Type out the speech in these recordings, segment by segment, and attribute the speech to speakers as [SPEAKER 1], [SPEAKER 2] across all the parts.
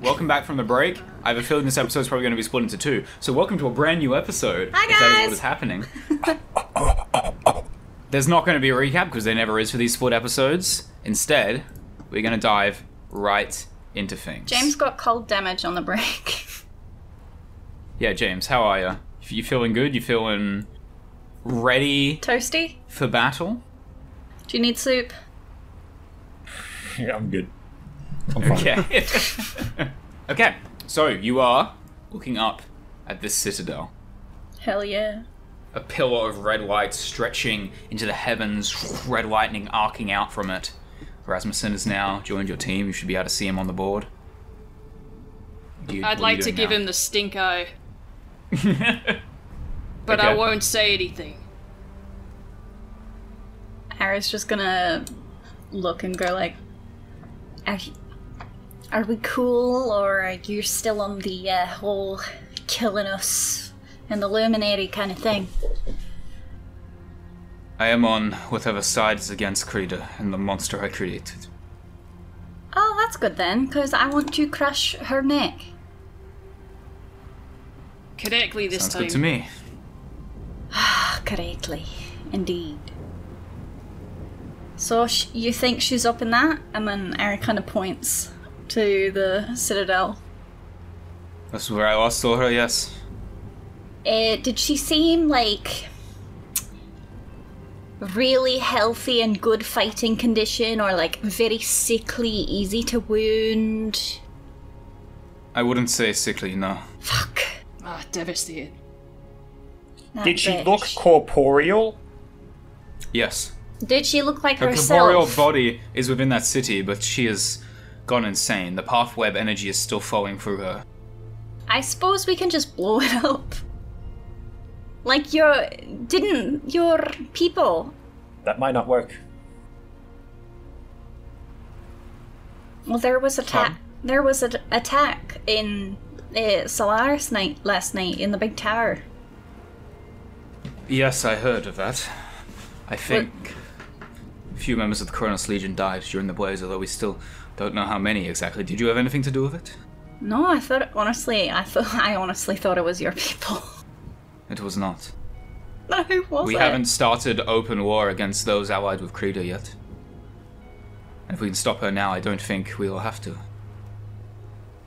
[SPEAKER 1] welcome back from the break. I have a feeling this episode is probably going to be split into two. So, welcome to a brand new episode.
[SPEAKER 2] Hi,
[SPEAKER 1] If that is
[SPEAKER 2] guys.
[SPEAKER 1] what is happening. There's not going to be a recap because there never is for these split episodes. Instead, we're going to dive right into things.
[SPEAKER 2] James got cold damage on the break.
[SPEAKER 1] Yeah, James, how are you? You feeling good? You feeling ready
[SPEAKER 2] Toasty,
[SPEAKER 1] for battle?
[SPEAKER 2] do you need soup?
[SPEAKER 3] Yeah, I'm good. I'm fine.
[SPEAKER 1] Okay. okay. So you are looking up at this citadel,
[SPEAKER 2] Hell yeah.
[SPEAKER 1] a pillar of red light stretching into the heavens, red lightning arcing out from it. Rasmussen has now joined your team. You should be able to see him on the board. Do you- what
[SPEAKER 4] I'd
[SPEAKER 1] are
[SPEAKER 4] like
[SPEAKER 1] you
[SPEAKER 4] to
[SPEAKER 1] doing
[SPEAKER 4] give
[SPEAKER 1] now?
[SPEAKER 4] him the stink eye, but I
[SPEAKER 1] Okay.
[SPEAKER 4] won't say anything.
[SPEAKER 2] Harry's just gonna look and go like, are, are we cool or are you still on the uh, whole killing us and the Luminary kind of thing?
[SPEAKER 1] I am on whatever side is against Krita and the monster I created.
[SPEAKER 2] Oh, that's good then, because I want to crush her neck.
[SPEAKER 4] Correctly this
[SPEAKER 1] Sounds
[SPEAKER 4] time.
[SPEAKER 1] good to me.
[SPEAKER 2] Correctly, "Oh, indeed. So sh- you think she's up in that? And then Eric kind of points to the Citadel.
[SPEAKER 1] That's where I last saw her. Yes.
[SPEAKER 2] Uh, did she seem like really healthy and good fighting condition, or like very sickly, easy to wound?
[SPEAKER 1] I wouldn't say sickly. No.
[SPEAKER 2] Fuck.
[SPEAKER 4] Ah, devastated.
[SPEAKER 2] that
[SPEAKER 3] Did she
[SPEAKER 2] bitch.
[SPEAKER 3] look corporeal?
[SPEAKER 1] Yes.
[SPEAKER 2] Did she look like
[SPEAKER 1] Her corporeal
[SPEAKER 2] herself?
[SPEAKER 1] body is within that city, but she has gone insane. The path web energy is still flowing through her.
[SPEAKER 2] I suppose we can just blow it up. Like your didn't your people?
[SPEAKER 3] That might not work.
[SPEAKER 2] Well, there was a ta-
[SPEAKER 1] Pardon?
[SPEAKER 2] there was an attack in uh, Solaris night last night in the big tower.
[SPEAKER 1] Yes, I heard of that. I think a few members of the Kronos Legion died during the blaze, although we still don't know how many exactly. Did you have anything to do with it?
[SPEAKER 2] No, I thought honestly, I thought I honestly thought it was your people.
[SPEAKER 1] It was not.
[SPEAKER 2] No, who was
[SPEAKER 1] we
[SPEAKER 2] it?
[SPEAKER 1] haven't started open war against those allied with Krita yet. And if we can stop her now, I don't think we'll have to.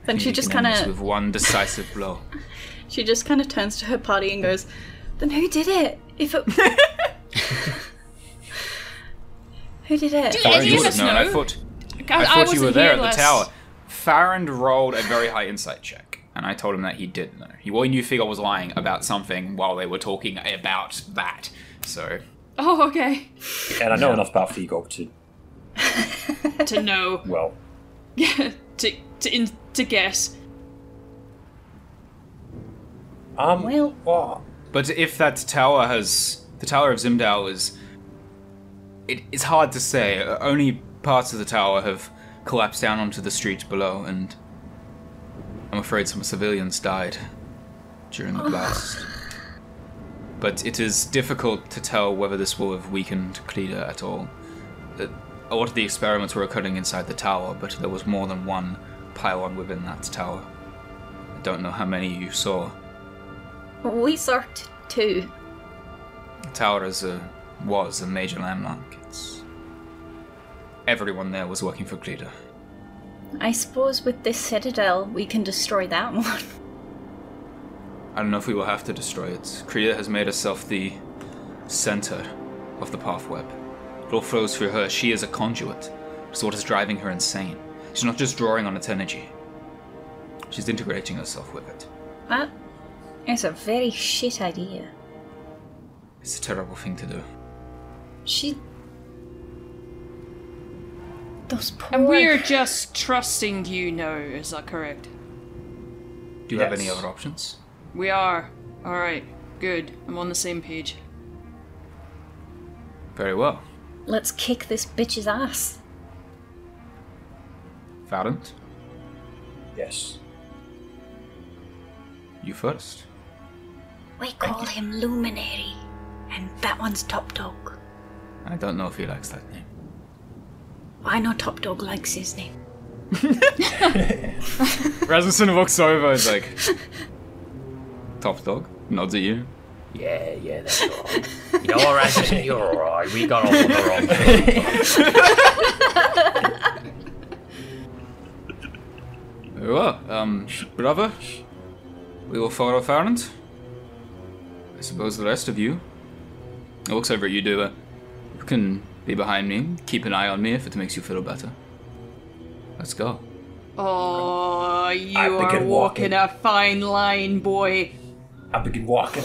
[SPEAKER 2] Then she
[SPEAKER 1] We
[SPEAKER 2] just
[SPEAKER 1] can
[SPEAKER 2] kind
[SPEAKER 1] end this with
[SPEAKER 2] of
[SPEAKER 1] one decisive blow.
[SPEAKER 2] she just kind of turns to her party and goes, "Then who did it? If it who did it?
[SPEAKER 4] Did
[SPEAKER 1] Oh,
[SPEAKER 4] any
[SPEAKER 1] you
[SPEAKER 4] of
[SPEAKER 1] would
[SPEAKER 4] us
[SPEAKER 1] have known. I
[SPEAKER 4] know?
[SPEAKER 1] thought
[SPEAKER 4] I,
[SPEAKER 1] I
[SPEAKER 4] I
[SPEAKER 1] thought you
[SPEAKER 4] wasn't
[SPEAKER 1] were there
[SPEAKER 4] here
[SPEAKER 1] at the
[SPEAKER 4] last-
[SPEAKER 1] tower. Farrand rolled a very high insight check, and I told him that he did know. He well knew Figure was lying about something while they were talking about that. So
[SPEAKER 4] Oh, okay.
[SPEAKER 3] And I know enough about Figo to,
[SPEAKER 4] to know.
[SPEAKER 3] well,
[SPEAKER 4] Yeah. To to in, to guess.
[SPEAKER 3] um,
[SPEAKER 2] Well-
[SPEAKER 3] well,
[SPEAKER 1] But if that tower has the tower of Zimdal is, it is hard to say. Uh, Only parts of the tower have collapsed down onto the street below, and I'm afraid some civilians died during the blast. But it is difficult to tell whether this will have weakened Kleda at all. Uh, A lot of the experiments were occurring inside the tower, but there was more than one pylon within that tower. I don't know how many you saw.
[SPEAKER 2] We sort two.
[SPEAKER 1] Tower is a, was a major landmark. It's, everyone there was working for Cleta.
[SPEAKER 2] I suppose with this citadel, we can destroy that one.
[SPEAKER 1] I don't know if we will have to destroy it. Krita has made herself the center of the path web. It all flows through her. She is a conduit. It's what is driving her insane. She's not just drawing on its energy. She's integrating herself with it.
[SPEAKER 2] That is a very shit idea.
[SPEAKER 1] It's a terrible thing to do.
[SPEAKER 2] She. Those poor.
[SPEAKER 4] And we're just trusting you now. Is that correct?
[SPEAKER 1] Do you have any
[SPEAKER 3] Yes.
[SPEAKER 1] other options?
[SPEAKER 4] We are. All right. Good. I'm on the same page.
[SPEAKER 1] Very well.
[SPEAKER 2] Let's kick this bitch's ass.
[SPEAKER 1] Farrant,
[SPEAKER 3] yes.
[SPEAKER 1] you first.
[SPEAKER 2] We call him Luminary, and that one's Top Dog.
[SPEAKER 1] I don't know if he likes that name.
[SPEAKER 2] I know Top Dog likes his name.
[SPEAKER 1] Rasmussen walks over and is like, Top dog, nods at you.
[SPEAKER 5] Yeah, yeah, that's all right. You're all right, you're all right. We got off on the wrong foot.
[SPEAKER 1] Very well, um, brother, we will follow Farrand. I suppose the rest of you. It looks over at you, Dula. You can be behind me, keep an eye on me if it makes you feel better. Let's go.
[SPEAKER 4] Oh, you
[SPEAKER 3] I
[SPEAKER 4] are
[SPEAKER 3] begin
[SPEAKER 4] walking,
[SPEAKER 3] walking.
[SPEAKER 4] a fine line, boy.
[SPEAKER 3] I begin walking.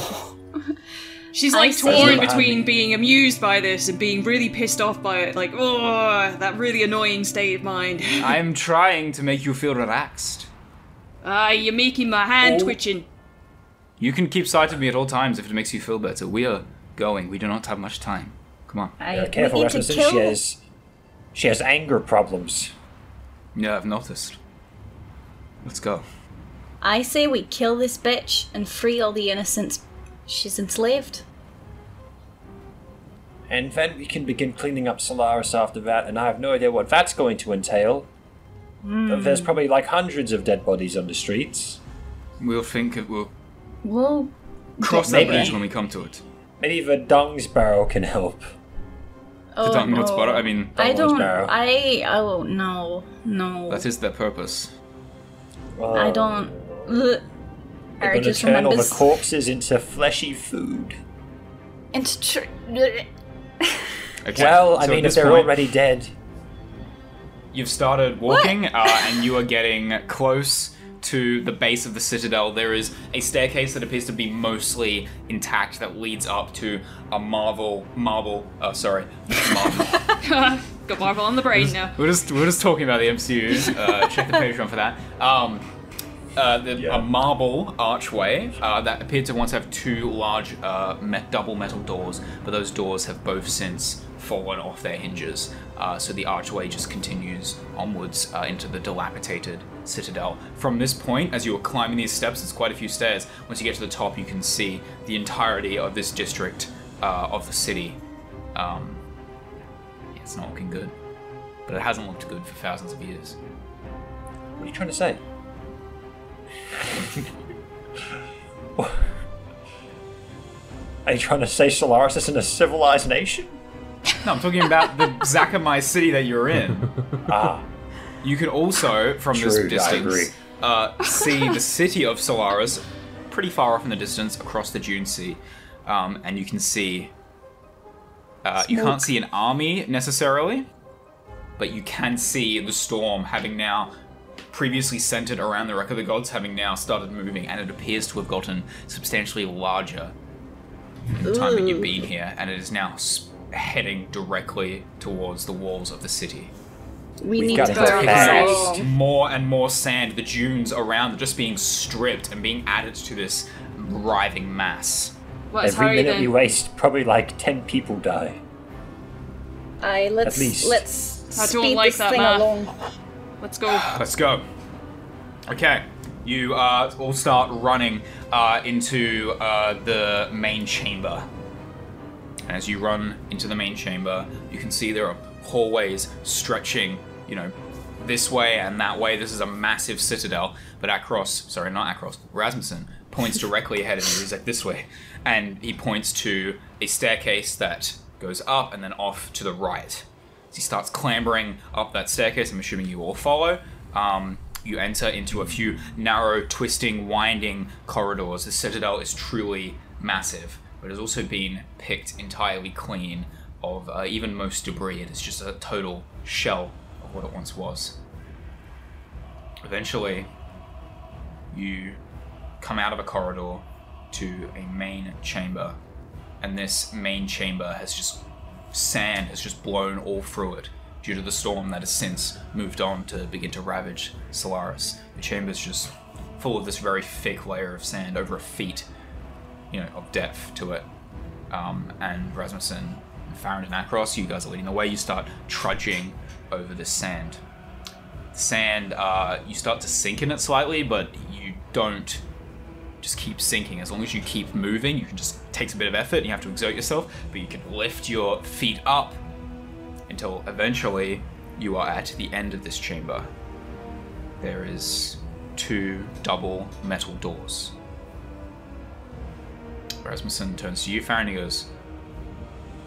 [SPEAKER 4] She's
[SPEAKER 2] I
[SPEAKER 4] like
[SPEAKER 2] see.
[SPEAKER 4] torn
[SPEAKER 3] Behind me.
[SPEAKER 4] between being amused by this and being really pissed off by it. Like, oh, that really annoying state of mind.
[SPEAKER 1] I'm trying to make you feel relaxed.
[SPEAKER 4] Ah, you're making my hand
[SPEAKER 3] Oh.
[SPEAKER 4] twitching.
[SPEAKER 1] You can keep sight of me at all times if it makes you feel better. We are going. We do not have much time. Come on.
[SPEAKER 2] I
[SPEAKER 3] Yeah,
[SPEAKER 2] we
[SPEAKER 3] Uh, careful,
[SPEAKER 2] need to
[SPEAKER 3] Rasmussen.
[SPEAKER 2] kill.
[SPEAKER 3] She has, she has anger problems.
[SPEAKER 1] Yeah, I've noticed. Let's go.
[SPEAKER 2] I say we kill this bitch and free all the innocents. She's enslaved.
[SPEAKER 3] And then we can begin cleaning up Solaris after that, and I have no idea what that's going to entail.
[SPEAKER 2] Hmm.
[SPEAKER 3] There's probably like hundreds of dead bodies on the streets.
[SPEAKER 1] We'll think it will
[SPEAKER 2] Whoa.
[SPEAKER 1] cross that
[SPEAKER 3] Maybe.
[SPEAKER 1] bridge when we come to it.
[SPEAKER 3] Maybe the Dung's Barrow can help.
[SPEAKER 1] The
[SPEAKER 2] Oh,
[SPEAKER 1] Dung
[SPEAKER 2] no.
[SPEAKER 1] Nuts Barrow, I mean,
[SPEAKER 2] I
[SPEAKER 3] Dunwall's
[SPEAKER 2] don't.
[SPEAKER 3] Barrow.
[SPEAKER 2] I. Oh no, no.
[SPEAKER 1] that is their purpose.
[SPEAKER 3] Well,
[SPEAKER 2] I don't. Ugh.
[SPEAKER 3] They're
[SPEAKER 2] I
[SPEAKER 3] going to
[SPEAKER 2] just
[SPEAKER 3] turn all
[SPEAKER 2] remembers.
[SPEAKER 3] the corpses into fleshy food.
[SPEAKER 2] into tr- bleh.
[SPEAKER 1] Except-
[SPEAKER 3] Well, I
[SPEAKER 1] so at
[SPEAKER 3] mean, if
[SPEAKER 1] this
[SPEAKER 3] they're
[SPEAKER 1] point,
[SPEAKER 3] already dead,
[SPEAKER 1] You've started walking, uh, and you are getting close to the base of the citadel. There is a staircase that appears to be mostly intact that leads up to a marvel, marble. Uh, sorry, marble.
[SPEAKER 4] Ah, Got Marvel on the brain now.
[SPEAKER 1] We're just we're just talking about the MCU. Uh, check the Patreon for that. Um, uh, the,
[SPEAKER 3] Yeah.
[SPEAKER 1] A marble archway uh, that appeared to once have two large uh, me- double metal doors, but those doors have both since fallen off their hinges. Uh, so the archway just continues onwards uh, into the dilapidated citadel. From this point, as you are climbing these steps, it's quite a few stairs. Once you get to the top, you can see the entirety of this district uh, of the city. Um, it's not looking good but it hasn't looked good for thousands of years.
[SPEAKER 3] What are you trying to say? are you trying to say Solaris isn't a civilized nation?
[SPEAKER 1] No, I'm talking about the Zakamai city that you're in.
[SPEAKER 3] Ah,
[SPEAKER 1] You can also, from
[SPEAKER 3] True, I
[SPEAKER 1] this
[SPEAKER 3] agree.
[SPEAKER 1] distance, uh, see the city of Solaris pretty far off in the distance across the Dune Sea, um, and you can see. Uh, you can't see an army necessarily, but you can see the storm having now previously centered around the wreck of the gods having now started moving and it appears to have gotten substantially larger in the time that you've been here and it is now s heading directly towards the walls of the city
[SPEAKER 2] We
[SPEAKER 3] We've
[SPEAKER 2] need
[SPEAKER 3] got
[SPEAKER 2] to
[SPEAKER 3] to
[SPEAKER 2] go.
[SPEAKER 3] go
[SPEAKER 4] Very
[SPEAKER 3] back.
[SPEAKER 2] outside.
[SPEAKER 4] fast.
[SPEAKER 1] more and more sand, the dunes around just being stripped and being added to this writhing mass.
[SPEAKER 4] Well, it's
[SPEAKER 3] every
[SPEAKER 4] Harry
[SPEAKER 3] minute
[SPEAKER 4] then.
[SPEAKER 3] we waste, probably like 10 people die.
[SPEAKER 2] I let's
[SPEAKER 3] At least.
[SPEAKER 2] let's
[SPEAKER 4] I don't
[SPEAKER 2] speed
[SPEAKER 4] like
[SPEAKER 2] this
[SPEAKER 4] that
[SPEAKER 2] thing
[SPEAKER 4] math.
[SPEAKER 2] along.
[SPEAKER 4] Let's go.
[SPEAKER 1] Let's go. Okay, you uh, all start running uh, into uh, the main chamber. And as you run into the main chamber, you can see there are hallways stretching, you know, this way and that way. This is a massive citadel. But Akros, sorry, not Akros, Rasmussen points directly ahead of you. He's like, this way. And he points to a staircase that goes up and then off to the right. As he starts clambering up that staircase, I'm assuming you all follow. Um, you enter into a few narrow, twisting, winding corridors. The citadel is truly massive, but has also been picked entirely clean of uh, even most debris. It is just a total shell of what it once was. Eventually, you come out of a corridor to a main chamber, and this main chamber has just sand has just blown all through it due to the storm that has since moved on to begin to ravage Solaris. The chamber's just full of this very thick layer of sand, over a feet, you know, of depth to it. Um, and Rasmussen, Farron, and Akros, you guys are leading the way. You start trudging over the sand. The sand, uh, you start to sink in it slightly, but you don't just keep sinking. As long as you keep moving, you can just takes a bit of effort and you have to exert yourself, but you can lift your feet up until eventually you are at the end of this chamber. there is two double metal doors. Rasmussen turns to you, Farron, and he goes,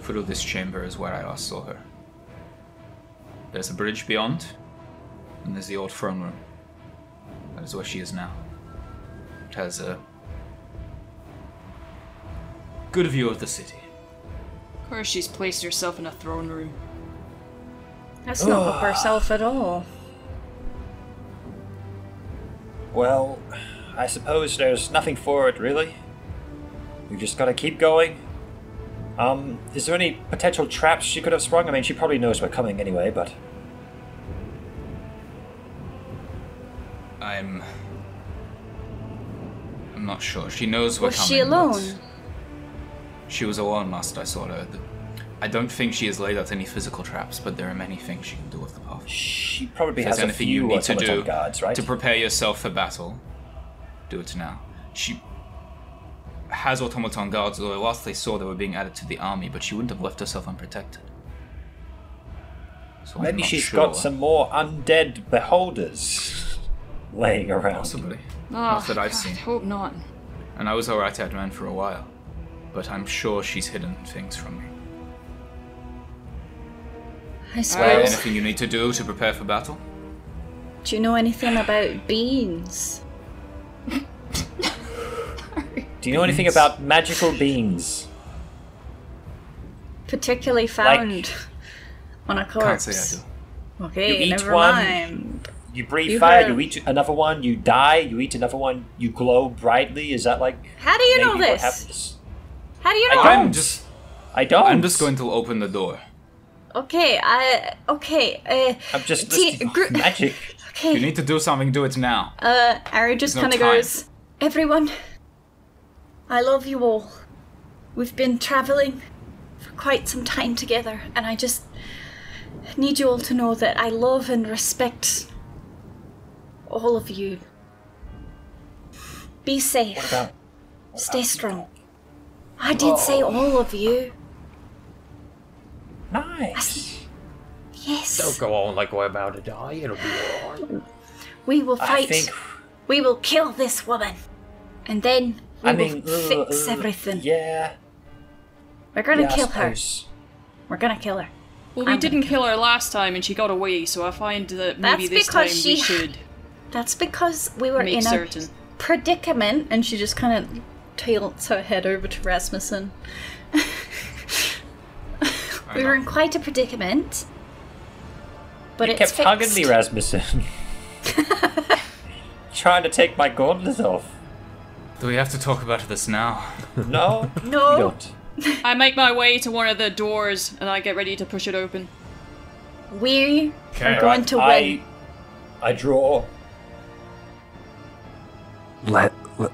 [SPEAKER 1] Foot of this chamber is where I last saw her. There's a bridge beyond, and there's the old throne room. That is where she is now. It has a good view of the city.
[SPEAKER 4] Of course, she's placed herself in a throne room.
[SPEAKER 2] That's not help herself at all.
[SPEAKER 3] Well, I suppose there's nothing for it, really. We just gotta keep going. Um, is there any potential traps she could have sprung? I mean, she probably knows we're coming anyway, but.
[SPEAKER 1] I'm. I'm not sure. She knows we're
[SPEAKER 2] Was she
[SPEAKER 1] coming, but
[SPEAKER 2] alone?
[SPEAKER 1] She was alone last I saw her. The- I don't think she has laid out any physical traps, but there are many things she can do with the path.
[SPEAKER 3] She probably
[SPEAKER 1] If
[SPEAKER 3] has
[SPEAKER 1] there's
[SPEAKER 3] a
[SPEAKER 1] anything you
[SPEAKER 3] few
[SPEAKER 1] need to do
[SPEAKER 3] automaton guards, right?
[SPEAKER 1] to prepare yourself for battle, do it now. She has automaton guards, although last they saw they were being added to the army, but she wouldn't have left herself unprotected. So I'm
[SPEAKER 3] Maybe
[SPEAKER 1] not
[SPEAKER 3] she's
[SPEAKER 1] sure.
[SPEAKER 3] got some more undead beholders laying around.
[SPEAKER 1] Possibly.
[SPEAKER 4] Oh,
[SPEAKER 1] Not that I've
[SPEAKER 4] God,
[SPEAKER 1] seen.
[SPEAKER 4] Hope not.
[SPEAKER 1] And I was alright at man for a while, but I'm sure she's hidden things from me.
[SPEAKER 2] I
[SPEAKER 1] Well,
[SPEAKER 2] suppose.
[SPEAKER 1] anything you need to do to prepare for battle?
[SPEAKER 2] Do you know anything about beans?
[SPEAKER 3] Do you know anything about magical beans?
[SPEAKER 2] Particularly found on a
[SPEAKER 1] Can't
[SPEAKER 2] corpse.
[SPEAKER 1] say I do.
[SPEAKER 2] Okay,
[SPEAKER 3] You eat
[SPEAKER 2] never
[SPEAKER 3] one.
[SPEAKER 2] mind.
[SPEAKER 3] You breathe
[SPEAKER 2] You
[SPEAKER 3] fire,
[SPEAKER 2] have-
[SPEAKER 3] you eat another one, you die, you eat another one, you glow brightly. Is that like
[SPEAKER 2] How do you
[SPEAKER 3] maybe
[SPEAKER 2] know
[SPEAKER 3] what
[SPEAKER 2] this?
[SPEAKER 3] happens?
[SPEAKER 2] How do you know?
[SPEAKER 3] I
[SPEAKER 1] I'm
[SPEAKER 3] don't.
[SPEAKER 1] just-
[SPEAKER 3] I don't.
[SPEAKER 1] I'm just going to open the door.
[SPEAKER 2] Okay, I okay. Uh,
[SPEAKER 3] I'm just
[SPEAKER 2] See,
[SPEAKER 3] listing
[SPEAKER 2] gr-
[SPEAKER 3] magic.
[SPEAKER 1] You
[SPEAKER 2] okay.
[SPEAKER 1] need to do something, do it now.
[SPEAKER 2] Uh, Ari just
[SPEAKER 1] There's no
[SPEAKER 2] kind of
[SPEAKER 1] time.
[SPEAKER 2] goes. Everyone, I love you all. We've been traveling for quite some time together, and I just need you all to know that I love and respect all of you. Be safe.
[SPEAKER 3] What about?
[SPEAKER 2] Stay strong. I did say
[SPEAKER 3] Oh.
[SPEAKER 2] all of you.
[SPEAKER 3] Nice.
[SPEAKER 2] Yes.
[SPEAKER 5] Don't go on like we're about to die. It'll be alright.
[SPEAKER 2] We will
[SPEAKER 3] I
[SPEAKER 2] fight.
[SPEAKER 3] think.
[SPEAKER 2] We will kill this woman. And then we
[SPEAKER 3] I mean,
[SPEAKER 2] will
[SPEAKER 3] ugh,
[SPEAKER 2] fix
[SPEAKER 3] ugh,
[SPEAKER 2] everything.
[SPEAKER 3] Yeah.
[SPEAKER 2] We're gonna
[SPEAKER 3] yeah, I
[SPEAKER 2] kill her.
[SPEAKER 3] suppose.
[SPEAKER 2] We're gonna kill her.
[SPEAKER 4] Well, we
[SPEAKER 2] I'm
[SPEAKER 4] didn't kill her last time, and she got away. So I find that
[SPEAKER 2] That's
[SPEAKER 4] maybe this time
[SPEAKER 2] because
[SPEAKER 4] we
[SPEAKER 2] she-
[SPEAKER 4] should
[SPEAKER 2] That's because we were
[SPEAKER 4] make
[SPEAKER 2] in
[SPEAKER 4] certain.
[SPEAKER 2] a predicament, and she just kind of tilts her head over to Rasmussen. we were in quite a predicament. But
[SPEAKER 3] You
[SPEAKER 2] it's
[SPEAKER 3] kept
[SPEAKER 2] fixed.
[SPEAKER 3] hugging me, Rasmussen. Trying to take my gauntlet off.
[SPEAKER 1] Do we have to talk about this now?
[SPEAKER 3] No, you
[SPEAKER 2] No,
[SPEAKER 3] don't.
[SPEAKER 4] I make my way to one of the doors, and I get ready to push it open.
[SPEAKER 2] we
[SPEAKER 1] Okay.
[SPEAKER 2] are going to
[SPEAKER 3] I,
[SPEAKER 2] win.
[SPEAKER 3] I draw.
[SPEAKER 6] Let, let,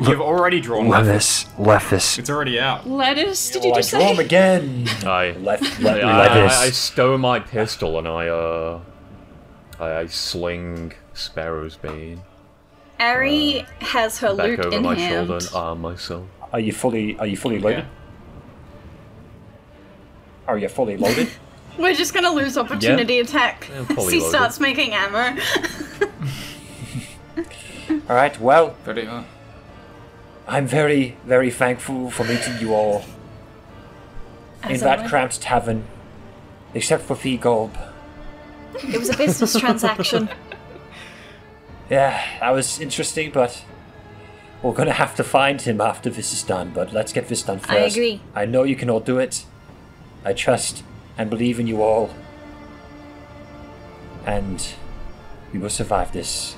[SPEAKER 1] You've already drawn one.
[SPEAKER 6] Levis, Levis.
[SPEAKER 1] It's already out.
[SPEAKER 4] Lettuce? Did
[SPEAKER 3] Well,
[SPEAKER 4] you
[SPEAKER 3] I
[SPEAKER 4] just
[SPEAKER 3] Oh, draw him
[SPEAKER 4] say?
[SPEAKER 3] again.
[SPEAKER 5] I,
[SPEAKER 3] Left,
[SPEAKER 5] I,
[SPEAKER 3] left,
[SPEAKER 5] I,
[SPEAKER 6] Lettuce.
[SPEAKER 5] I, I stow my pistol and I uh, I, I sling Sparrow's Bane
[SPEAKER 2] Ari has her
[SPEAKER 5] back
[SPEAKER 2] loot
[SPEAKER 5] over
[SPEAKER 2] in
[SPEAKER 5] my
[SPEAKER 2] hand.
[SPEAKER 5] shoulder and arm myself.
[SPEAKER 3] Are you fully? Are you fully loaded? Are you fully loaded?
[SPEAKER 2] We're just gonna lose opportunity attack.
[SPEAKER 5] Yeah,
[SPEAKER 2] as
[SPEAKER 5] fully
[SPEAKER 2] he
[SPEAKER 5] loaded.
[SPEAKER 2] starts making ammo.
[SPEAKER 3] all right. Well,
[SPEAKER 1] Very well.
[SPEAKER 3] I'm very, very thankful for meeting you all in
[SPEAKER 2] As
[SPEAKER 3] that
[SPEAKER 2] always.
[SPEAKER 3] cramped tavern, except for Fee Gulb.
[SPEAKER 2] It was a business transaction.
[SPEAKER 3] Yeah, that was interesting, but we're gonna have to find him after this is done. But let's get this done first.
[SPEAKER 2] I agree.
[SPEAKER 3] I know you can all do it. I trust and believe in you all, and we will survive this.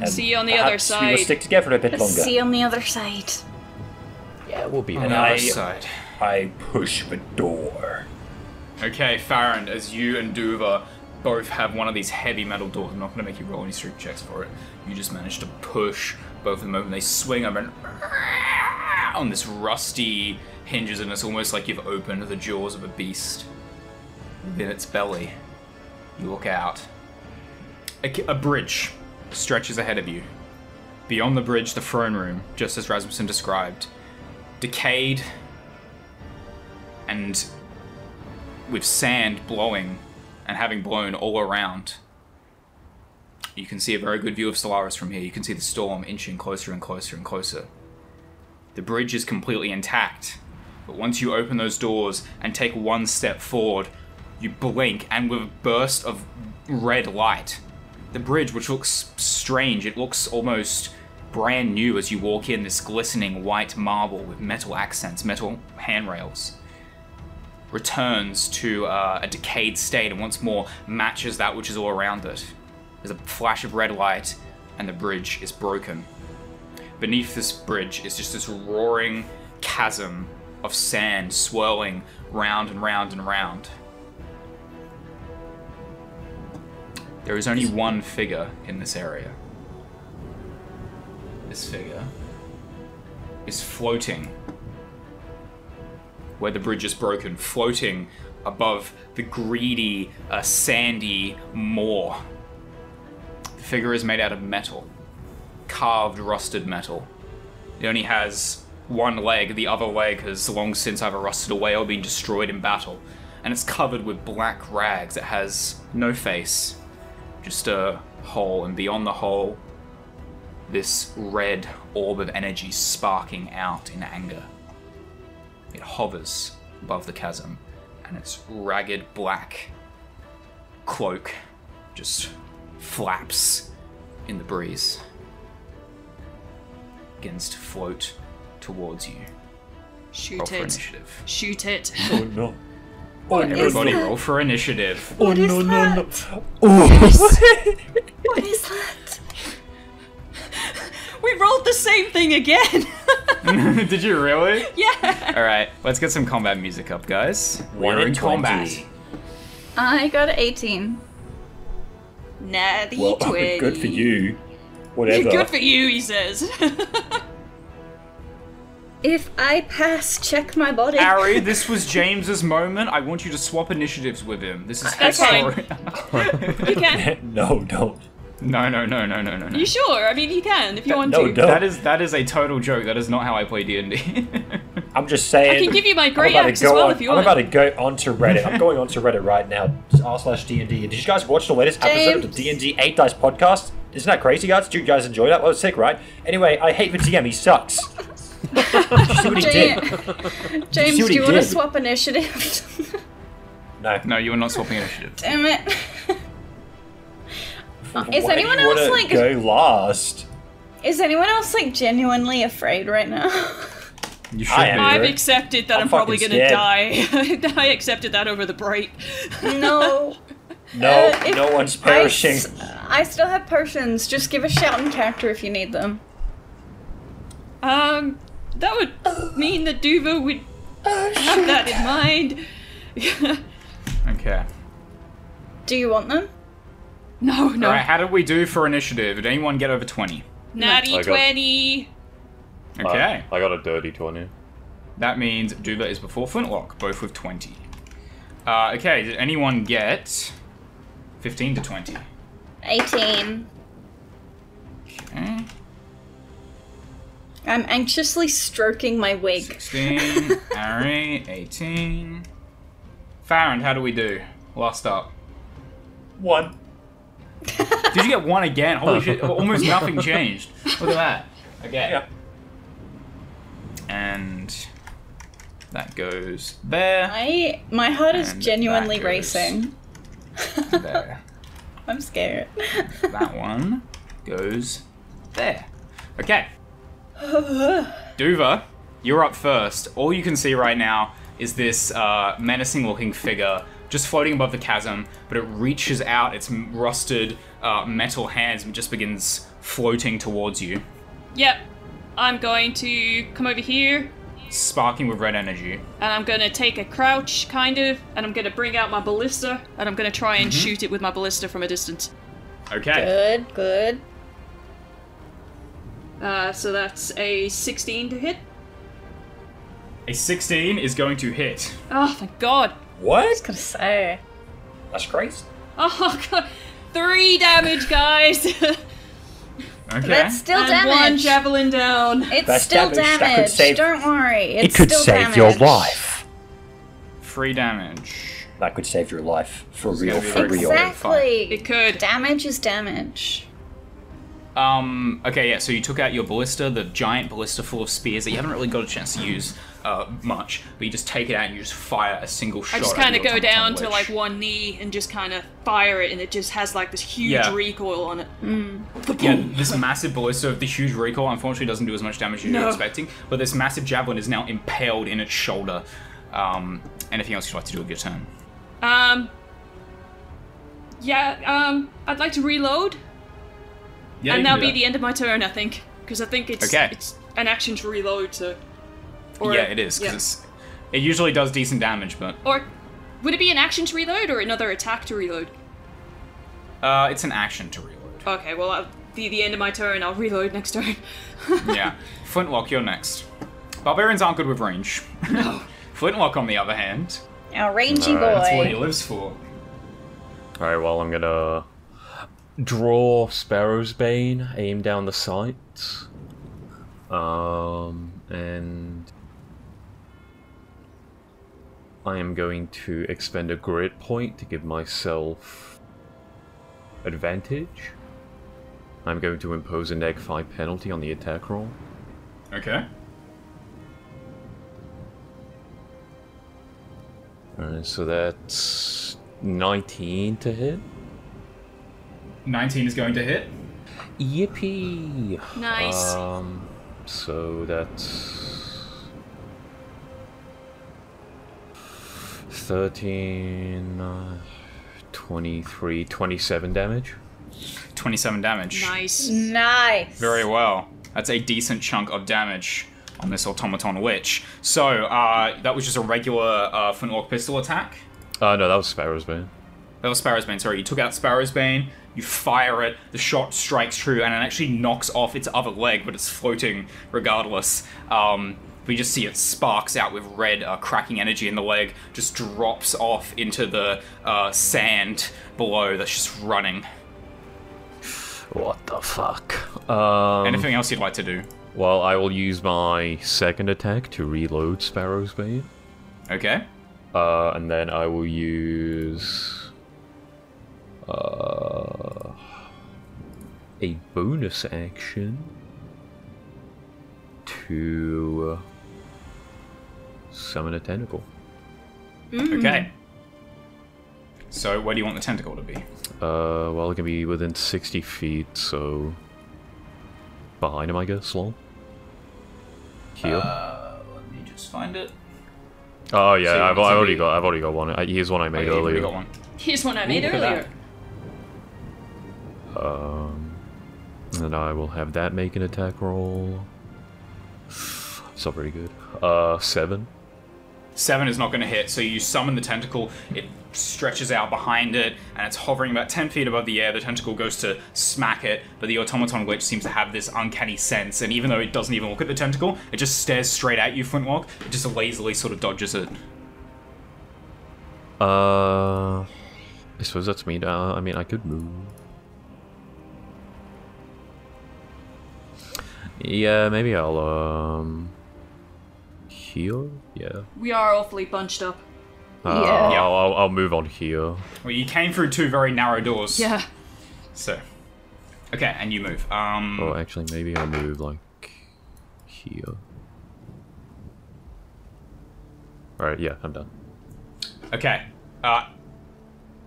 [SPEAKER 3] And
[SPEAKER 4] See you on the other
[SPEAKER 3] perhaps We will
[SPEAKER 4] side.
[SPEAKER 3] stick together a bit
[SPEAKER 2] Let's
[SPEAKER 3] longer.
[SPEAKER 2] see on the other side.
[SPEAKER 5] Yeah, we'll be
[SPEAKER 1] On
[SPEAKER 5] there.
[SPEAKER 1] the
[SPEAKER 3] I-
[SPEAKER 1] other side.
[SPEAKER 3] I push the door.
[SPEAKER 1] Okay, Farron, as you and Duva both have one of these heavy metal doors, I'm not going to make you roll any strength checks for it. You just manage to push both of them open. They swing open on this rusty hinges, and it's almost like you've opened the jaws of a beast within its belly. You look out. A, ki- a bridge stretches ahead of you. Beyond the bridge, the throne room, just as Rasmussen described, decayed and with sand blowing and having blown all around. You can see a very good view of Solaris from here. You can see the storm inching closer and closer and closer. The bridge is completely intact, but once you open those doors and take one step forward, you blink, and with a burst of red light, the bridge, which looks strange, it looks almost brand new as you walk in this glistening white marble with metal accents, metal handrails, returns to uh, a decayed state and once more matches that which is all around it. There's a flash of red light, and the bridge is broken. Beneath this bridge is just this roaring chasm of sand swirling round and round and round. There is only one figure in this area. This figure is floating where the bridge is broken, floating above the greedy, uh, sandy moor. The figure is made out of metal, carved, rusted metal. It only has one leg, the other leg has long since either rusted away or been destroyed in battle. And it's covered with black rags. It has no face, just a hole, and beyond the hole, this red orb of energy sparking out in anger. It hovers above the chasm, and its ragged black cloak just flaps in the breeze. Begins to float towards you. Roll
[SPEAKER 4] Shoot
[SPEAKER 1] for
[SPEAKER 4] it.
[SPEAKER 1] initiative.
[SPEAKER 4] Shoot it.
[SPEAKER 3] Oh no.
[SPEAKER 2] What is
[SPEAKER 1] Everybody,
[SPEAKER 2] that?
[SPEAKER 1] roll for initiative.
[SPEAKER 2] What is that? What is that?
[SPEAKER 4] We rolled the same thing again.
[SPEAKER 1] Did you really?
[SPEAKER 4] yeah.
[SPEAKER 1] All right, let's get some combat music up, guys.
[SPEAKER 3] We're
[SPEAKER 1] We're
[SPEAKER 3] at
[SPEAKER 1] in combat.
[SPEAKER 3] 20.
[SPEAKER 2] I got a 18.
[SPEAKER 4] Natty
[SPEAKER 3] Well,
[SPEAKER 4] 20.
[SPEAKER 3] good for you. Whatever.
[SPEAKER 4] E Good for you, he says.
[SPEAKER 2] If I pass, check my body.
[SPEAKER 1] Harry, this was James's moment. I want you to swap initiatives with him. This is
[SPEAKER 4] That's fine. you can.
[SPEAKER 3] no, don't.
[SPEAKER 1] no, no, no, no, no, no, no.
[SPEAKER 4] You sure? I mean, you can if you want
[SPEAKER 3] No,
[SPEAKER 4] to.
[SPEAKER 3] don't.
[SPEAKER 1] That is that is a total joke. That is not how I play D and D.
[SPEAKER 3] I'm just saying.
[SPEAKER 4] I can give you my
[SPEAKER 3] I'm
[SPEAKER 4] great
[SPEAKER 3] about to
[SPEAKER 4] axe as
[SPEAKER 3] go
[SPEAKER 4] well
[SPEAKER 3] on-
[SPEAKER 4] if you
[SPEAKER 3] I'm
[SPEAKER 4] want.
[SPEAKER 3] about to go onto Reddit. I'm going onto Reddit right now. It's r slash D and D. Did you guys watch the latest episode of the D and
[SPEAKER 2] James.
[SPEAKER 3] D Eight Dice podcast? Isn't that crazy, guys? Did you guys enjoy that? Well, it's sick, right? Anyway, I hate the DM. He sucks. Did you see what he
[SPEAKER 2] Ja-
[SPEAKER 3] did?
[SPEAKER 2] James, do
[SPEAKER 3] what he
[SPEAKER 2] you want to
[SPEAKER 3] did?
[SPEAKER 2] swap initiative?
[SPEAKER 3] No.
[SPEAKER 1] No, you are not swapping initiatives.
[SPEAKER 2] Damn it. Is
[SPEAKER 3] Why do
[SPEAKER 2] anyone
[SPEAKER 3] you
[SPEAKER 2] else,
[SPEAKER 3] wanna
[SPEAKER 2] like-
[SPEAKER 3] go last?
[SPEAKER 2] Is anyone else like genuinely afraid right now?
[SPEAKER 1] You should
[SPEAKER 3] I am.
[SPEAKER 4] I've
[SPEAKER 3] Right?
[SPEAKER 4] accepted that I'm,
[SPEAKER 3] I'm
[SPEAKER 4] probably
[SPEAKER 3] fucking
[SPEAKER 4] gonna die.
[SPEAKER 3] scared.
[SPEAKER 4] I accepted that over the break.
[SPEAKER 2] No.
[SPEAKER 3] No,
[SPEAKER 2] Uh, if
[SPEAKER 3] Oh, no one's
[SPEAKER 2] I
[SPEAKER 3] perishing.
[SPEAKER 2] s- I still have potions. Just give a shout in character if you need them.
[SPEAKER 4] Um, that would mean that Duva would have that in mind.
[SPEAKER 1] Okay.
[SPEAKER 2] Do you want them?
[SPEAKER 4] no, no.
[SPEAKER 1] All right. How did we do for initiative? Did anyone get over twenty?
[SPEAKER 4] Natty
[SPEAKER 3] Oh,
[SPEAKER 7] I got-
[SPEAKER 4] 20.
[SPEAKER 1] Okay.
[SPEAKER 7] I got a dirty 20.
[SPEAKER 1] That means Duva is before Flintlock, both with twenty. Uh, okay. Did anyone get fifteen to twenty?
[SPEAKER 2] 18.
[SPEAKER 1] Okay.
[SPEAKER 2] I'm anxiously stroking my wig.
[SPEAKER 1] 16, Harry, 18. Farron, how do we do? Last up.
[SPEAKER 3] One.
[SPEAKER 1] Did you get one again? Holy shit, almost nothing changed. Look at that. Okay.
[SPEAKER 3] Yeah.
[SPEAKER 1] And that goes there,
[SPEAKER 2] I my heart is
[SPEAKER 1] And
[SPEAKER 2] genuinely
[SPEAKER 1] that goes-
[SPEAKER 2] racing.
[SPEAKER 1] there.
[SPEAKER 2] I'm scared.
[SPEAKER 1] That one goes there. Okay. Duva, you're up first. All you can see right now is this uh, menacing looking figure just floating above the chasm, but it reaches out its m- rusted uh, metal hands and just begins floating towards you,
[SPEAKER 4] Yep. I'm going to come over here
[SPEAKER 1] sparking with red energy.
[SPEAKER 4] and I'm gonna take a crouch, kind of, and I'm gonna bring out my ballista and I'm gonna try and shoot it with my ballista from a distance.
[SPEAKER 1] Okay.
[SPEAKER 2] Good, good.
[SPEAKER 4] Uh, so that's a 16 to hit.
[SPEAKER 1] A 16 is going to hit.
[SPEAKER 4] Oh, thank God.
[SPEAKER 3] What?
[SPEAKER 2] Gotta say.
[SPEAKER 3] That's crazy.
[SPEAKER 4] Oh, God. Three damage, guys.
[SPEAKER 1] Okay.
[SPEAKER 2] That's still
[SPEAKER 4] and one
[SPEAKER 2] damage.
[SPEAKER 4] javelin down.
[SPEAKER 2] it's
[SPEAKER 3] That's
[SPEAKER 2] still
[SPEAKER 3] damage that
[SPEAKER 2] damage.
[SPEAKER 3] could save-
[SPEAKER 2] Don't worry. It's
[SPEAKER 6] It could
[SPEAKER 2] still
[SPEAKER 6] save
[SPEAKER 2] damage.
[SPEAKER 6] your life.
[SPEAKER 1] Three damage.
[SPEAKER 3] That could save your life. For
[SPEAKER 1] It's
[SPEAKER 3] real,
[SPEAKER 1] gonna be
[SPEAKER 3] for
[SPEAKER 1] like-
[SPEAKER 3] real.
[SPEAKER 1] Exact-
[SPEAKER 2] Exactly.
[SPEAKER 4] It could.
[SPEAKER 2] Damage is damage.
[SPEAKER 1] Um, okay, yeah, so you took out your ballista, the giant ballista full of spears that you haven't really got a chance to use uh, much, but you just take it out and you just fire a single shot.
[SPEAKER 4] I just
[SPEAKER 1] at
[SPEAKER 4] kind of
[SPEAKER 1] your
[SPEAKER 4] go
[SPEAKER 1] automaton
[SPEAKER 4] down to
[SPEAKER 1] witch.
[SPEAKER 4] like one knee and just kind of fire it, and it just has like this huge
[SPEAKER 1] Yeah.
[SPEAKER 4] recoil on it.
[SPEAKER 1] Yeah, this massive ballista of the huge recoil unfortunately doesn't do as much damage as you
[SPEAKER 4] No.
[SPEAKER 1] were expecting, but this massive javelin is now impaled in its shoulder. Um, anything else you'd like to do with your turn?
[SPEAKER 4] Um. Yeah. Um. I'd like to reload,
[SPEAKER 1] Yeah,
[SPEAKER 4] and that'll be the end of my turn, I think, because I think it's
[SPEAKER 1] Okay.
[SPEAKER 4] it's an action to reload. So.
[SPEAKER 1] yeah, it is,
[SPEAKER 4] yeah.
[SPEAKER 1] because it usually does decent damage, but
[SPEAKER 4] Or would it be an action to reload or another attack to reload?
[SPEAKER 1] uh, it's an action to reload.
[SPEAKER 4] Okay. Well, I'll, the the end of my turn. I'll reload next turn.
[SPEAKER 1] yeah. Flintlock, you're next. Barbarians aren't good with range. No. Flintlock, on the other hand,
[SPEAKER 2] Our rangy
[SPEAKER 5] Alright, that's
[SPEAKER 1] that's what
[SPEAKER 2] boy.
[SPEAKER 1] he lives for.
[SPEAKER 5] Alright, well, I'm gonna draw Sparrow's Bane, aim down the sights. Um, and. I am going to expend a grit point to give myself advantage. I'm going to impose a neg 5 penalty on the attack roll.
[SPEAKER 1] Okay.
[SPEAKER 5] Alright, so that's 19 to hit.
[SPEAKER 1] 19 is going to hit.
[SPEAKER 5] Yippee!
[SPEAKER 4] Nice.
[SPEAKER 5] Um, so that's thirteen, uh, 23, 27 damage.
[SPEAKER 1] 27 damage.
[SPEAKER 4] nice.
[SPEAKER 2] Nice.
[SPEAKER 1] Very well. That's a decent chunk of damage on this automaton witch. So, uh, that was just a regular uh, Flintlock pistol attack.
[SPEAKER 5] Uh, no, that was Sparrow's Bane.
[SPEAKER 1] That was Sparrow's Bane, sorry. You took out Sparrow's Bane, you fire it, the shot strikes true, and it actually knocks off its other leg, but it's floating regardless. Um, we just see it sparks out with red, uh, cracking energy, and the leg just drops off into the uh, sand below that's just running.
[SPEAKER 5] What the fuck? Um,
[SPEAKER 1] Anything else you'd like to do?
[SPEAKER 5] well, I will use my second attack to reload Sparrow's Bane.
[SPEAKER 1] Okay.
[SPEAKER 5] Uh, and then I will use uh, a bonus action to summon a tentacle.
[SPEAKER 1] Okay. So, where do you want the tentacle to be?
[SPEAKER 5] Uh, well, it can be within 60 feet, so behind him, I guess. Lol. Here.
[SPEAKER 1] Let me just find it.
[SPEAKER 5] oh yeah,
[SPEAKER 1] Uh, so you
[SPEAKER 5] I've,
[SPEAKER 1] want it
[SPEAKER 5] I've
[SPEAKER 1] to
[SPEAKER 5] already
[SPEAKER 1] be-
[SPEAKER 5] got. I've already got one. Uh, Here's one I
[SPEAKER 1] Okay,
[SPEAKER 5] made
[SPEAKER 1] you've already
[SPEAKER 5] earlier.
[SPEAKER 1] got one.
[SPEAKER 4] Here's one I made
[SPEAKER 1] look at
[SPEAKER 4] earlier.
[SPEAKER 5] Um, and I will have that make an attack roll. It's not very good. Uh, seven.
[SPEAKER 1] Seven is not going to hit, so you summon the tentacle. It stretches out behind it, and it's hovering about 10 feet above the air. The tentacle goes to smack it, but the automaton witch seems to have this uncanny sense, and even though it doesn't even look at the tentacle, it just stares straight at you, Flintlock. It just lazily sort of dodges it.
[SPEAKER 5] Uh, I suppose that's me. Uh, I mean, I could move. Yeah, maybe I'll um heal. Yeah,
[SPEAKER 4] We are awfully bunched up.
[SPEAKER 5] Uh,
[SPEAKER 2] Yeah.
[SPEAKER 5] I'll, I'll, I'll move on here.
[SPEAKER 1] Well, you came through two very narrow doors.
[SPEAKER 4] Yeah.
[SPEAKER 1] So. Okay, and you move. Um,
[SPEAKER 5] Oh, actually, maybe I'll move like here. All right. Yeah, I'm done.
[SPEAKER 1] Okay. Uh,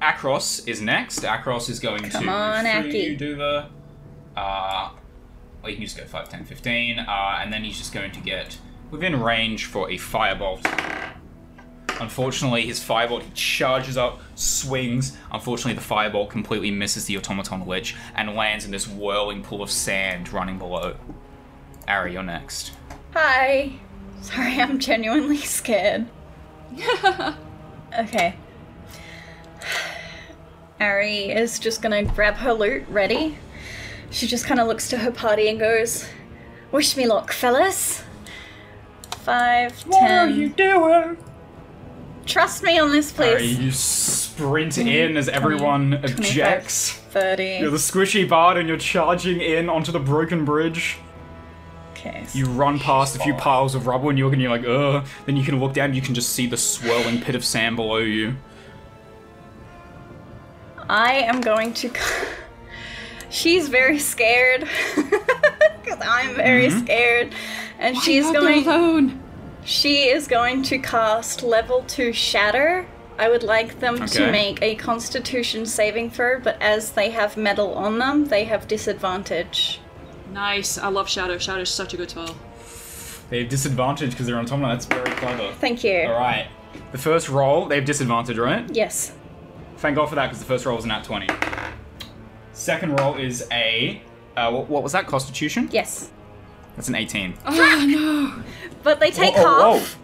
[SPEAKER 1] Akros is next. Akros is going to
[SPEAKER 2] Come on,
[SPEAKER 1] free
[SPEAKER 2] Aki.
[SPEAKER 1] you do the. Uh, well, you can just go 5, 10, 15, uh, and then he's just going to get within range for a firebolt. Unfortunately, his firebolt he charges up, swings. Unfortunately, the firebolt completely misses the automaton witch and lands in this whirling pool of sand running below. Ari, you're next.
[SPEAKER 2] Hi. Sorry, I'm genuinely scared. okay. Ari is just gonna grab her loot ready. She just kind of looks to her party and goes, Wish me luck, fellas. Five, ten.
[SPEAKER 3] doing?
[SPEAKER 2] Trust me on this,
[SPEAKER 1] Ari,
[SPEAKER 2] please.
[SPEAKER 1] you sprint in as everyone objects.
[SPEAKER 2] 30.
[SPEAKER 1] You're the squishy bard and you're charging in onto the broken bridge.
[SPEAKER 2] okay.
[SPEAKER 1] You run past a few piles of rubble and you're gonna be like, ugh. Then you can look down, you can just see the swirling pit of sand below you.
[SPEAKER 2] I am going to. c- she's very scared. Because I'm very
[SPEAKER 1] Mm-hmm.
[SPEAKER 2] scared. And she's going.
[SPEAKER 4] alone.
[SPEAKER 2] She is going to cast level 2 Shatter. I would like them
[SPEAKER 1] Okay.
[SPEAKER 2] to make a constitution saving throw, but as they have metal on them, they have disadvantage.
[SPEAKER 4] Nice. I love Shadow. Shadow's such a good spell.
[SPEAKER 1] They have disadvantage because they're on top. That's very clever.
[SPEAKER 2] Thank you.
[SPEAKER 1] All right. The first roll, they have disadvantage, right?
[SPEAKER 2] Yes.
[SPEAKER 1] Thank God for that because the first roll was an at 20. Second roll is a. Uh, what, what was that? Constitution?
[SPEAKER 2] Yes.
[SPEAKER 1] That's an 18.
[SPEAKER 2] But they
[SPEAKER 3] Oh,
[SPEAKER 2] take
[SPEAKER 1] Whoa, whoa,
[SPEAKER 2] half.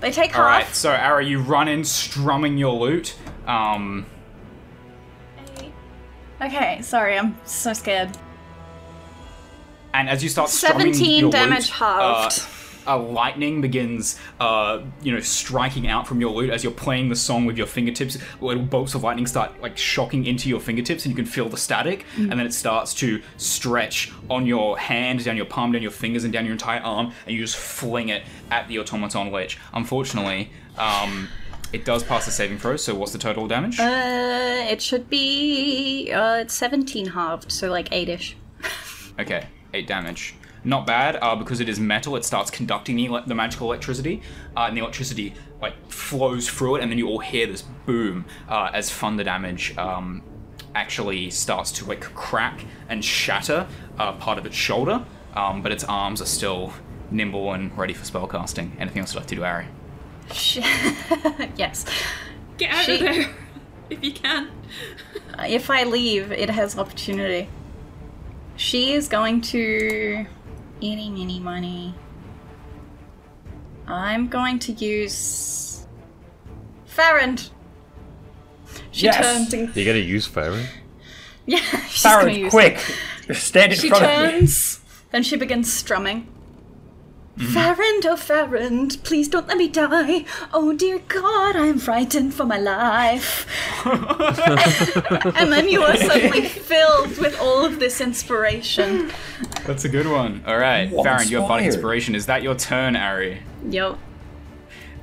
[SPEAKER 2] They take
[SPEAKER 1] All right.
[SPEAKER 2] half.
[SPEAKER 1] So, Ara, you run in, strumming your lute. Um,
[SPEAKER 2] Okay, sorry, I'm so scared.
[SPEAKER 1] and as you start strumming
[SPEAKER 2] 17
[SPEAKER 1] your
[SPEAKER 2] damage
[SPEAKER 1] lute,
[SPEAKER 2] halved.
[SPEAKER 1] Uh, a lightning begins, uh, you know, striking out from your lute as you're playing the song with your fingertips. Little bolts of lightning start like shocking into your fingertips, and you can feel the static.
[SPEAKER 2] Mm.
[SPEAKER 1] And then it starts to stretch on your hand, down your palm, down your fingers, and down your entire arm. And you just fling it at the automaton lich. Unfortunately, um, it does pass the saving throw. So what's the total damage?
[SPEAKER 2] Uh, it should be. Uh, it's 17 halved, so like 8 ish.
[SPEAKER 1] Okay, eight damage. Not bad, uh, because it is metal. It starts conducting the, ele- the magical electricity, uh, and the electricity like flows through it, and then you all hear this boom uh, as thunder damage um, actually starts to like crack and shatter uh, part of its shoulder. Um, but its arms are still nimble and ready for spellcasting. Anything else you'd like to do, Ari?
[SPEAKER 2] Sh- yes.
[SPEAKER 4] Get out
[SPEAKER 2] She-
[SPEAKER 4] of there if you can.
[SPEAKER 2] If I leave, it has opportunity. She is going to. Any, mini, money. I'm going to use. Farrand! She
[SPEAKER 3] Yes.
[SPEAKER 2] turns and.
[SPEAKER 5] You gonna use Farron?
[SPEAKER 2] Yeah, she's gonna
[SPEAKER 3] Baron,
[SPEAKER 2] use
[SPEAKER 3] quick! Stand in
[SPEAKER 2] She
[SPEAKER 3] front of me.
[SPEAKER 2] turns, then she begins strumming.
[SPEAKER 1] Mm-hmm.
[SPEAKER 2] Farrand, oh Farrand, please don't let me die. Oh dear God, I am frightened for my life. and then you are suddenly filled with all of this inspiration.
[SPEAKER 1] That's a good one. All right,
[SPEAKER 3] Well
[SPEAKER 1] Farron, you have bardic
[SPEAKER 3] inspired.
[SPEAKER 1] inspiration. Is that your turn, Ari?
[SPEAKER 2] Yo,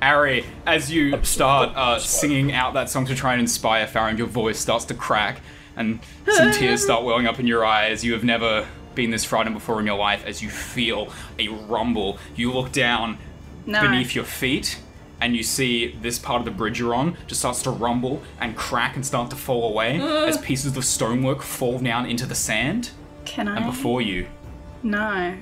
[SPEAKER 1] Ari, as you start uh, singing out that song to try and inspire Farron, your voice starts to crack and some tears start welling up in your eyes. You have never been this frightened before in your life as you feel a rumble. You look down
[SPEAKER 2] no.
[SPEAKER 1] beneath your feet and you see this part of the bridge you're on just starts to rumble and crack and start to fall away as pieces of stonework fall down into the sand.
[SPEAKER 2] Can I?
[SPEAKER 1] And before you,
[SPEAKER 2] No.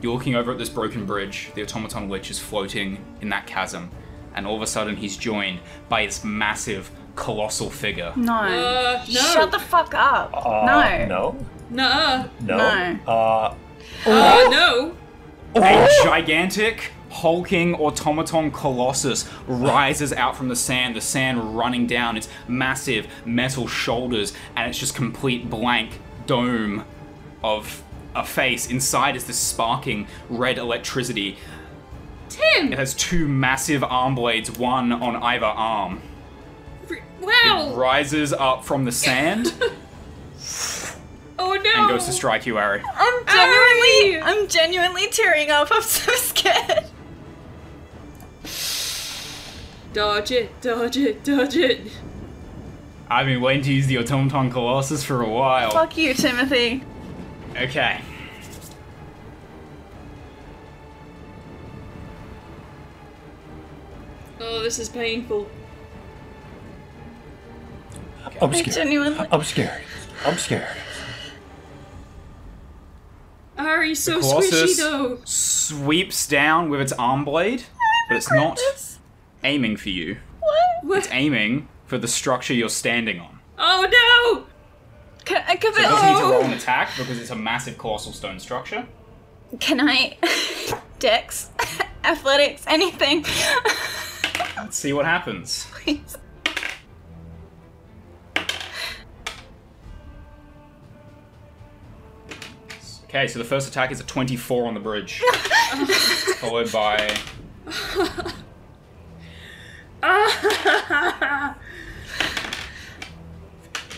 [SPEAKER 1] you're looking over at this broken bridge. The automaton lich is floating in that chasm, and all of a sudden he's joined by this massive, colossal figure.
[SPEAKER 2] No.
[SPEAKER 4] Uh, no.
[SPEAKER 2] Shut the fuck up.
[SPEAKER 3] Uh,
[SPEAKER 2] no.
[SPEAKER 3] No.
[SPEAKER 4] Nuh-uh.
[SPEAKER 3] No.
[SPEAKER 2] No.
[SPEAKER 3] Uh,
[SPEAKER 4] Uh, no.
[SPEAKER 1] A gigantic, hulking automaton colossus rises out from the sand, the sand running down its massive metal shoulders, and it's just complete blank dome of a face. Inside is this sparking red electricity. It
[SPEAKER 4] Tim.
[SPEAKER 1] has two massive arm blades, one on either arm.
[SPEAKER 4] R- Wow.
[SPEAKER 1] rises up from the sand
[SPEAKER 4] Oh no.
[SPEAKER 1] and goes to strike you, Ari.
[SPEAKER 2] I'm genuinely, I'm genuinely tearing up. I'm so scared.
[SPEAKER 4] Dodge it. Dodge it. Dodge it.
[SPEAKER 1] I've been waiting to use the automaton colossus for a while.
[SPEAKER 2] Fuck you, Timothy.
[SPEAKER 1] Okay.
[SPEAKER 4] Oh, this is painful.
[SPEAKER 3] I'm
[SPEAKER 2] I
[SPEAKER 3] scared.
[SPEAKER 2] genuinely.
[SPEAKER 3] I'm scared. I'm scared.
[SPEAKER 4] Ari, so
[SPEAKER 1] Colossus
[SPEAKER 4] squishy though.
[SPEAKER 1] sweeps down with its arm blade, but it's not aiming for you.
[SPEAKER 4] What?
[SPEAKER 1] Aiming for the structure you're standing on.
[SPEAKER 4] Oh
[SPEAKER 2] Can, Oh, I- can,
[SPEAKER 1] It doesn't need to roll
[SPEAKER 2] I-
[SPEAKER 1] an attack because it's a massive colossal stone structure.
[SPEAKER 2] oh, can I? Dex, athletics, anything.
[SPEAKER 1] Let's see what happens.
[SPEAKER 2] Please.
[SPEAKER 1] Okay, so the first attack is a 24 on the bridge, followed by
[SPEAKER 4] no.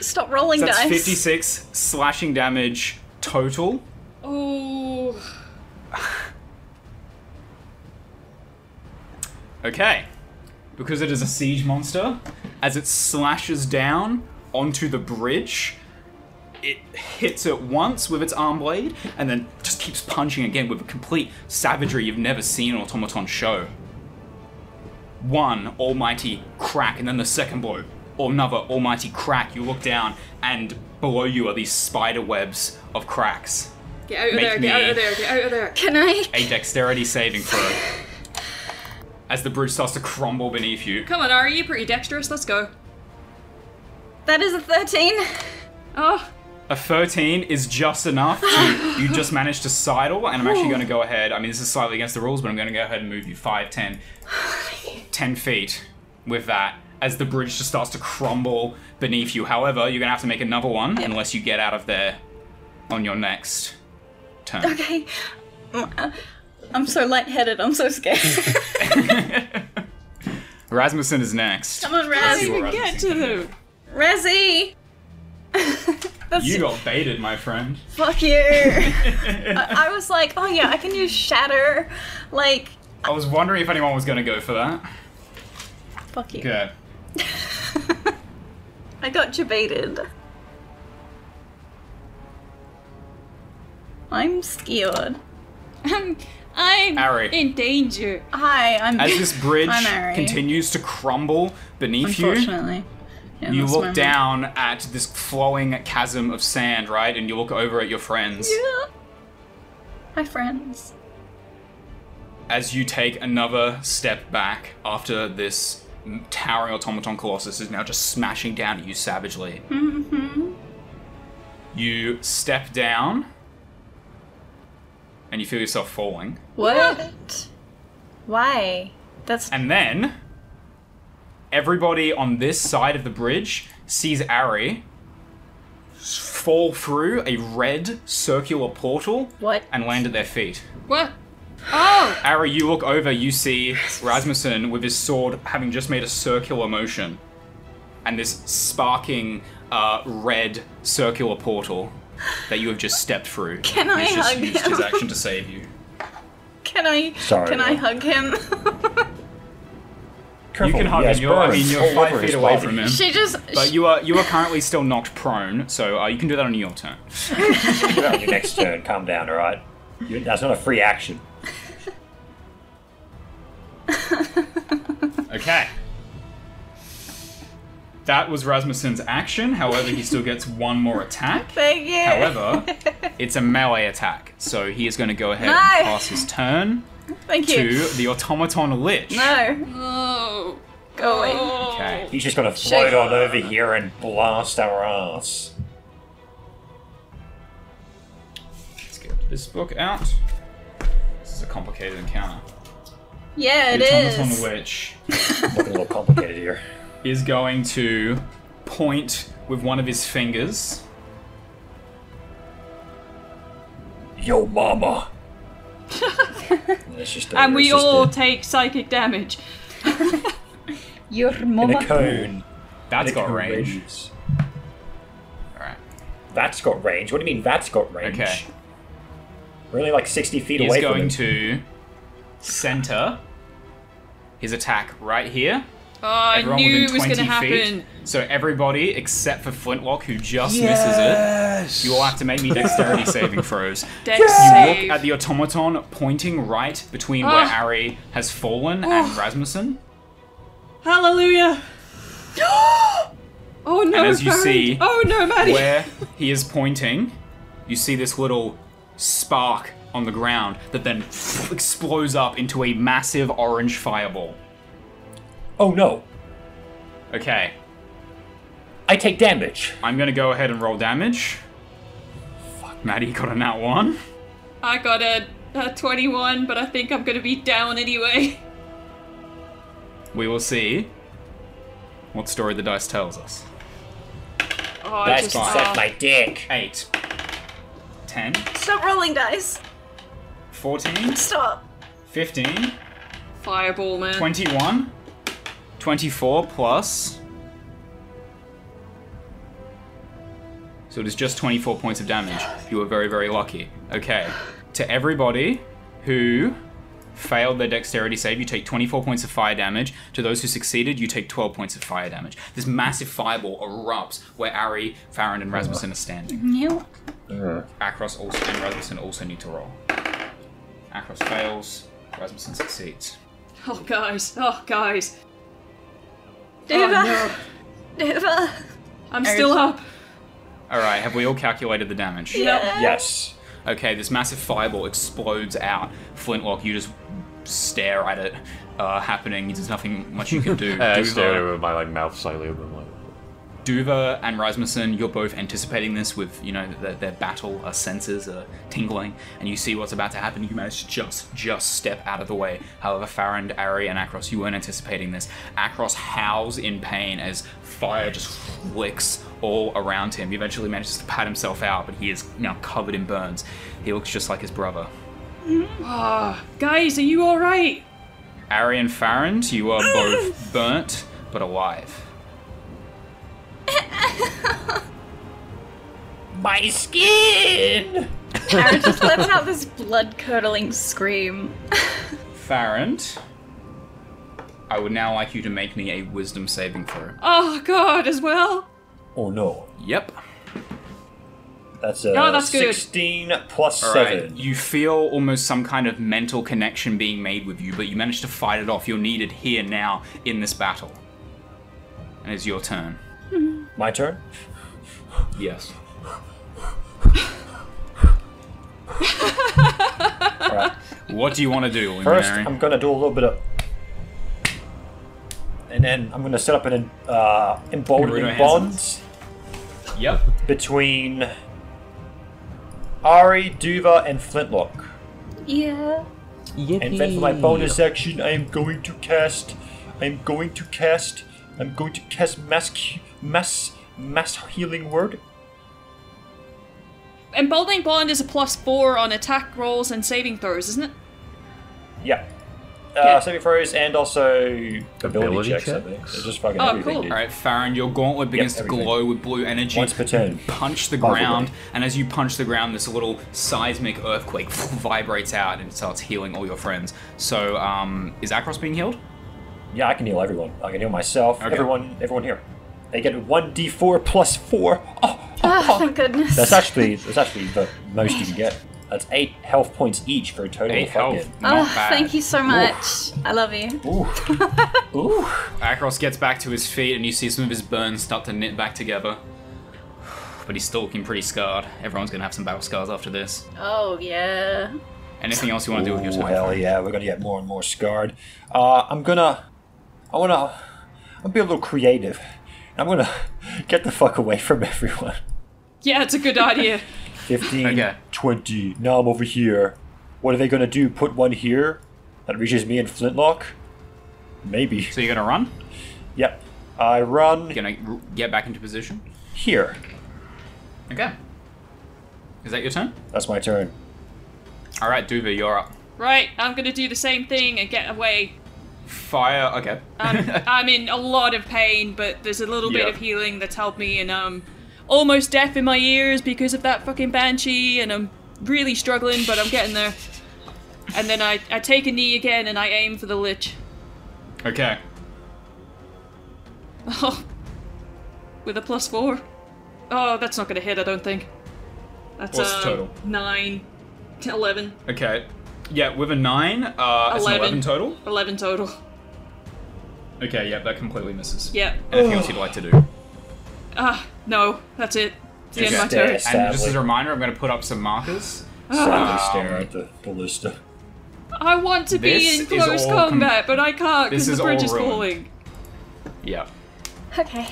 [SPEAKER 2] Stop rolling
[SPEAKER 1] that's
[SPEAKER 2] dice.
[SPEAKER 1] 56 slashing damage total.
[SPEAKER 4] oh.
[SPEAKER 1] Okay. Because it is a siege monster, as it slashes down, onto the bridge. It hits it once with its arm blade, and then just keeps punching again with a complete savagery you've never seen an automaton show. One almighty crack, and then the second blow, or another almighty crack. You look down, and below you are these spider webs of cracks.
[SPEAKER 4] Get out of
[SPEAKER 1] Make
[SPEAKER 4] there, get out
[SPEAKER 1] me-
[SPEAKER 4] of there, get out of there.
[SPEAKER 2] Can I?
[SPEAKER 1] A dexterity saving throw. As the bridge starts to crumble beneath you,
[SPEAKER 4] Come on, Ari, you're pretty dexterous, let's go.
[SPEAKER 2] That is a 13.
[SPEAKER 4] Oh,
[SPEAKER 1] A 13 is just enough to. you just managed to sidle, and I'm actually going to go ahead. I mean, this is slightly against the rules, but I'm going to go ahead and move you 5, 10, 10 feet with that as the bridge just starts to crumble beneath you. However, you're going to have to make another one unless you get out of there on your next turn.
[SPEAKER 2] Okay. Mm, uh, I'm so lightheaded. I'm so scared.
[SPEAKER 1] Rasmussen is next.
[SPEAKER 2] Come on,
[SPEAKER 4] I
[SPEAKER 1] see
[SPEAKER 2] Raz.
[SPEAKER 4] didn't even
[SPEAKER 1] what
[SPEAKER 4] get
[SPEAKER 1] Rasmussen
[SPEAKER 4] to
[SPEAKER 1] can do.
[SPEAKER 4] them.
[SPEAKER 2] Razzie. That's
[SPEAKER 1] You got baited, my friend.
[SPEAKER 2] fuck you. I, I was like, oh yeah, I can use shatter. Like,
[SPEAKER 1] I was wondering if anyone was going to go for that.
[SPEAKER 2] fuck you.
[SPEAKER 1] Okay.
[SPEAKER 2] I got jebaited. I'm scared.
[SPEAKER 4] Um, I'm
[SPEAKER 1] Ari.
[SPEAKER 4] in danger.
[SPEAKER 2] Hi, I'm.
[SPEAKER 1] As this bridge
[SPEAKER 2] I'm alright.
[SPEAKER 1] continues to crumble beneath you,
[SPEAKER 2] Unfortunately. Yeah,
[SPEAKER 1] You
[SPEAKER 2] that's where
[SPEAKER 1] look
[SPEAKER 2] I'm-
[SPEAKER 1] down at this flowing chasm of sand, right? And you look over at your friends
[SPEAKER 2] Yeah. Hi, friends.
[SPEAKER 1] as you take another step back after this m- towering automaton colossus is now just smashing down at you savagely.
[SPEAKER 2] Hmm.
[SPEAKER 1] Mm-hmm. You step down and you feel yourself falling.
[SPEAKER 2] What? Why? That's
[SPEAKER 1] And then everybody on this side of the bridge sees Ari fall through a red circular portal
[SPEAKER 2] what?
[SPEAKER 1] and land at their feet.
[SPEAKER 4] What? Oh!
[SPEAKER 1] Ari, you look over, you see Rasmussen with his sword having just made a circular motion and this sparking uh, red circular portal that you have just stepped through.
[SPEAKER 2] Can
[SPEAKER 1] And
[SPEAKER 2] I
[SPEAKER 1] he's just
[SPEAKER 2] hug
[SPEAKER 1] used his
[SPEAKER 2] him?
[SPEAKER 1] action to save you.
[SPEAKER 2] Can I?
[SPEAKER 3] Sorry,
[SPEAKER 2] Can I
[SPEAKER 3] Will.
[SPEAKER 2] hug him?
[SPEAKER 3] Careful,
[SPEAKER 1] you can hug
[SPEAKER 3] yes,
[SPEAKER 1] him. You're, I
[SPEAKER 3] burn.
[SPEAKER 1] mean, you're
[SPEAKER 3] All over
[SPEAKER 1] five
[SPEAKER 3] his
[SPEAKER 1] feet away
[SPEAKER 3] body.
[SPEAKER 1] from him.
[SPEAKER 2] she just.
[SPEAKER 1] But you are you are currently still knocked prone, so uh, you can do that on your turn.
[SPEAKER 3] You're on your next turn. Calm down, all right? You- that's not a free action.
[SPEAKER 1] Okay. That was Rasmussen's action. However, he still gets one more attack.
[SPEAKER 2] Thank you.
[SPEAKER 1] However, it's a melee attack, so he is going to go ahead
[SPEAKER 2] No.
[SPEAKER 1] and pass his turn
[SPEAKER 2] Thank you.
[SPEAKER 1] to the automaton lich.
[SPEAKER 2] No,
[SPEAKER 4] Oh.
[SPEAKER 2] go away.
[SPEAKER 4] Oh.
[SPEAKER 1] Okay.
[SPEAKER 3] He's just gonna float on over here and blast our ass.
[SPEAKER 1] Let's get this book out. This is a complicated encounter.
[SPEAKER 2] Yeah, it
[SPEAKER 1] the automaton
[SPEAKER 2] is.
[SPEAKER 1] lich
[SPEAKER 3] Looking a little complicated here.
[SPEAKER 1] is going to point with one of his fingers.
[SPEAKER 3] Yo, mama. That's just a-
[SPEAKER 4] And we
[SPEAKER 3] it's just
[SPEAKER 4] all
[SPEAKER 3] a-
[SPEAKER 4] take psychic damage.
[SPEAKER 2] Your
[SPEAKER 3] in
[SPEAKER 2] mama.
[SPEAKER 3] a cone.
[SPEAKER 1] That's
[SPEAKER 3] In a
[SPEAKER 1] got
[SPEAKER 3] cone
[SPEAKER 1] range. All right.
[SPEAKER 3] That's got range. What do you mean that's got range?
[SPEAKER 1] Okay.
[SPEAKER 3] We're only like 60 feet
[SPEAKER 1] He's
[SPEAKER 3] away from
[SPEAKER 1] going
[SPEAKER 3] him.
[SPEAKER 1] to center his attack right here.
[SPEAKER 4] Oh, I
[SPEAKER 1] Everyone
[SPEAKER 4] knew it
[SPEAKER 1] within
[SPEAKER 4] was
[SPEAKER 1] 20
[SPEAKER 4] going to happen.
[SPEAKER 1] feet. So everybody except for Flintlock, who just misses it, you will have to make me dexterity saving throws.
[SPEAKER 4] Dex
[SPEAKER 1] You
[SPEAKER 4] save.
[SPEAKER 1] look at the automaton pointing right between where
[SPEAKER 4] Ah.
[SPEAKER 1] Ari has fallen and Rasmussen,
[SPEAKER 4] Hallelujah! oh no,
[SPEAKER 1] And as you
[SPEAKER 4] Barry.
[SPEAKER 1] see,
[SPEAKER 4] Oh no, Maddie!
[SPEAKER 1] where he is pointing. You see this little spark on the ground that then explodes up into a massive orange fireball.
[SPEAKER 3] Oh no.
[SPEAKER 1] Okay,
[SPEAKER 3] I take damage.
[SPEAKER 1] I'm gonna go ahead and roll damage. Fuck, Maddie got a nat one.
[SPEAKER 4] I got a, a 21, but I think I'm going to be down anyway.
[SPEAKER 1] We will see what story the dice tells us.
[SPEAKER 4] Oh, I
[SPEAKER 3] That's
[SPEAKER 4] just,
[SPEAKER 3] gonna
[SPEAKER 1] fine.
[SPEAKER 4] uh,
[SPEAKER 3] suck my dick.
[SPEAKER 1] Eight. Ten.
[SPEAKER 2] Stop rolling dice.
[SPEAKER 1] Fourteen.
[SPEAKER 2] Stop.
[SPEAKER 1] Fifteen.
[SPEAKER 4] fireball, man.
[SPEAKER 1] 21. 24 plus. So it is just 24 points of damage. You were very, very lucky. Okay. To everybody who failed their dexterity save, you take 24 points of fire damage. To those who succeeded, you take 12 points of fire damage. This massive fireball erupts where Ari, Farron, and Rasmussen are standing.
[SPEAKER 2] You
[SPEAKER 1] Akros also, and Rasmussen also need to roll. Akros fails, Rasmussen succeeds.
[SPEAKER 4] Oh, guys. Oh, guys. Oh,
[SPEAKER 2] Deva,
[SPEAKER 4] no.
[SPEAKER 2] Deva.
[SPEAKER 4] I'm still up.
[SPEAKER 1] Alright, have we all calculated the damage?
[SPEAKER 4] Yeah.
[SPEAKER 3] Yes.
[SPEAKER 1] Okay, this massive fireball explodes out. Flintlock, you just stare at it uh, happening. There's nothing much you can do.
[SPEAKER 5] I
[SPEAKER 1] Duva-
[SPEAKER 5] stared with my like mouth slightly open. I'm like,
[SPEAKER 1] Duva and Rasmussen, you're both anticipating this with, you know, their, their battle uh, senses are tingling, and you see what's about to happen. You manage to just, just step out of the way. However, Farand, Ari, and Akros, you weren't anticipating this. Akros howls in pain as fire just licks all around him. He eventually manages to pat himself out, but he is now covered in burns. He looks just like his brother.
[SPEAKER 4] Ah, guys, are you alright?
[SPEAKER 1] Ari and Farand, you are both burnt, but alive.
[SPEAKER 3] My skin.
[SPEAKER 2] Aaron just lets out this blood curdling scream.
[SPEAKER 1] Farand, I would now like you to make me a wisdom saving throw.
[SPEAKER 4] Oh, God, as well?
[SPEAKER 3] Oh no.
[SPEAKER 1] Yep.
[SPEAKER 3] That's a
[SPEAKER 4] No, that's good.
[SPEAKER 3] 16 plus
[SPEAKER 1] All right.
[SPEAKER 3] 7.
[SPEAKER 1] You feel almost some kind of mental connection being made with you, but you managed to fight it off. You're needed here now in this battle. And it's your turn.
[SPEAKER 3] My turn?
[SPEAKER 1] Yes.
[SPEAKER 3] Alright.
[SPEAKER 1] What do you want to do,
[SPEAKER 3] First,
[SPEAKER 1] Luminary?
[SPEAKER 3] I'm gonna do a little bit of. And then I'm gonna set up an uh, emboldening
[SPEAKER 1] Naruto
[SPEAKER 3] bond
[SPEAKER 1] Hansen's. Yep.
[SPEAKER 3] between Ari, Duva, and Flintlock.
[SPEAKER 2] Yeah.
[SPEAKER 3] And then for my bonus action, I am going to cast. I am going to cast. I'm going to cast mass cu- mass mass healing word.
[SPEAKER 4] Emboldening Bond is a plus four on attack rolls and saving throws, isn't it?
[SPEAKER 3] Yeah. Uh,
[SPEAKER 4] Yeah.
[SPEAKER 3] saving throws and also ability,
[SPEAKER 5] Ability
[SPEAKER 3] checks. I
[SPEAKER 5] checks?
[SPEAKER 3] think. So just fucking
[SPEAKER 4] Oh,
[SPEAKER 3] everything.
[SPEAKER 4] cool.
[SPEAKER 3] dude.
[SPEAKER 1] All right, Farron, your gauntlet begins to
[SPEAKER 3] everything.
[SPEAKER 1] glow with blue energy.
[SPEAKER 3] Once per turn.
[SPEAKER 1] punch the
[SPEAKER 3] By the
[SPEAKER 1] ground,
[SPEAKER 3] way.
[SPEAKER 1] and as you punch the ground, this little seismic earthquake vibrates out and starts healing all your friends. So, um, is Akros being healed?
[SPEAKER 3] Yeah, I can heal everyone. I can heal myself.
[SPEAKER 1] Okay.
[SPEAKER 3] Everyone, everyone here. They get one d4 plus four. Oh,
[SPEAKER 2] Oh, thank goodness.
[SPEAKER 3] that's actually that's actually the most you can get. That's eight health points each for a total
[SPEAKER 1] Eight
[SPEAKER 3] of
[SPEAKER 1] health.
[SPEAKER 3] fucking.
[SPEAKER 1] Not
[SPEAKER 2] oh,
[SPEAKER 1] bad.
[SPEAKER 2] thank you so much. I love you.
[SPEAKER 3] Ooh, ooh.
[SPEAKER 1] Akros gets back to his feet, and you see some of his burns start to knit back together. But he's still looking pretty scarred. Everyone's gonna have some battle scars after this.
[SPEAKER 2] Oh yeah.
[SPEAKER 1] Anything else you want to do with your
[SPEAKER 3] Ooh,
[SPEAKER 1] time?
[SPEAKER 3] hell yeah, we're gonna get more and more scarred. Uh, I'm gonna, I wanna, I'm gonna be a little creative. I'm gonna get the fuck away from everyone.
[SPEAKER 4] Yeah, it's a good idea.
[SPEAKER 3] 15,
[SPEAKER 1] Okay.
[SPEAKER 3] 20. Now I'm over here. What are they gonna do? Put one here that reaches me and Flintlock? Maybe.
[SPEAKER 1] So you're gonna run?
[SPEAKER 3] Yep. I run
[SPEAKER 1] You're gonna r- get back into position?
[SPEAKER 3] here.
[SPEAKER 1] Okay. Is that your turn?
[SPEAKER 3] That's my turn.
[SPEAKER 1] All right, Duva, you're up.
[SPEAKER 4] right, I'm gonna do the same thing and get away.
[SPEAKER 1] Fire. Okay.
[SPEAKER 2] Um,
[SPEAKER 4] I'm,
[SPEAKER 2] uh,
[SPEAKER 4] I'm in a lot of pain, but there's a little
[SPEAKER 1] Yeah.
[SPEAKER 4] bit of healing that's helped me, and I'm almost deaf in my ears because of that fucking banshee, and I'm really struggling, but I'm getting there. And then I, I take a knee again and I aim for the lich.
[SPEAKER 1] okay.
[SPEAKER 4] Oh, with a plus four. Oh, that's not gonna hit, I don't think. That's
[SPEAKER 1] What's
[SPEAKER 4] um,
[SPEAKER 1] the total?
[SPEAKER 4] nine, t- eleven,
[SPEAKER 1] Okay. Yeah, with a nine, uh, it's an 11
[SPEAKER 4] Eleven.
[SPEAKER 1] total.
[SPEAKER 4] eleven total.
[SPEAKER 1] Okay, yep, that completely misses.
[SPEAKER 4] Yeah.
[SPEAKER 1] Anything else you'd like to do?
[SPEAKER 4] Ah, no, that's it. It's the end of my
[SPEAKER 1] Okay.
[SPEAKER 4] turn.
[SPEAKER 3] Yes.
[SPEAKER 1] And just
[SPEAKER 3] Sadly.
[SPEAKER 1] as a reminder, I'm going to put up some markers.
[SPEAKER 3] Silently stare at the ballista.
[SPEAKER 4] Ah, I want to
[SPEAKER 1] This
[SPEAKER 4] be in
[SPEAKER 1] is
[SPEAKER 4] close
[SPEAKER 1] all com-
[SPEAKER 4] combat, but I can't
[SPEAKER 1] This
[SPEAKER 4] because
[SPEAKER 1] is
[SPEAKER 4] the bridge
[SPEAKER 1] all
[SPEAKER 4] is
[SPEAKER 1] ruined.
[SPEAKER 4] falling.
[SPEAKER 1] Yeah.
[SPEAKER 2] Okay.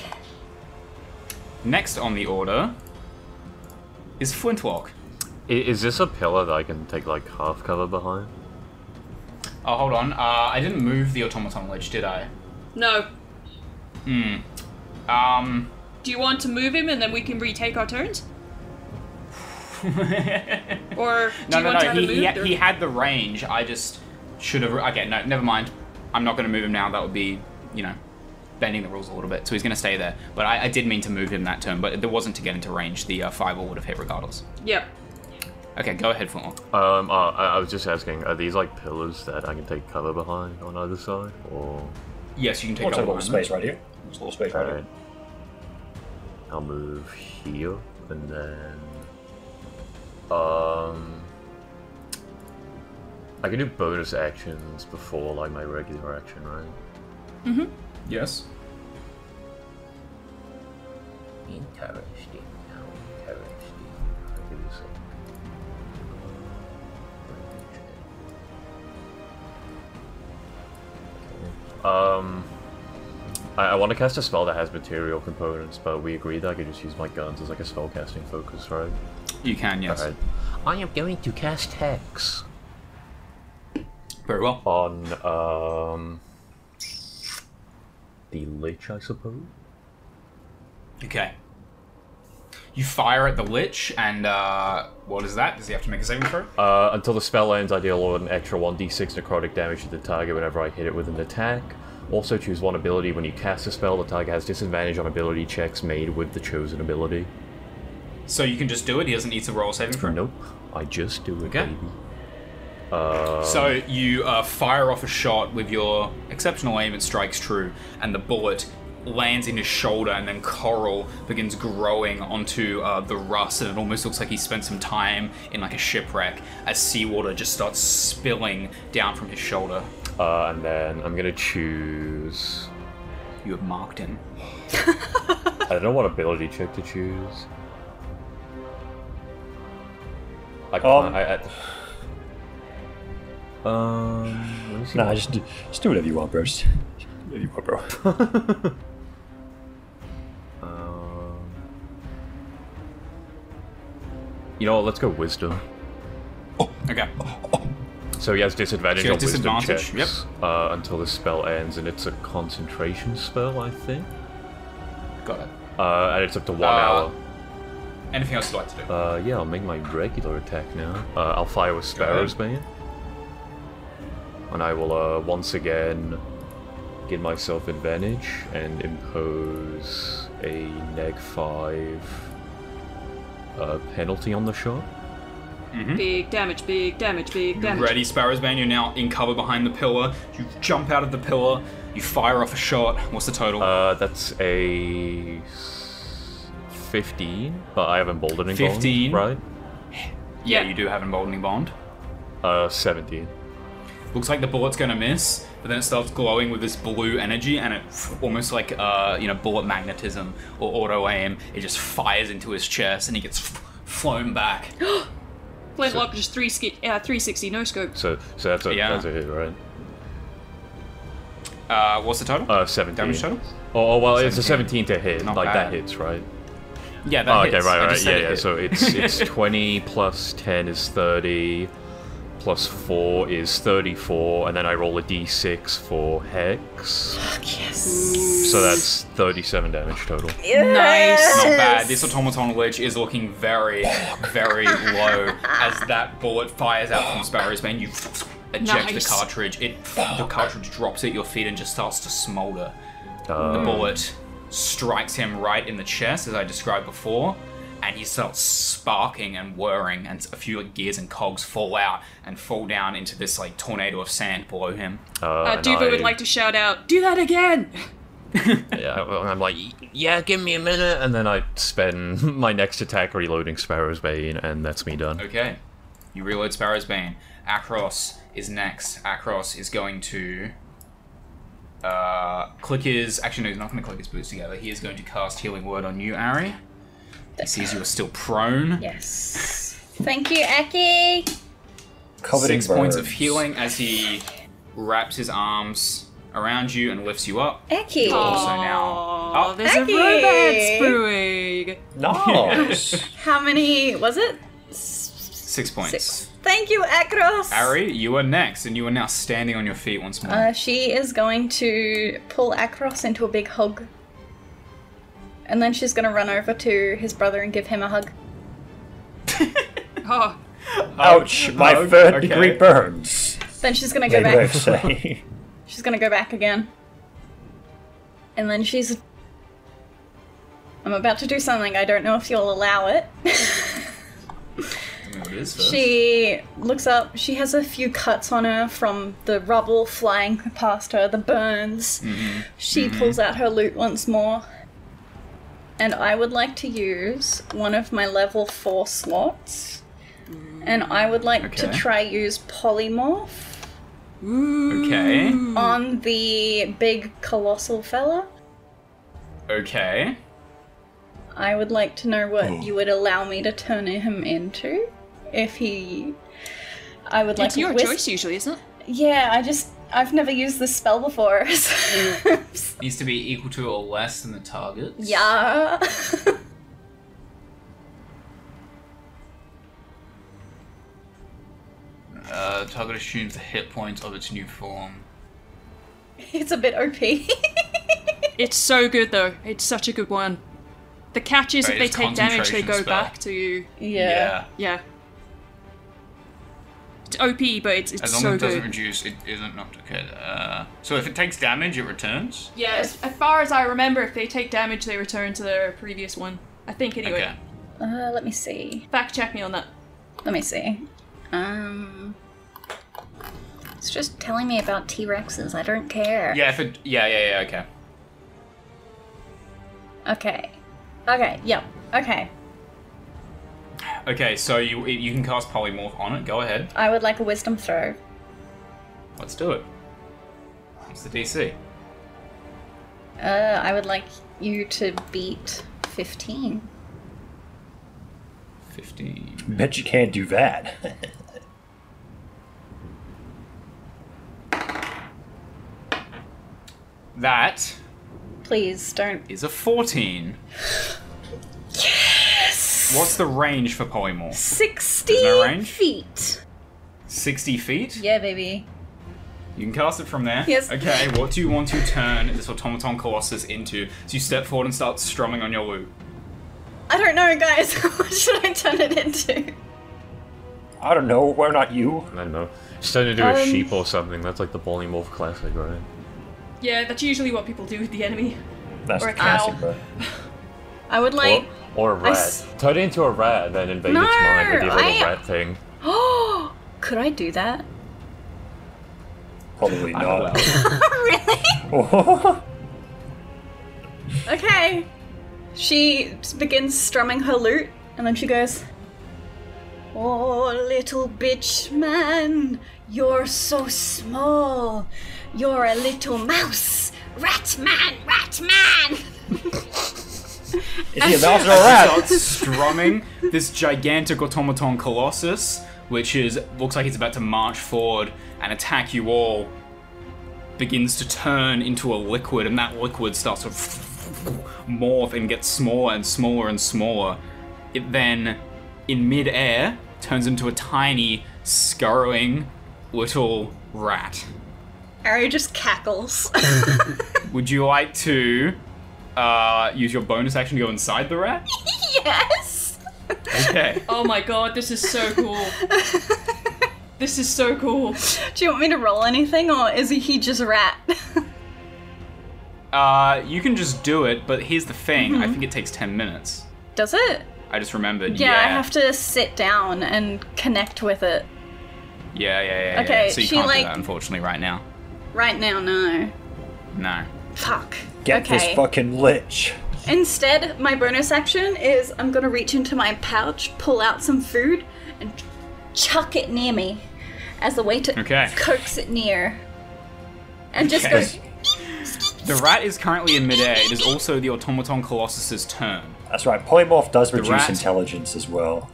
[SPEAKER 1] Next on the order is Flintlock.
[SPEAKER 5] I- Is this a pillar that I can take like half cover behind?
[SPEAKER 1] Oh, hold on. Uh, I didn't move the automaton ledge, did I?
[SPEAKER 4] No.
[SPEAKER 1] Hmm. Um.
[SPEAKER 4] Do you want to move him and then we can retake our turns? Or do
[SPEAKER 1] no, no,
[SPEAKER 4] you want
[SPEAKER 1] no.
[SPEAKER 4] to
[SPEAKER 1] He, he,
[SPEAKER 4] have it moved?
[SPEAKER 1] ha-
[SPEAKER 4] or-
[SPEAKER 1] he had the range. I just should have. Okay, no, never mind. I'm not going to move him now. That would be, you know, bending the rules a little bit. So he's going to stay there. But I, I did mean to move him that turn, but there wasn't to get into range. The uh, fireball would have hit regardless.
[SPEAKER 4] Yep.
[SPEAKER 1] Okay, go ahead, Formal.
[SPEAKER 5] Um, uh, I, I was just asking, are these like pillars that I can take cover behind on either side, or
[SPEAKER 1] Yes, you can take
[SPEAKER 3] What's oh, a
[SPEAKER 1] up
[SPEAKER 3] little
[SPEAKER 1] one.
[SPEAKER 3] space right here? What's a little space right
[SPEAKER 5] Alright.
[SPEAKER 3] here?
[SPEAKER 5] I'll move here and then um I can do bonus actions before like my regular action, right?
[SPEAKER 1] Yes.
[SPEAKER 5] Interesting. How interesting. I can do some- Um I, I want to cast a spell that has material components, but we agreed that I could just use my guns as like a spell casting focus, right?
[SPEAKER 1] You can, yes.
[SPEAKER 5] Alright. I am going to cast Hex
[SPEAKER 1] Very well.
[SPEAKER 5] on um the Lich, I suppose.
[SPEAKER 1] Okay. You fire at the Lich, and uh, what is that? Does he have to make a saving throw?
[SPEAKER 5] Uh, until the spell ends, I deal an extra 1d6 necrotic damage to the target whenever I hit it with an attack. Also, choose one ability when you cast a spell. The target has disadvantage on ability checks made with the chosen ability.
[SPEAKER 1] So you can just do it. He doesn't need to roll a saving throw.
[SPEAKER 5] Nope, I just do it,
[SPEAKER 1] Okay.
[SPEAKER 5] baby. Uh,
[SPEAKER 1] So you uh, fire off a shot with your exceptional aim. It strikes true, and the bullet lands in his shoulder, and then coral begins growing onto uh, the rust, and it almost looks like he spent some time in like a shipwreck as seawater just starts spilling down from his shoulder.
[SPEAKER 5] uh, and then I'm gonna choose.
[SPEAKER 1] You have marked him.
[SPEAKER 5] I don't know what ability check to choose. I can't.
[SPEAKER 3] Um,
[SPEAKER 5] I, I, um. Let me see.
[SPEAKER 3] Nah, just do, just do whatever you want, bro. Just do whatever you want, bro.
[SPEAKER 5] Um, you know what? Let's go wisdom.
[SPEAKER 1] Okay.
[SPEAKER 5] So he has disadvantage
[SPEAKER 1] So he
[SPEAKER 5] on
[SPEAKER 1] has disadvantage,
[SPEAKER 5] wisdom checks uh, until the spell ends, and it's a concentration spell, I think.
[SPEAKER 1] Got it.
[SPEAKER 5] Uh, and it's up to one
[SPEAKER 1] Uh, Anything else you'd like to do?
[SPEAKER 5] hour. Uh, yeah, I'll make my regular attack now. Uh, I'll fire with Sparrow's Bane. And I will uh, once again give myself advantage and impose a neg 5 uh, penalty on the shot.
[SPEAKER 4] Big damage, big damage, big
[SPEAKER 1] Hmm? You're
[SPEAKER 4] damage.
[SPEAKER 1] ready, Sparrow's Bane. You're now in cover behind the pillar. You jump out of the pillar. You fire off a shot. What's the total?
[SPEAKER 5] Uh, that's a s- fifteen, but I have emboldening. bond,
[SPEAKER 1] 15?
[SPEAKER 5] right?
[SPEAKER 1] yeah,
[SPEAKER 4] yeah.
[SPEAKER 1] you do have emboldening bond.
[SPEAKER 5] Uh, seventeen.
[SPEAKER 1] Looks like the bullet's gonna miss, but then it starts glowing with this blue energy, and it almost like uh, you know bullet magnetism or auto aim. It just fires into his chest, and he gets f- flown back.
[SPEAKER 4] Flintlock just three ski, uh, 360 no scope.
[SPEAKER 5] So, so that's a
[SPEAKER 1] Yeah.
[SPEAKER 5] that's a hit, right?
[SPEAKER 1] Uh, what's the total?
[SPEAKER 5] Uh, seventeen.
[SPEAKER 1] Damage total?
[SPEAKER 5] Oh, oh, well, it's
[SPEAKER 1] 17.
[SPEAKER 5] a seventeen to hit.
[SPEAKER 1] Not
[SPEAKER 5] like
[SPEAKER 1] bad.
[SPEAKER 5] that hits, right?
[SPEAKER 1] yeah, that
[SPEAKER 5] Oh, okay,
[SPEAKER 1] hits.
[SPEAKER 5] right,
[SPEAKER 1] I
[SPEAKER 5] right,
[SPEAKER 1] just
[SPEAKER 5] yeah,
[SPEAKER 1] said it
[SPEAKER 5] yeah.
[SPEAKER 1] hit.
[SPEAKER 5] So it's it's twenty plus ten is thirty, plus four is thirty-four, and then I roll a d6 for hex.
[SPEAKER 2] Yes.
[SPEAKER 5] So that's thirty-seven damage total.
[SPEAKER 4] Nice.
[SPEAKER 1] not bad. This automaton lich is looking very, very low as that bullet fires out from Sparrow's bane. You eject
[SPEAKER 4] Nice.
[SPEAKER 1] the cartridge. It the cartridge drops at your feet and just starts to smolder. the
[SPEAKER 5] Hmm. Uh,
[SPEAKER 1] bullet strikes him right in the chest, as I described before, and he starts sparking and whirring, and a few like, gears and cogs fall out and fall down into this like tornado of sand below him.
[SPEAKER 5] Uh,
[SPEAKER 4] Uh,
[SPEAKER 5] and
[SPEAKER 4] Duva would
[SPEAKER 5] I-
[SPEAKER 4] like to shout out, "Do that again!"
[SPEAKER 5] Yeah, and I'm like, yeah, give me a minute, and then I spend my next attack reloading Sparrow's Bane, and that's me done.
[SPEAKER 1] Okay. You reload Sparrow's Bane. Akros is next. Akros is going to uh, click his. Actually, no, he's not going to click his boots together. He is going to cast Healing Word on you, Ari. He sees you are still prone.
[SPEAKER 2] Yes. Thank you, Aki.
[SPEAKER 3] Coveting
[SPEAKER 1] Six points of
[SPEAKER 3] burns.
[SPEAKER 1] healing as he wraps his arms around you and lifts you up.
[SPEAKER 2] Aki.
[SPEAKER 1] Also now.
[SPEAKER 4] Oh, there's a
[SPEAKER 2] Becky!
[SPEAKER 4] romance brewing.
[SPEAKER 3] Nice.
[SPEAKER 2] How many was it? S-
[SPEAKER 1] Six points.
[SPEAKER 2] Six. Thank you, Akros.
[SPEAKER 1] Ari, you are next, and you are now standing on your feet once more.
[SPEAKER 2] Uh, she is going to pull Akros into a big hug. And then she's going to run over to his brother and give him a hug.
[SPEAKER 4] Oh,
[SPEAKER 3] Ouch! My
[SPEAKER 1] Oh,
[SPEAKER 3] third
[SPEAKER 1] okay.
[SPEAKER 3] degree burns.
[SPEAKER 2] Then she's going to go
[SPEAKER 3] They
[SPEAKER 2] back.
[SPEAKER 3] both say.
[SPEAKER 2] She's going to go back again. And then she's. I'm about to do something. I don't know if you'll allow it.
[SPEAKER 1] I'm gonna what it is first.
[SPEAKER 2] She looks up. She has a few cuts on her from the rubble flying past her, the burns. She pulls out her loot once more. And I would like to use one of my level 4 slots. And I would like to
[SPEAKER 1] Okay.
[SPEAKER 2] try use polymorph
[SPEAKER 1] Okay.
[SPEAKER 2] on the big colossal fella.
[SPEAKER 1] Okay.
[SPEAKER 2] I would like to know what you would allow me to turn him into if he. I would like
[SPEAKER 4] it's
[SPEAKER 2] to
[SPEAKER 4] your
[SPEAKER 2] whisk-
[SPEAKER 4] choice usually, isn't it?
[SPEAKER 2] Yeah, I just I've never used this spell before. so-
[SPEAKER 1] Needs to be equal to or less than the target.
[SPEAKER 2] yeah.
[SPEAKER 1] Uh, target assumes the hit points of its new form.
[SPEAKER 2] it's a bit OP.
[SPEAKER 4] It's so good though. It's such a good one. The catch is
[SPEAKER 1] Right,
[SPEAKER 4] if they
[SPEAKER 1] it's
[SPEAKER 4] take damage, they
[SPEAKER 1] concentration
[SPEAKER 4] go
[SPEAKER 1] spell.
[SPEAKER 4] back to you.
[SPEAKER 2] yeah.
[SPEAKER 4] Yeah. It's OP, but it's, it's
[SPEAKER 1] As long
[SPEAKER 4] so
[SPEAKER 1] as it doesn't
[SPEAKER 4] good.
[SPEAKER 1] reduce, it isn't knocked. Okay. Uh, so if it takes damage, it returns.
[SPEAKER 4] yeah, as, as far as I remember, if they take damage, they return to their previous one. I think anyway.
[SPEAKER 1] Okay.
[SPEAKER 2] Uh, let me see.
[SPEAKER 4] Fact check me on that.
[SPEAKER 2] Let me see. Um, it's just telling me about T Rexes. I don't care.
[SPEAKER 1] Yeah. If it. Yeah. Yeah. Yeah. Okay.
[SPEAKER 2] Okay. Okay. Yep. Okay.
[SPEAKER 1] Okay. So you you can cast polymorph on it. Go ahead.
[SPEAKER 2] I would like a wisdom throw.
[SPEAKER 1] Let's do it. What's the DC?
[SPEAKER 2] Uh, I would like you to beat fifteen.
[SPEAKER 1] Fifteen.
[SPEAKER 3] Bet you can't do that.
[SPEAKER 1] That
[SPEAKER 2] Please don't.
[SPEAKER 1] is a fourteen. Yes. What's the range for polymorph?
[SPEAKER 2] Sixty
[SPEAKER 1] range?
[SPEAKER 2] feet.
[SPEAKER 1] Sixty feet.
[SPEAKER 2] Yeah, baby.
[SPEAKER 1] You can cast it from there.
[SPEAKER 2] Yes.
[SPEAKER 1] Okay, what do you want to turn this automaton colossus into? So you step forward and start strumming on your lute.
[SPEAKER 2] I don't know, guys. what should I turn it into?
[SPEAKER 3] I don't know. We're not you.
[SPEAKER 5] I don't know. Just turn into a
[SPEAKER 2] Um,
[SPEAKER 5] sheep or something. That's like the polymorph classic, right?
[SPEAKER 4] Yeah, that's usually what people do with the enemy.
[SPEAKER 3] That's
[SPEAKER 4] Or a
[SPEAKER 3] the classic,
[SPEAKER 4] cow.
[SPEAKER 3] bro.
[SPEAKER 2] I would like.
[SPEAKER 5] or, or a
[SPEAKER 2] I
[SPEAKER 5] rat.
[SPEAKER 2] s-
[SPEAKER 5] Turn it into a rat and then invade its mind with
[SPEAKER 2] No,
[SPEAKER 5] your
[SPEAKER 2] I-
[SPEAKER 5] little rat thing.
[SPEAKER 2] Oh, could I do that?
[SPEAKER 3] Probably not.
[SPEAKER 2] really? Okay. She s- begins strumming her lute, and then she goes, Oh, little bitch man, you're so small. You're a little mouse. Rat man, rat man.
[SPEAKER 3] Is he a mouse or a
[SPEAKER 1] Start
[SPEAKER 3] rat?
[SPEAKER 1] strumming this gigantic automaton colossus, which is looks like it's about to march forward and attack you all. Begins to turn into a liquid, and that liquid starts to morph and get smaller and smaller and smaller. It then, in midair, turns into a tiny, scurrying little rat.
[SPEAKER 2] Ari just cackles.
[SPEAKER 1] Would you like to uh, use your bonus action to go inside the rat?
[SPEAKER 2] yes.
[SPEAKER 1] Okay.
[SPEAKER 4] Oh my god, this is so cool. this is so cool.
[SPEAKER 2] Do you want me to roll anything, or is he just rat?
[SPEAKER 1] Uh, you can just do it, but here's the thing. I think it takes 10 minutes.
[SPEAKER 2] Does it?
[SPEAKER 1] I just remembered.
[SPEAKER 2] Mm-hmm. Yeah,
[SPEAKER 1] Yeah,
[SPEAKER 2] I have to sit down and connect with it.
[SPEAKER 1] Yeah, yeah, yeah. yeah.
[SPEAKER 2] Okay,
[SPEAKER 1] so you
[SPEAKER 2] she,
[SPEAKER 1] can't
[SPEAKER 2] like-
[SPEAKER 1] do that, unfortunately, right now.
[SPEAKER 2] Right now, no.
[SPEAKER 1] No.
[SPEAKER 2] Fuck.
[SPEAKER 3] Get
[SPEAKER 2] okay.
[SPEAKER 3] this fucking lich.
[SPEAKER 2] Instead, my bonus action is I'm gonna reach into my pouch, pull out some food, and chuck it near me as a way to
[SPEAKER 1] Okay.
[SPEAKER 2] coax it near. And just
[SPEAKER 1] Okay.
[SPEAKER 2] go.
[SPEAKER 1] The rat is currently in midair. It is also the automaton colossus's turn.
[SPEAKER 3] That's right. Polymorph does reduce
[SPEAKER 1] rat.
[SPEAKER 3] intelligence as well.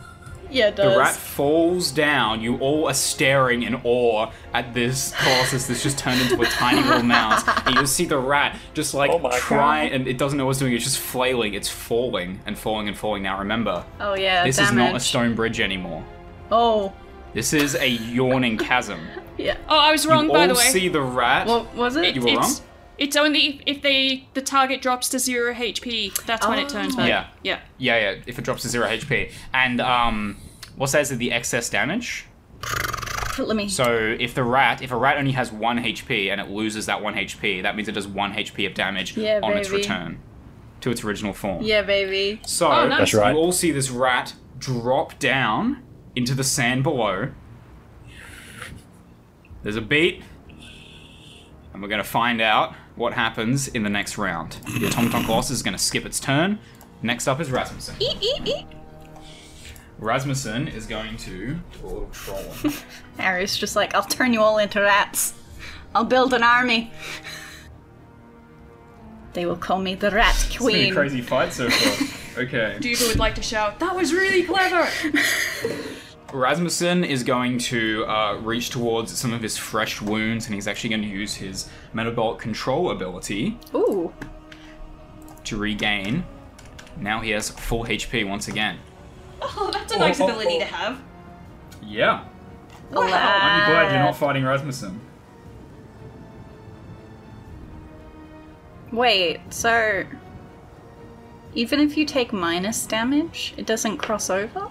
[SPEAKER 2] Yeah, it
[SPEAKER 1] The
[SPEAKER 2] does.
[SPEAKER 1] rat falls down. You all are staring in awe at this colossus that's just turned into a tiny little mouse. And you see the rat just like
[SPEAKER 3] Oh my
[SPEAKER 1] try,
[SPEAKER 3] God.
[SPEAKER 1] and it doesn't know what it's doing. It's just flailing. It's falling and falling and falling. Now remember,
[SPEAKER 2] oh yeah,
[SPEAKER 1] this
[SPEAKER 2] damage.
[SPEAKER 1] is not a stone bridge anymore.
[SPEAKER 2] Oh,
[SPEAKER 1] This is a yawning chasm.
[SPEAKER 2] yeah.
[SPEAKER 4] Oh, I was wrong,
[SPEAKER 1] you
[SPEAKER 4] by
[SPEAKER 1] all
[SPEAKER 4] the way.
[SPEAKER 1] see the rat.
[SPEAKER 2] What was it?
[SPEAKER 1] You were
[SPEAKER 4] it's,
[SPEAKER 1] wrong?
[SPEAKER 4] it's only if they the target drops to zero HP. That's when it turns
[SPEAKER 2] Oh.
[SPEAKER 4] back.
[SPEAKER 1] Yeah.
[SPEAKER 4] Yeah.
[SPEAKER 1] yeah, yeah. If it drops to zero HP, and um, what says the excess damage?
[SPEAKER 2] Let me.
[SPEAKER 1] So if the rat, if a rat only has one HP and it loses that one HP, that means it does one HP of damage
[SPEAKER 2] Yeah,
[SPEAKER 1] on its
[SPEAKER 2] baby.
[SPEAKER 1] return to its original form.
[SPEAKER 2] yeah, baby.
[SPEAKER 1] So
[SPEAKER 4] Oh, nice. That's
[SPEAKER 3] right.
[SPEAKER 1] you all see this rat drop down into the sand below. There's a beat, and we're going to find out what happens in the next round. Your Tom Tom Colossus is going to skip its turn. Next up is Rasmussen. Rasmussen is going to do a little trolling.
[SPEAKER 2] Harry's just like, I'll turn you all into rats. I'll build an army. They will call me the Rat
[SPEAKER 1] It's been a
[SPEAKER 2] Queen.
[SPEAKER 1] crazy fight so far. Okay.
[SPEAKER 4] Duva would like to shout, "That was really clever!"
[SPEAKER 1] Rasmussen is going to uh, reach towards some of his fresh wounds, and he's actually going to use his metabolic control ability
[SPEAKER 2] Ooh.
[SPEAKER 1] to regain. Now he has full HP once again.
[SPEAKER 4] Oh, that's a nice ability to have.
[SPEAKER 1] Yeah.
[SPEAKER 2] Wow.
[SPEAKER 1] I'm glad
[SPEAKER 4] Uh,
[SPEAKER 1] you're not fighting Rasmussen.
[SPEAKER 2] Wait, so. Even if you take minus damage, it doesn't cross over?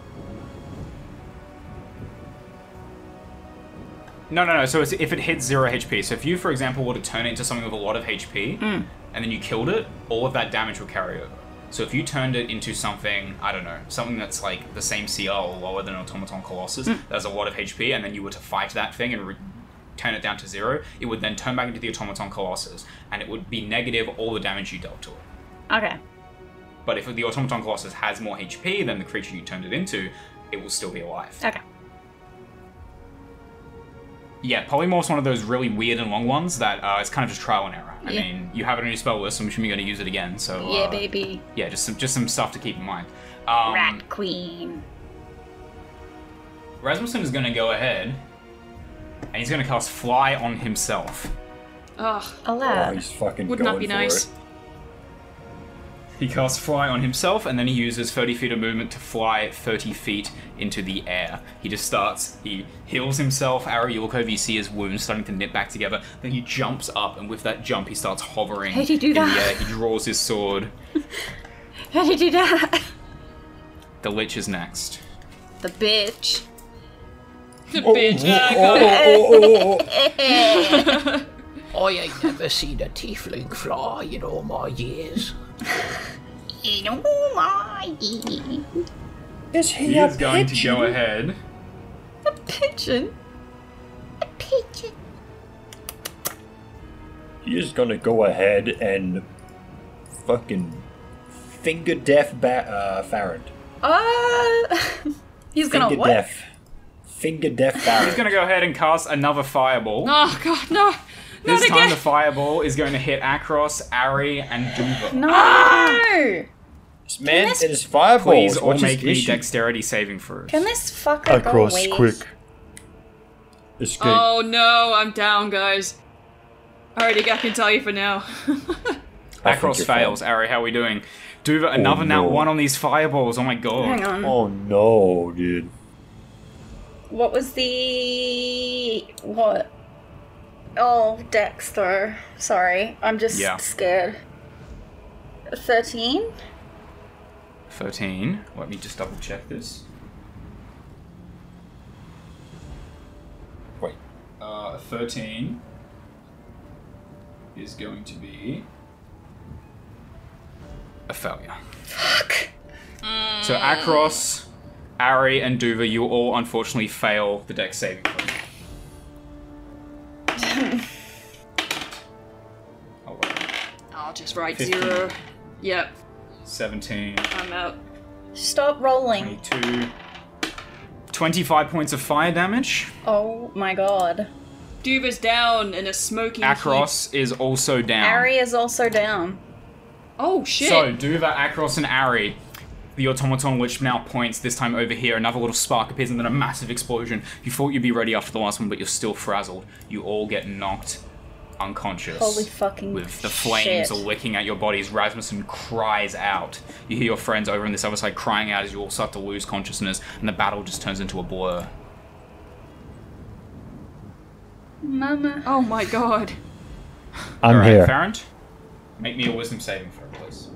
[SPEAKER 1] No, no, no. So it's, if it hits zero HP, so if you, for example, were to turn it into something with a lot of HP, and then you killed it, all of that damage will carry over. So if you turned it into something, I don't know, something that's like the same CR or lower than Automaton Colossus, that has a lot of HP, and then you were to fight that thing and re- turn it down to zero, it would then turn back into the Automaton Colossus, and it would be negative all the damage you dealt to it.
[SPEAKER 2] Okay.
[SPEAKER 1] But if the Automaton Colossus has more HP than the creature you turned it into, it will still be alive.
[SPEAKER 2] Okay.
[SPEAKER 1] Yeah, Polymorph's one of those really weird and long ones that uh, it's kind of just trial and error. I
[SPEAKER 2] Yeah.
[SPEAKER 1] mean, you have it on your spell list, so I'm assuming you're going to use it again. So
[SPEAKER 2] Yeah,
[SPEAKER 1] uh,
[SPEAKER 2] baby.
[SPEAKER 1] Yeah, just some just some stuff to keep in mind. Um,
[SPEAKER 2] Rat Queen.
[SPEAKER 1] Rasmussen is going to go ahead, and he's going to cast Fly on himself.
[SPEAKER 4] Ugh,
[SPEAKER 3] Oh,
[SPEAKER 2] Allowed.
[SPEAKER 3] he's fucking
[SPEAKER 4] Uh, would
[SPEAKER 3] going
[SPEAKER 4] not be
[SPEAKER 3] for
[SPEAKER 4] nice.
[SPEAKER 3] it.
[SPEAKER 1] He casts Fly on himself, and then he uses 30 feet of movement to fly 30 feet into the air. He just starts. He heals himself. Arrow, you look over, you see his wounds starting to knit back together. Then he jumps up, and with that jump, he starts hovering
[SPEAKER 2] How'd he do
[SPEAKER 1] in
[SPEAKER 2] that?
[SPEAKER 1] the air. He draws his sword.
[SPEAKER 2] How did you do that?
[SPEAKER 1] The Lich is next.
[SPEAKER 2] The bitch.
[SPEAKER 4] the bitch. Ah, God.
[SPEAKER 3] Oh, oh, oh, oh,
[SPEAKER 7] I ain't never seen a tiefling fly in all my years.
[SPEAKER 2] In all my years.
[SPEAKER 3] oh. Is he,
[SPEAKER 1] He
[SPEAKER 3] a
[SPEAKER 1] is going to
[SPEAKER 3] pigeon?
[SPEAKER 1] go ahead.
[SPEAKER 2] A pigeon? A pigeon?
[SPEAKER 3] He is gonna go ahead and fucking finger deaf ba- uh, Farron.
[SPEAKER 2] Uh, he's gonna
[SPEAKER 3] Finger
[SPEAKER 2] what?
[SPEAKER 3] deaf. Finger deaf Farron.
[SPEAKER 1] He's going to go ahead and cast another fireball.
[SPEAKER 4] Oh God, no, not
[SPEAKER 1] this time
[SPEAKER 4] again.
[SPEAKER 1] the fireball is going to hit Akros, Ari, and Duva.
[SPEAKER 2] No!
[SPEAKER 3] This man and his fireballs.
[SPEAKER 1] Please all
[SPEAKER 3] What's his
[SPEAKER 1] make me
[SPEAKER 3] issue?
[SPEAKER 1] dexterity saving throws.
[SPEAKER 2] Can this fucker go away?
[SPEAKER 8] Across quick.
[SPEAKER 3] Escape.
[SPEAKER 4] Oh no, I'm down, guys. Alrighty, I can tell you for now.
[SPEAKER 3] I think
[SPEAKER 1] Akros
[SPEAKER 3] you're
[SPEAKER 1] fails. Ari, how are we doing? Duva, another now
[SPEAKER 3] no.
[SPEAKER 1] one on these fireballs. Oh my god.
[SPEAKER 2] Hang on.
[SPEAKER 3] fine. Oh no, dude.
[SPEAKER 2] What was the what? Oh, Dexter. Sorry, I'm just
[SPEAKER 1] Yeah.
[SPEAKER 2] scared. Thirteen.
[SPEAKER 1] 13. Let me just double check this. Wait. Uh, 13 is going to be a failure.
[SPEAKER 2] Fuck.
[SPEAKER 1] So
[SPEAKER 2] Mm.
[SPEAKER 1] Akros, Ari, and Duva, you all unfortunately fail the deck saving throw. Oh, well.
[SPEAKER 4] I'll just write
[SPEAKER 1] Fifteen.
[SPEAKER 4] zero. Yep,
[SPEAKER 1] 17,
[SPEAKER 4] I'm out.
[SPEAKER 2] Stop rolling.
[SPEAKER 1] 22, 25 points of fire damage.
[SPEAKER 2] Oh my god.
[SPEAKER 4] Duva's down in a smoky. heap.
[SPEAKER 1] Akros is also down.
[SPEAKER 2] Ari is also down.
[SPEAKER 4] Oh shit.
[SPEAKER 1] So, Duva, Akros, and Ari. The automaton which now points this time over here, another little spark appears and then a massive explosion. You thought you'd be ready after the last one, but you're still frazzled. You all get knocked unconscious.
[SPEAKER 2] Holy fucking
[SPEAKER 1] With the flames
[SPEAKER 2] shit.
[SPEAKER 1] licking at your bodies, Rasmussen cries out. You hear your friends over on this other side crying out as you all start to lose consciousness, and the battle just turns into a blur.
[SPEAKER 2] Mama.
[SPEAKER 4] oh my God.
[SPEAKER 3] I'm
[SPEAKER 1] Alright,
[SPEAKER 3] here.
[SPEAKER 1] Farrant, make me a wisdom saving throw, please.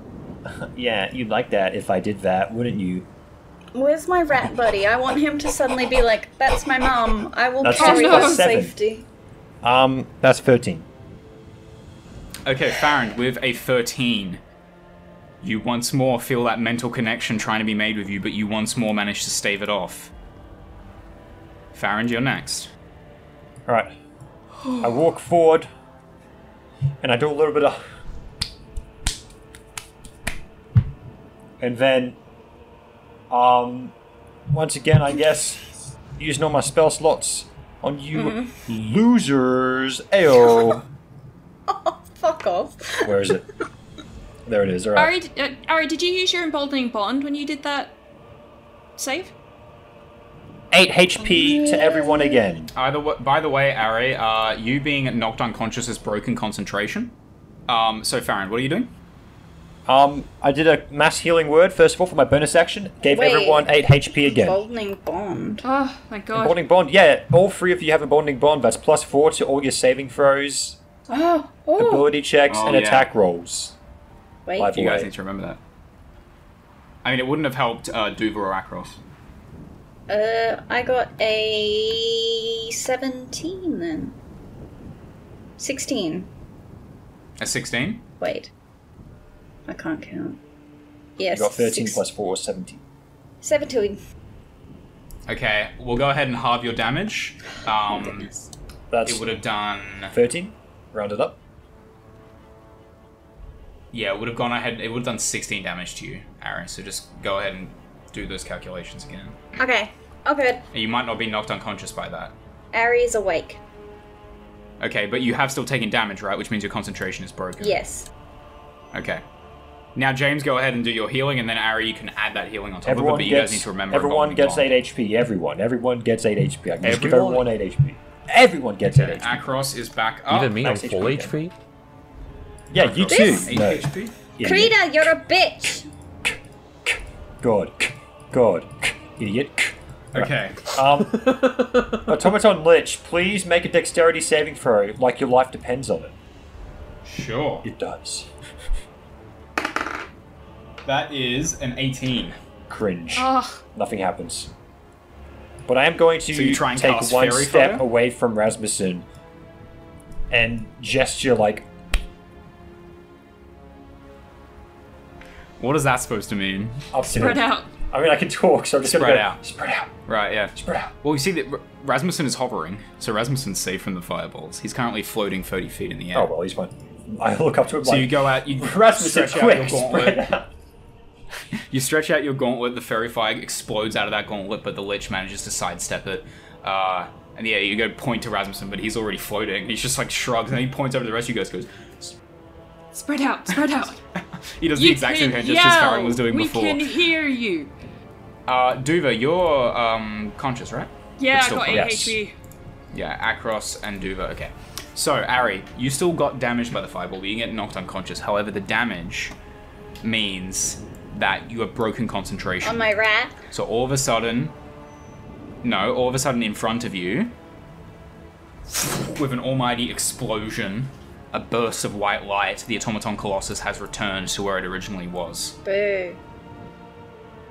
[SPEAKER 3] Yeah, you'd like that if I did that, wouldn't you?
[SPEAKER 2] Where's my rat buddy? I want him to suddenly be like, "That's my mum. I will
[SPEAKER 3] That's
[SPEAKER 2] carry
[SPEAKER 4] just
[SPEAKER 2] her
[SPEAKER 4] plus
[SPEAKER 2] to
[SPEAKER 3] seven.
[SPEAKER 2] safety."
[SPEAKER 3] Um, that's thirteen.
[SPEAKER 1] Okay, Farron, with a 13, you once more feel that mental connection trying to be made with you, but you once more manage to stave it off. Farron, you're next.
[SPEAKER 3] Alright. I walk forward and I do a little bit of. And then, um, once again, I guess, using all my spell slots on you losers. Ayo!
[SPEAKER 2] Fuck off.
[SPEAKER 3] Where is it? There it is. All right.
[SPEAKER 4] Ari, d- uh, Ari, did you use your emboldening bond when you did that save?
[SPEAKER 3] 8 HP to everyone again.
[SPEAKER 1] Either w- by the way, Ari, uh, you being knocked unconscious has broken concentration. Um, so Farron, what are you doing?
[SPEAKER 3] Um, I did a mass healing word, first of all, for my bonus action. Gave
[SPEAKER 2] Wait.
[SPEAKER 3] everyone 8 HP again.
[SPEAKER 2] Goldening bond.
[SPEAKER 4] Oh my god.
[SPEAKER 3] Bonding bond, yeah. All three of you have a bonding bond. That's plus four to all your saving throws,
[SPEAKER 2] Oh, oh.
[SPEAKER 3] ability checks,
[SPEAKER 1] Oh,
[SPEAKER 3] and
[SPEAKER 1] yeah.
[SPEAKER 3] attack rolls.
[SPEAKER 2] Wait.
[SPEAKER 3] Life
[SPEAKER 1] You guys
[SPEAKER 3] away.
[SPEAKER 1] need to remember that. I mean, it wouldn't have helped uh, Duva or Akros.
[SPEAKER 2] Uh, I got a 17 then. 16.
[SPEAKER 1] A 16?
[SPEAKER 2] Wait. I can't count. Yes.
[SPEAKER 3] You got 13
[SPEAKER 2] six-
[SPEAKER 3] plus 4, 17.
[SPEAKER 2] 17.
[SPEAKER 1] Okay, we'll go ahead and halve your damage.
[SPEAKER 2] Oh,
[SPEAKER 1] Um,
[SPEAKER 2] goodness.
[SPEAKER 3] That's
[SPEAKER 1] it would have done.
[SPEAKER 3] 13, rounded up.
[SPEAKER 1] Yeah, it would have gone ahead. It would have done 16 damage to you, Aaron. So just go ahead and do those calculations again.
[SPEAKER 2] Okay. Oh, good.
[SPEAKER 1] And you might not be knocked unconscious by that.
[SPEAKER 2] Ari is awake.
[SPEAKER 1] Okay, but you have still taken damage, right? Which means your concentration is broken.
[SPEAKER 2] Yes.
[SPEAKER 1] Okay. Now, James, go ahead and do your healing, and then Ari, you can add that healing on top
[SPEAKER 3] Everyone
[SPEAKER 1] of it. But you
[SPEAKER 3] gets,
[SPEAKER 1] guys need to remember.
[SPEAKER 3] everyone
[SPEAKER 1] Evolving
[SPEAKER 3] gets
[SPEAKER 1] Bond.
[SPEAKER 3] 8 HP. Everyone. Everyone gets 8 HP. I can just give everyone
[SPEAKER 5] Everyone?
[SPEAKER 3] 8 HP. Everyone gets 8 HP.
[SPEAKER 1] Akros is back up.
[SPEAKER 5] Even me, I'm
[SPEAKER 3] max HP
[SPEAKER 5] full
[SPEAKER 3] Oh, again.
[SPEAKER 5] HP.
[SPEAKER 3] Yeah, you
[SPEAKER 1] Akros,
[SPEAKER 3] too.
[SPEAKER 1] Eight
[SPEAKER 3] No,
[SPEAKER 1] HP.
[SPEAKER 3] idiot.
[SPEAKER 2] Krita, you're a bitch!
[SPEAKER 3] God. God. Idiot.
[SPEAKER 1] Okay.
[SPEAKER 3] Um, Automaton Lich, please make a dexterity saving throw like your life depends on it.
[SPEAKER 1] Sure.
[SPEAKER 3] It does.
[SPEAKER 1] That is an 18.
[SPEAKER 3] Cringe.
[SPEAKER 4] Oh,
[SPEAKER 3] Nothing happens. But I am going to
[SPEAKER 1] So you try and
[SPEAKER 3] take
[SPEAKER 1] cast
[SPEAKER 3] one
[SPEAKER 1] Fairy
[SPEAKER 3] step
[SPEAKER 1] Fire?
[SPEAKER 3] away from Rasmussen and gesture like
[SPEAKER 1] What is that supposed to mean?
[SPEAKER 3] up to
[SPEAKER 4] spread
[SPEAKER 3] him.
[SPEAKER 4] out.
[SPEAKER 3] I mean, I can talk, so I'm just
[SPEAKER 1] Spread
[SPEAKER 3] gonna go,
[SPEAKER 1] out.
[SPEAKER 3] spread out,
[SPEAKER 1] Right. Yeah.
[SPEAKER 3] spread out.
[SPEAKER 1] Well, you see that R- Rasmussen is hovering, so Rasmussen's safe from the fireballs. He's currently floating 30 feet in the air.
[SPEAKER 3] Oh well, he's fine. I look up to him
[SPEAKER 1] So
[SPEAKER 3] like
[SPEAKER 1] you go out, you
[SPEAKER 3] Rasmussen,
[SPEAKER 1] stretch out
[SPEAKER 3] quick,
[SPEAKER 1] your
[SPEAKER 3] spread
[SPEAKER 1] gauntlet.
[SPEAKER 3] out.
[SPEAKER 1] You stretch out your gauntlet. The fairy fire explodes out of that gauntlet, but the lich manages to sidestep it. Uh, and yeah, you go point to Rasmussen, but he's already floating. He's just like shrugs, and then he points over to the rest of you guys. Goes,
[SPEAKER 4] Spread out. Spread out.
[SPEAKER 1] he does
[SPEAKER 4] You
[SPEAKER 1] the exact same
[SPEAKER 4] can
[SPEAKER 1] hand gesture as Farron
[SPEAKER 4] yell.
[SPEAKER 1] was doing
[SPEAKER 4] we
[SPEAKER 1] before.
[SPEAKER 4] can hear you.
[SPEAKER 1] Uh, Duva, you're um, conscious, right?
[SPEAKER 4] Yeah,
[SPEAKER 1] It's
[SPEAKER 4] I
[SPEAKER 1] still
[SPEAKER 4] got 8
[SPEAKER 3] fine.
[SPEAKER 4] HP.
[SPEAKER 1] Yeah, Akros and Duva. Okay. So, Ari, you still got damaged by the fireball, but you get knocked unconscious. However, the damage means that you have broken concentration.
[SPEAKER 2] On Oh my rat.
[SPEAKER 1] so all of a sudden, no, all of a sudden in front of you, with an almighty explosion, a burst of white light, the automaton colossus has returned to where it originally was,
[SPEAKER 2] Boo.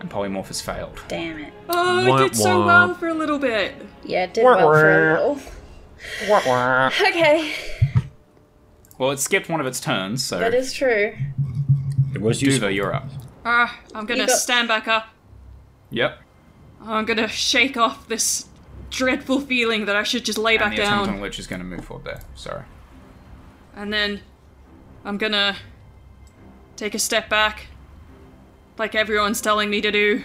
[SPEAKER 1] and polymorph has failed.
[SPEAKER 2] Damn it.
[SPEAKER 4] Oh,
[SPEAKER 5] Wah,
[SPEAKER 4] I did so
[SPEAKER 5] wah.
[SPEAKER 4] well for a little bit.
[SPEAKER 2] Yeah, it did well for a little. Okay,
[SPEAKER 1] Well, it skipped one of its turns, so
[SPEAKER 2] that is true.
[SPEAKER 3] It was useful.
[SPEAKER 1] Duva, you're up.
[SPEAKER 4] Ah, I'm gonna
[SPEAKER 2] You got-
[SPEAKER 4] stand back up.
[SPEAKER 1] Yep.
[SPEAKER 4] I'm gonna shake off this dreadful feeling that I should just lay
[SPEAKER 1] And
[SPEAKER 4] back
[SPEAKER 1] the
[SPEAKER 4] down.
[SPEAKER 1] automaton lich is going to move forward there. Sorry.
[SPEAKER 4] And then I'm gonna take a step back, like everyone's telling me to do.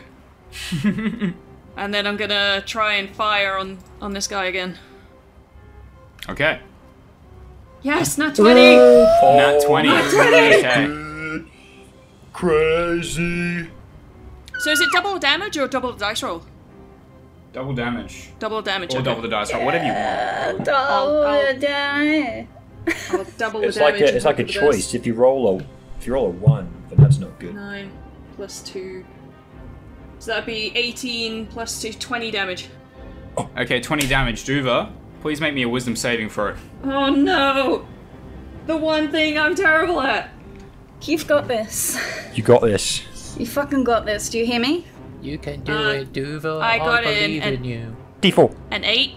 [SPEAKER 4] and then I'm gonna try and fire on on this guy again.
[SPEAKER 1] Okay.
[SPEAKER 4] Yes,
[SPEAKER 3] Uh,
[SPEAKER 4] not 20!
[SPEAKER 1] Oh. Nat 20. okay.
[SPEAKER 3] Crazy.
[SPEAKER 4] so is it double damage or double dice roll?
[SPEAKER 1] Double damage.
[SPEAKER 4] Double damage.
[SPEAKER 1] Or
[SPEAKER 4] okay.
[SPEAKER 1] double the dice, roll, whatever you want.
[SPEAKER 2] Oh, die.
[SPEAKER 4] I'll double
[SPEAKER 3] It's
[SPEAKER 4] the
[SPEAKER 3] like
[SPEAKER 4] damage.
[SPEAKER 3] a, it's like a
[SPEAKER 4] and double the dice.
[SPEAKER 3] choice. If you roll a if you roll a one, then that's not good.
[SPEAKER 4] 9 plus 2. So that'd be 18 plus 2, 20 damage.
[SPEAKER 1] Okay, 20 damage. Duva, please make me a wisdom saving throw.
[SPEAKER 4] Oh no! The one thing I'm terrible at!
[SPEAKER 2] You've got this.
[SPEAKER 3] You got this.
[SPEAKER 2] You fucking got this. Do you hear me?
[SPEAKER 7] You can do
[SPEAKER 4] Uh,
[SPEAKER 7] it, Duva.
[SPEAKER 4] I
[SPEAKER 7] I,
[SPEAKER 4] got it
[SPEAKER 7] believe
[SPEAKER 4] and-
[SPEAKER 7] in you.
[SPEAKER 3] D4,
[SPEAKER 4] An 8?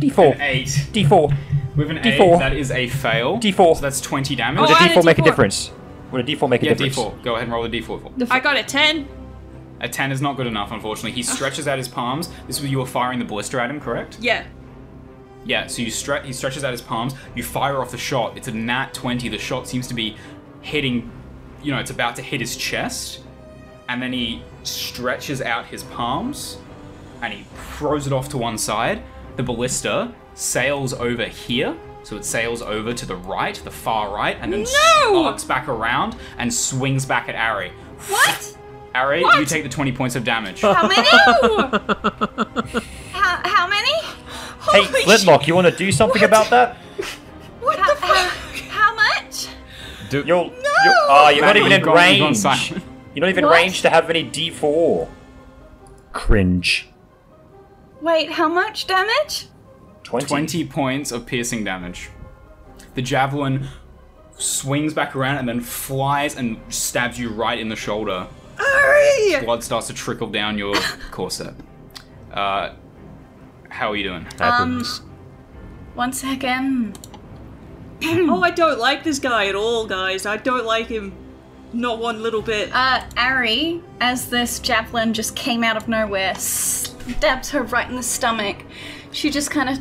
[SPEAKER 3] D4,
[SPEAKER 1] 8.
[SPEAKER 3] D4,
[SPEAKER 1] With an 8,
[SPEAKER 3] D4.
[SPEAKER 1] that is a fail.
[SPEAKER 3] D4.
[SPEAKER 1] So that's 20 damage.
[SPEAKER 4] Oh,
[SPEAKER 3] Would a
[SPEAKER 4] I had a
[SPEAKER 3] D4 make a
[SPEAKER 4] D4.
[SPEAKER 3] difference? Would a D4 make a
[SPEAKER 1] yeah,
[SPEAKER 3] difference?
[SPEAKER 1] D4. Go ahead and roll the D4 for.
[SPEAKER 4] I got a 10.
[SPEAKER 1] A 10 is not good enough, unfortunately. He stretches out his palms. This was you were firing the blister at him, correct?
[SPEAKER 4] Yeah.
[SPEAKER 1] Yeah, so you stre- he stretches out his palms, you fire off the shot. It's a nat 20. The shot seems to be hitting, you know, it's about to hit his chest. And then he stretches out his palms and he throws it off to one side. The ballista sails over here. So it sails over to the right, the far right, and then
[SPEAKER 4] No!
[SPEAKER 1] arcs back around and swings back at Ari.
[SPEAKER 2] What?
[SPEAKER 1] Ari, you
[SPEAKER 4] What?
[SPEAKER 1] take the 20 points of damage.
[SPEAKER 2] How many? how, how many?
[SPEAKER 3] Hey,
[SPEAKER 4] Holy
[SPEAKER 3] Flintlock, you want to do something about that?
[SPEAKER 2] What how, How, how much?
[SPEAKER 5] Do,
[SPEAKER 3] You're, no! you're, ah, you're not
[SPEAKER 1] Maddie,
[SPEAKER 3] even
[SPEAKER 1] you've
[SPEAKER 3] in
[SPEAKER 1] gone- you've gone
[SPEAKER 3] range.
[SPEAKER 1] silent.
[SPEAKER 3] You're not even
[SPEAKER 2] What?
[SPEAKER 3] range to have any D4. Cringe.
[SPEAKER 2] Wait, how much damage?
[SPEAKER 3] 20.
[SPEAKER 1] 20 points of piercing damage. The javelin swings back around and then flies and stabs you right in the shoulder.
[SPEAKER 4] Ari!
[SPEAKER 1] Blood starts to trickle down your corset. Uh, how are you doing?
[SPEAKER 5] happens.
[SPEAKER 2] Um, One second.
[SPEAKER 4] Oh, I don't like this guy at all, guys. I don't like him. Not one little bit.
[SPEAKER 2] Uh, Ari, as this javelin just came out of nowhere, stabs her right in the stomach. She just kind of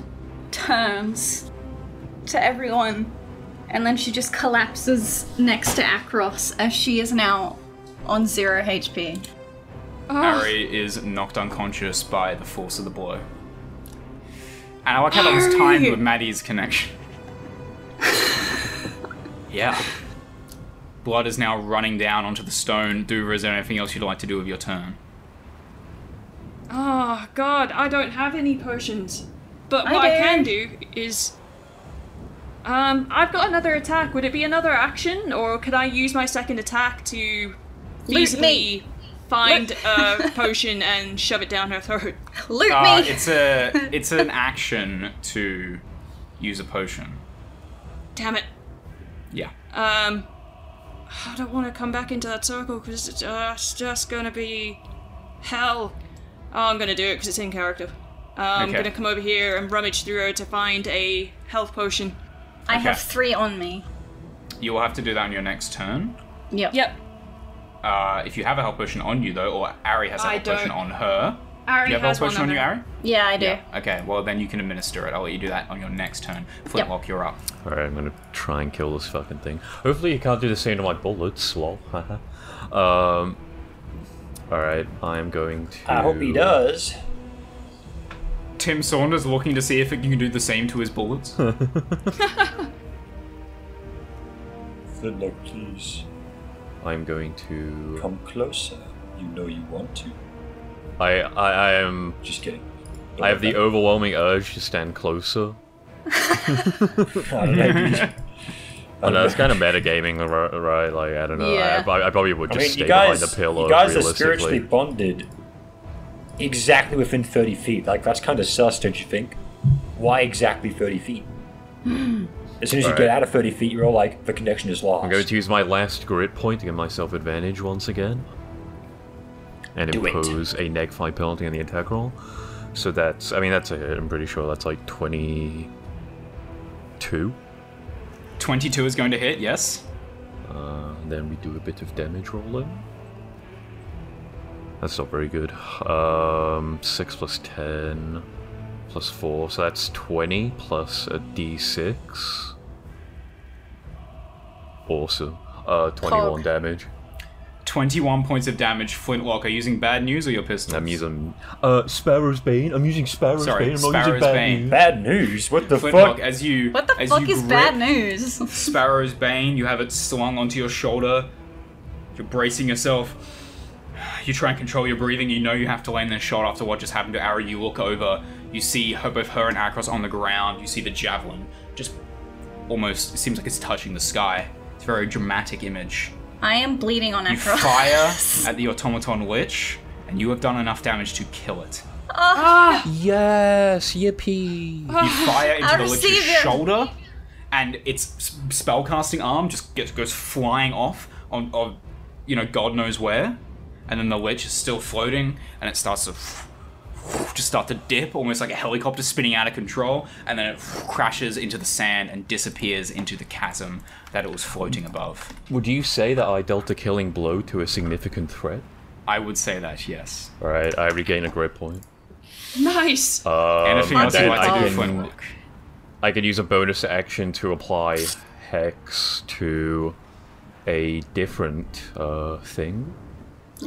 [SPEAKER 2] turns to everyone, and then she just collapses next to Akros as she is now on zero HP.
[SPEAKER 4] Ah.
[SPEAKER 1] Ari is knocked unconscious by the force of the blow. And I like how that was timed
[SPEAKER 4] Ari!
[SPEAKER 1] with Maddie's connection. yeah. Blood is now running down onto the stone. Duva, is there anything else you'd like to do with your turn?
[SPEAKER 4] Oh god, I don't have any potions. But
[SPEAKER 2] I
[SPEAKER 4] what I
[SPEAKER 2] do.
[SPEAKER 4] can do is um I've got another attack. Would it be another action or could I use my second attack to
[SPEAKER 2] Loot
[SPEAKER 4] feasibly
[SPEAKER 2] me.
[SPEAKER 4] find
[SPEAKER 2] Loot-
[SPEAKER 4] a potion and shove it down her throat?
[SPEAKER 2] Loot
[SPEAKER 1] Uh,
[SPEAKER 2] me!
[SPEAKER 1] it's a it's an action to use a potion.
[SPEAKER 4] Damn it.
[SPEAKER 1] Yeah.
[SPEAKER 4] Um I don't want to come back into that circle cuz it's just, just going to be hell. Oh, I'm going to do it cuz it's in character. Uh, I'm
[SPEAKER 1] Okay.
[SPEAKER 4] going to come over here and rummage through her to find a health potion.
[SPEAKER 2] I have
[SPEAKER 1] okay.
[SPEAKER 2] three on me.
[SPEAKER 1] You will have to do that on your next turn.
[SPEAKER 2] Yep.
[SPEAKER 4] Yep.
[SPEAKER 1] Uh, if you have a health potion on you though, or Ari has a
[SPEAKER 4] I
[SPEAKER 1] health potion
[SPEAKER 4] don't.
[SPEAKER 1] on her.
[SPEAKER 4] Ari
[SPEAKER 1] you have a
[SPEAKER 4] has
[SPEAKER 1] health potion
[SPEAKER 4] one
[SPEAKER 1] on you,
[SPEAKER 4] other.
[SPEAKER 1] Ari?
[SPEAKER 2] Yeah, I do.
[SPEAKER 1] Okay, well then you can administer it. I'll let you do that on your next turn. Flintlock, you're up.
[SPEAKER 5] Alright, I'm gonna try and kill this fucking thing. Hopefully you can't do the same to my bullets, lol. haha. um, Alright, I'm going to...
[SPEAKER 3] I hope he does.
[SPEAKER 1] Tim Saunders looking to see if you can do the same to his bullets.
[SPEAKER 3] Flintlock, please
[SPEAKER 5] I'm going to...
[SPEAKER 3] come closer. You know you want to.
[SPEAKER 5] I, I, I am...
[SPEAKER 3] Just kidding.
[SPEAKER 5] I have the overwhelming urge to stand closer.
[SPEAKER 3] I don't know, dude.
[SPEAKER 5] I know, it's kind of metagaming, ri- right? Like, I don't know.
[SPEAKER 2] Yeah.
[SPEAKER 5] I, I, I probably would
[SPEAKER 3] I
[SPEAKER 5] just
[SPEAKER 3] mean,
[SPEAKER 5] stay
[SPEAKER 3] you guys,
[SPEAKER 5] behind the pillow,
[SPEAKER 3] you guys are
[SPEAKER 5] realistically.
[SPEAKER 3] spiritually bonded exactly within 30 feet. Like, that's kind of sus, don't you think? Why exactly 30 feet? as soon as you
[SPEAKER 5] Alright.
[SPEAKER 3] get out of 30 feet, you're all like, the connection is lost.
[SPEAKER 5] I'm going to use my last grit point to give myself advantage once again. And
[SPEAKER 3] Do it.
[SPEAKER 5] impose a neg 5 penalty on the attack roll. So that's, I mean, that's a hit. I'm pretty sure that's like 22.
[SPEAKER 1] 22 is going to hit, yes.
[SPEAKER 5] Uh, then we do a bit of damage rolling. That's not very good. Um, 6 plus 10 plus 4, so that's 20 plus a d6. Awesome. Uh, 21
[SPEAKER 2] Pog.
[SPEAKER 5] damage.
[SPEAKER 1] 21 points of damage. Flintlock, are you using bad news or your pistol?
[SPEAKER 5] I'm using uh Sparrow's Bane. I'm using Sparrow's
[SPEAKER 1] Sorry,
[SPEAKER 5] Bane. I'm not
[SPEAKER 1] Sparrow's
[SPEAKER 5] using bad
[SPEAKER 1] Bane.
[SPEAKER 5] news.
[SPEAKER 3] Bad news? What the
[SPEAKER 1] Flintlock,
[SPEAKER 3] fuck?
[SPEAKER 1] as you
[SPEAKER 2] What the
[SPEAKER 1] as
[SPEAKER 2] fuck
[SPEAKER 1] you
[SPEAKER 2] is
[SPEAKER 1] grip
[SPEAKER 2] bad news?
[SPEAKER 1] Sparrow's Bane, you have it slung onto your shoulder. You're bracing yourself. You try and control your breathing. You know you have to land this shot after what just happened to Ari. You look over. You see her, both her and Akros on the ground. You see the javelin just almost it seems like it's touching the sky. It's a very dramatic image.
[SPEAKER 2] I am bleeding on
[SPEAKER 1] You
[SPEAKER 2] Akros.
[SPEAKER 1] fire at the automaton lich, and you have done enough damage to kill it.
[SPEAKER 5] Yes, yippee.
[SPEAKER 1] You fire into
[SPEAKER 2] I
[SPEAKER 1] the lich's
[SPEAKER 2] receive it.
[SPEAKER 1] shoulder, and its s- spellcasting arm just gets goes flying off on, on, you know, God knows where. And then the lich is still floating, and it starts to just start to dip, almost like a helicopter spinning out of control, and then it crashes into the sand and disappears into the chasm that it was floating above.
[SPEAKER 5] Would you say that I dealt a killing blow to a significant threat?
[SPEAKER 1] I would say that, yes.
[SPEAKER 5] All right, I regain a great point.
[SPEAKER 4] Nice.
[SPEAKER 1] Uh,
[SPEAKER 5] Um,
[SPEAKER 1] Anything else
[SPEAKER 5] then
[SPEAKER 1] you'd like
[SPEAKER 5] I
[SPEAKER 1] to do,
[SPEAKER 5] can-
[SPEAKER 1] Flintlock?
[SPEAKER 5] I can use a bonus action to apply hex to a different uh, thing.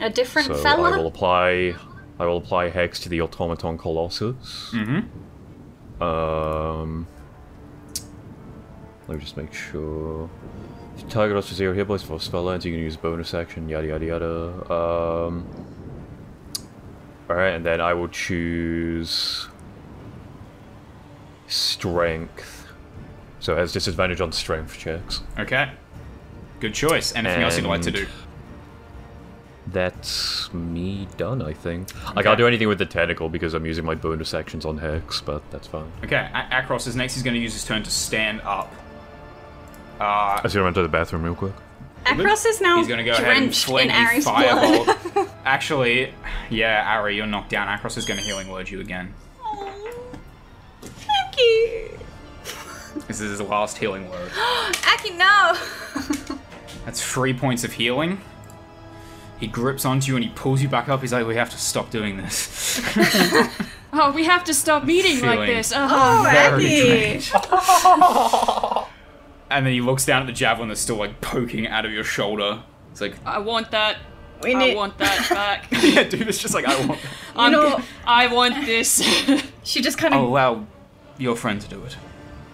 [SPEAKER 2] A different
[SPEAKER 5] So
[SPEAKER 2] fella?
[SPEAKER 5] I will apply. I will apply hex to the automaton colossus. Mm-hmm. Um. Let me just make sure. If Target also zero hit points for a spell lands. You can use bonus action. Yada yada yada. Um. All right, and then I will choose strength. So it has disadvantage on strength checks.
[SPEAKER 1] Okay. Good choice. Anything else you'd like to
[SPEAKER 5] And-
[SPEAKER 1] do?
[SPEAKER 5] That's me done, I think. I can't do anything with the tentacle because I'm using my bonus actions on Hex, but that's fine.
[SPEAKER 1] Okay, A- Akros is next. He's going to use his turn to stand up. Uh,
[SPEAKER 5] I see run to the bathroom real quick.
[SPEAKER 2] Akros is now
[SPEAKER 1] he's going to go ahead and
[SPEAKER 2] drenched
[SPEAKER 1] fling
[SPEAKER 2] in
[SPEAKER 1] a
[SPEAKER 2] Aries
[SPEAKER 1] fireball.
[SPEAKER 2] blood.
[SPEAKER 1] Actually, yeah, Ari, you're knocked down. Akros is going to healing word you again.
[SPEAKER 2] Thank you.
[SPEAKER 1] This is his last healing word.
[SPEAKER 2] Aki, no.
[SPEAKER 1] That's three points of healing. He grips onto you and he pulls you back up. He's like, "We have to stop doing this."
[SPEAKER 4] Oh, we have to stop meeting like
[SPEAKER 1] Feeling.
[SPEAKER 4] this. Oh,
[SPEAKER 1] Very
[SPEAKER 2] Aki.
[SPEAKER 1] and then he looks down at the javelin that's still like poking out of your shoulder. It's like,
[SPEAKER 4] I want that.
[SPEAKER 2] We
[SPEAKER 4] I
[SPEAKER 2] need.
[SPEAKER 4] want that back.
[SPEAKER 1] yeah, dude, it's just like I want.
[SPEAKER 4] I'm,
[SPEAKER 2] know-
[SPEAKER 4] I want this.
[SPEAKER 2] She just kind of.
[SPEAKER 1] I'll allow your friend to do it.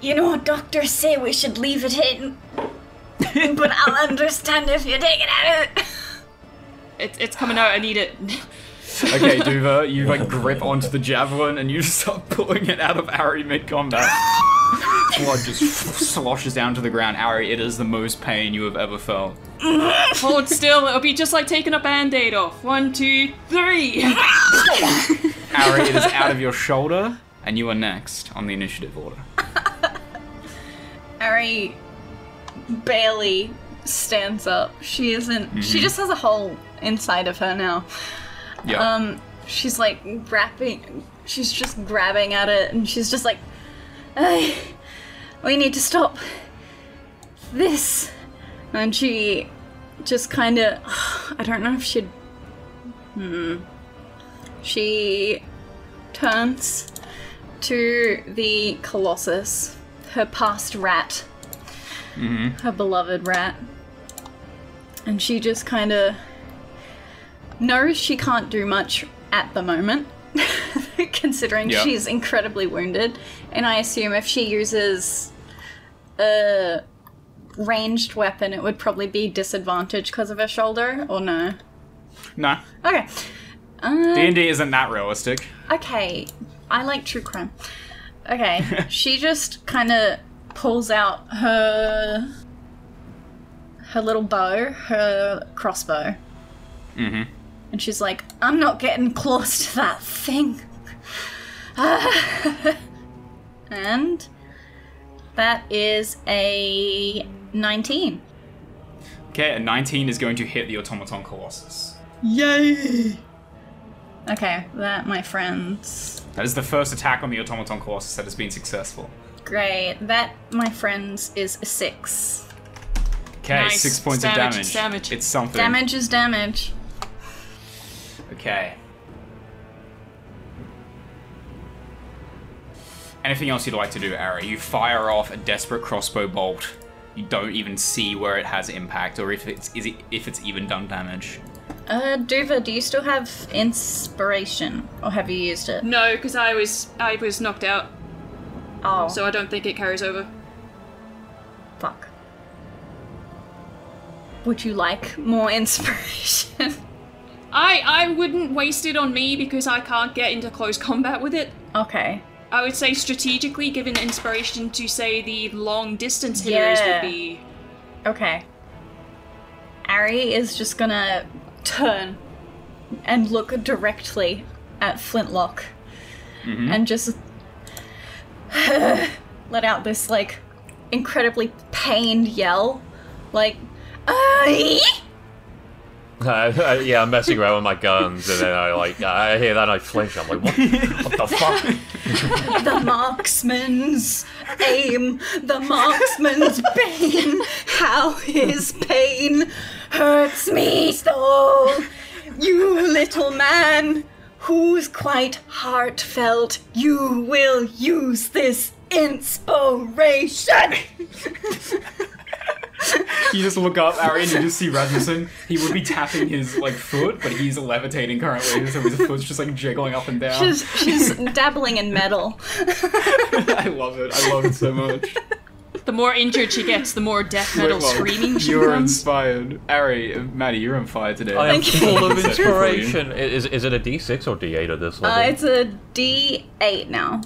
[SPEAKER 2] You know, doctors say we should leave it in, but I'll understand if you take it out.
[SPEAKER 4] it, it's coming out. I need it.
[SPEAKER 1] Okay, Duva, you like grip onto the javelin and you just start pulling it out of Ari mid combat. Blood just sloshes down to the ground. Ari, it is the most pain you have ever felt.
[SPEAKER 4] Hold still. It'll be just like taking a band-aid off. One, two, three.
[SPEAKER 1] Ari, it is out of your shoulder, and you are next on the initiative order.
[SPEAKER 2] Ari barely stands up. She isn't.
[SPEAKER 1] Mm-hmm.
[SPEAKER 2] She just has a hole inside of her now.
[SPEAKER 1] Yeah.
[SPEAKER 2] Um, she's like wrapping. She's just grabbing at it, and she's just like, "Ay, "We need to stop this." And she just kind of. I don't know if she'd. Hmm. She turns to the Colossus, her past rat, her beloved rat, and she just kind of knows she can't do much at the moment, considering
[SPEAKER 1] Yeah.
[SPEAKER 2] she's incredibly wounded. And I assume if she uses a ranged weapon, it would probably be disadvantage because of her shoulder, or no?
[SPEAKER 1] nah,
[SPEAKER 2] Okay. Uh,
[SPEAKER 1] D&D isn't that realistic.
[SPEAKER 2] Okay, I like true crime. Okay, she just kind of pulls out her her little bow, her crossbow, mm-hmm. and she's like, "I'm not getting close to that thing." and that is a nineteen.
[SPEAKER 1] Okay, a 19 is going to hit the automaton colossus.
[SPEAKER 2] Okay, that, my friends.
[SPEAKER 1] That is the first attack on the automaton colossus that has been successful.
[SPEAKER 2] Great. That, my friends, is a six.
[SPEAKER 1] Okay,
[SPEAKER 4] Nice.
[SPEAKER 1] six points
[SPEAKER 4] Damage,
[SPEAKER 1] of damage.
[SPEAKER 4] damage.
[SPEAKER 1] It's something.
[SPEAKER 2] Damage is damage.
[SPEAKER 1] Okay. Anything else you'd like to do, Ari? You fire off a desperate crossbow bolt. You don't even see where it has impact, or if it's is it, if it's even done damage.
[SPEAKER 2] Uh, Duva, do you still have inspiration, or have you used it?
[SPEAKER 4] no, because I was I was knocked out,
[SPEAKER 2] Oh,
[SPEAKER 4] so I don't think it carries over.
[SPEAKER 2] fuck. Would you like more inspiration?
[SPEAKER 4] I I wouldn't waste it on me because I can't get into close combat with it.
[SPEAKER 2] okay.
[SPEAKER 4] I would say strategically, given inspiration to say the long distance hitters
[SPEAKER 2] Yeah.
[SPEAKER 4] would be.
[SPEAKER 2] Okay. Ari is just gonna turn and look directly at Flintlock and just let out this, like, incredibly pained yell. Like, "Aye!"
[SPEAKER 5] Uh, yeah, I'm messing around with my guns, and then I like uh, I hear that and I flinch. I'm like, what, what the fuck?
[SPEAKER 2] The marksman's aim, the marksman's bane, how his pain hurts me so. You little man, who's quite heartfelt, you will use this inspiration!
[SPEAKER 1] You just look up, Arian, you just see Rasmussen. He would be tapping his like foot, but he's levitating currently, so his foot's just like jiggling up and down.
[SPEAKER 2] she's, she's dabbling in metal.
[SPEAKER 1] I love it. I love it so much.
[SPEAKER 4] The more injured she gets, the more death metal
[SPEAKER 1] Wait, well,
[SPEAKER 4] screaming she
[SPEAKER 1] You're
[SPEAKER 4] becomes.
[SPEAKER 1] inspired, Ari. uh, Maddie, you're on fire today.
[SPEAKER 5] I am
[SPEAKER 2] Oh, Thank you.
[SPEAKER 5] full of
[SPEAKER 1] Except for you.
[SPEAKER 5] inspiration. I- Is, is it a D6 or D8 at this level?
[SPEAKER 2] Uh, it's a D8 now.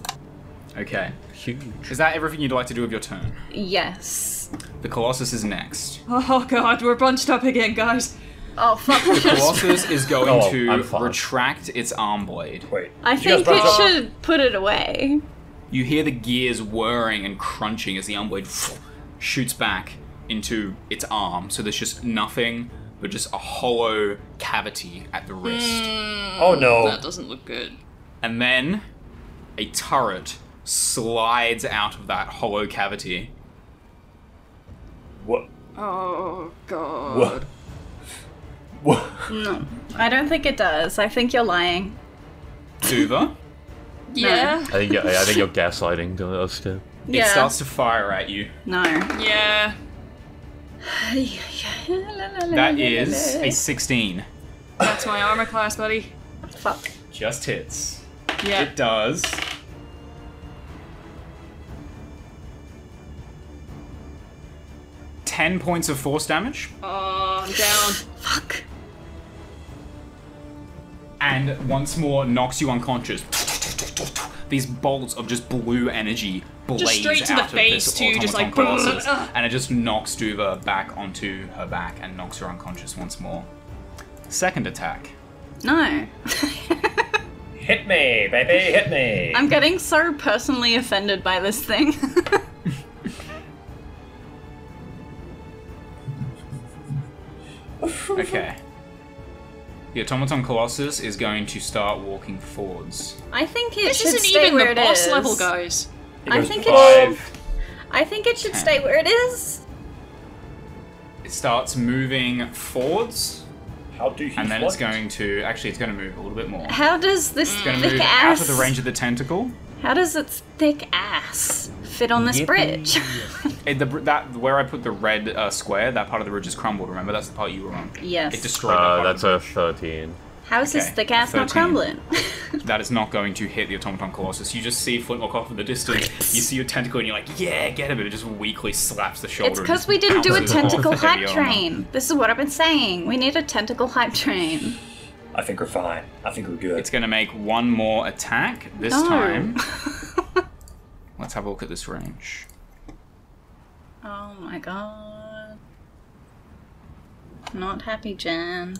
[SPEAKER 1] Okay.
[SPEAKER 5] huge.
[SPEAKER 1] Is that everything you'd like to do with your turn?
[SPEAKER 2] Yes.
[SPEAKER 1] The Colossus is next.
[SPEAKER 4] Oh god, we're bunched up again, guys.
[SPEAKER 2] Oh, fuck. we should-
[SPEAKER 1] Colossus is going
[SPEAKER 5] Oh, I'm
[SPEAKER 1] to
[SPEAKER 5] fine.
[SPEAKER 1] retract its arm blade.
[SPEAKER 3] Wait.
[SPEAKER 2] I
[SPEAKER 3] did you guys
[SPEAKER 2] think
[SPEAKER 3] bunch
[SPEAKER 2] it
[SPEAKER 3] up?
[SPEAKER 2] should put it away.
[SPEAKER 1] You hear the gears whirring and crunching as the arm blade shoots back into its arm. So there's just nothing but just a hollow cavity at the wrist.
[SPEAKER 3] Oh no.
[SPEAKER 4] That doesn't look good.
[SPEAKER 1] And then a turret slides out of that hollow cavity.
[SPEAKER 3] What?
[SPEAKER 4] Oh god.
[SPEAKER 3] What? What?
[SPEAKER 2] I don't think it does. I think you're lying.
[SPEAKER 1] Duva,
[SPEAKER 4] Yeah.
[SPEAKER 5] I think, I think you're gaslighting us too.
[SPEAKER 1] it
[SPEAKER 2] yeah.
[SPEAKER 1] starts to fire at you.
[SPEAKER 2] No.
[SPEAKER 4] Yeah.
[SPEAKER 1] That is a 16.
[SPEAKER 4] That's my armor class, buddy.
[SPEAKER 2] Fuck.
[SPEAKER 1] Just hits.
[SPEAKER 4] Yeah.
[SPEAKER 1] It does. Ten points of force damage,
[SPEAKER 4] Oh, I'm down.
[SPEAKER 2] Fuck.
[SPEAKER 1] and once more knocks you unconscious. These bolts of just blue energy blaze
[SPEAKER 4] straight to the
[SPEAKER 1] out
[SPEAKER 4] face,
[SPEAKER 1] of this
[SPEAKER 4] too, just
[SPEAKER 1] automaton
[SPEAKER 4] like,
[SPEAKER 1] colossus,
[SPEAKER 4] ugh.
[SPEAKER 1] and it just knocks Duva back onto her back and knocks her unconscious once more. Second attack.
[SPEAKER 2] No.
[SPEAKER 3] Hit me, baby, hit me.
[SPEAKER 2] I'm getting so personally offended by this thing.
[SPEAKER 4] Mm-hmm.
[SPEAKER 1] Okay. The automaton colossus is going to start walking forwards.
[SPEAKER 2] I think it
[SPEAKER 4] This
[SPEAKER 2] should
[SPEAKER 4] isn't
[SPEAKER 2] stay
[SPEAKER 4] even
[SPEAKER 2] where
[SPEAKER 4] the
[SPEAKER 2] it
[SPEAKER 4] boss
[SPEAKER 2] is.
[SPEAKER 4] level, guys.
[SPEAKER 3] It
[SPEAKER 2] I
[SPEAKER 3] goes
[SPEAKER 2] think it
[SPEAKER 3] five.
[SPEAKER 2] should. I think it should stay where it is.
[SPEAKER 1] It starts moving forwards,
[SPEAKER 3] How do you?
[SPEAKER 1] and then it's
[SPEAKER 3] float?
[SPEAKER 1] going to actually it's going to move a little bit more. It's
[SPEAKER 2] How does this
[SPEAKER 1] going to
[SPEAKER 2] thick
[SPEAKER 1] move
[SPEAKER 2] ass?
[SPEAKER 1] out of the range of the tentacle.
[SPEAKER 2] How does its thick ass fit on this
[SPEAKER 5] Yippee.
[SPEAKER 2] bridge?
[SPEAKER 1] It, the, br- that where I put the red uh, square, that part of the ridge is crumbled. Remember, that's the part you were on.
[SPEAKER 2] Yes.
[SPEAKER 1] It destroyed that
[SPEAKER 5] Uh,
[SPEAKER 1] part.
[SPEAKER 5] that's a 13.
[SPEAKER 2] How is this
[SPEAKER 1] Okay,
[SPEAKER 2] thick ass not
[SPEAKER 1] 13.
[SPEAKER 2] crumbling?
[SPEAKER 1] That is not going to hit the automaton colossus. You just see Flintlock off in the distance. You see your tentacle, and you're like, "Yeah, get him!" And it just weakly slaps the shoulder.
[SPEAKER 2] it's
[SPEAKER 1] and
[SPEAKER 2] because
[SPEAKER 1] just
[SPEAKER 2] we didn't do a
[SPEAKER 1] bounces off
[SPEAKER 2] tentacle
[SPEAKER 1] the heavy
[SPEAKER 2] hype
[SPEAKER 1] armor.
[SPEAKER 2] train. This is what I've been saying. We need a tentacle hype train.
[SPEAKER 3] I think we're fine. I think we're good.
[SPEAKER 1] It's going to make one more attack this
[SPEAKER 2] No.
[SPEAKER 1] time. Let's have a look at this range.
[SPEAKER 2] Oh my god. Not happy, Jan.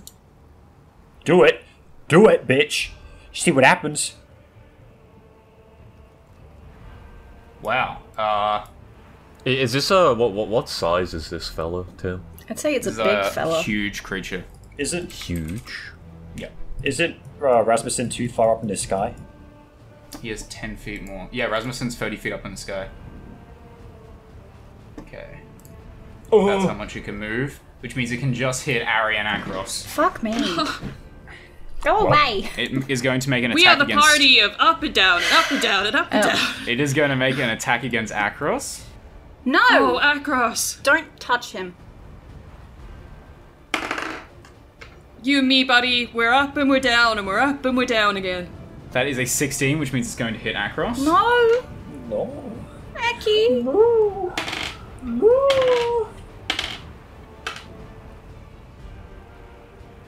[SPEAKER 3] Do it, do it, bitch. See what happens.
[SPEAKER 1] Wow. Uh,
[SPEAKER 5] I- Is this a what? What, what size is this fella, Tim?
[SPEAKER 2] I'd say it's a
[SPEAKER 1] this is
[SPEAKER 2] big fella.
[SPEAKER 1] huge creature.
[SPEAKER 3] Isn't
[SPEAKER 5] Huge.
[SPEAKER 1] Yep.
[SPEAKER 3] isn't uh, Rasmussen too far up in the sky?
[SPEAKER 1] He has 10 feet more. Yeah, Rasmussen's 30 feet up in the sky. Okay. That's
[SPEAKER 3] Oh.
[SPEAKER 1] how much he can move, which means it can just hit Ari and Akros.
[SPEAKER 2] Fuck me. Go away.
[SPEAKER 1] It is going to make an
[SPEAKER 4] We are
[SPEAKER 1] attack
[SPEAKER 4] the
[SPEAKER 1] against.
[SPEAKER 4] party of up and down and up and down and up and
[SPEAKER 2] Oh.
[SPEAKER 4] down.
[SPEAKER 1] It is going to make an attack against Akros.
[SPEAKER 2] No!
[SPEAKER 4] Oh, Akros.
[SPEAKER 2] Don't touch him.
[SPEAKER 4] You and me, buddy, we're up and we're down and we're up and we're down again.
[SPEAKER 1] That is a 16, which means it's going to hit Akros.
[SPEAKER 2] No!
[SPEAKER 3] No.
[SPEAKER 2] Aki!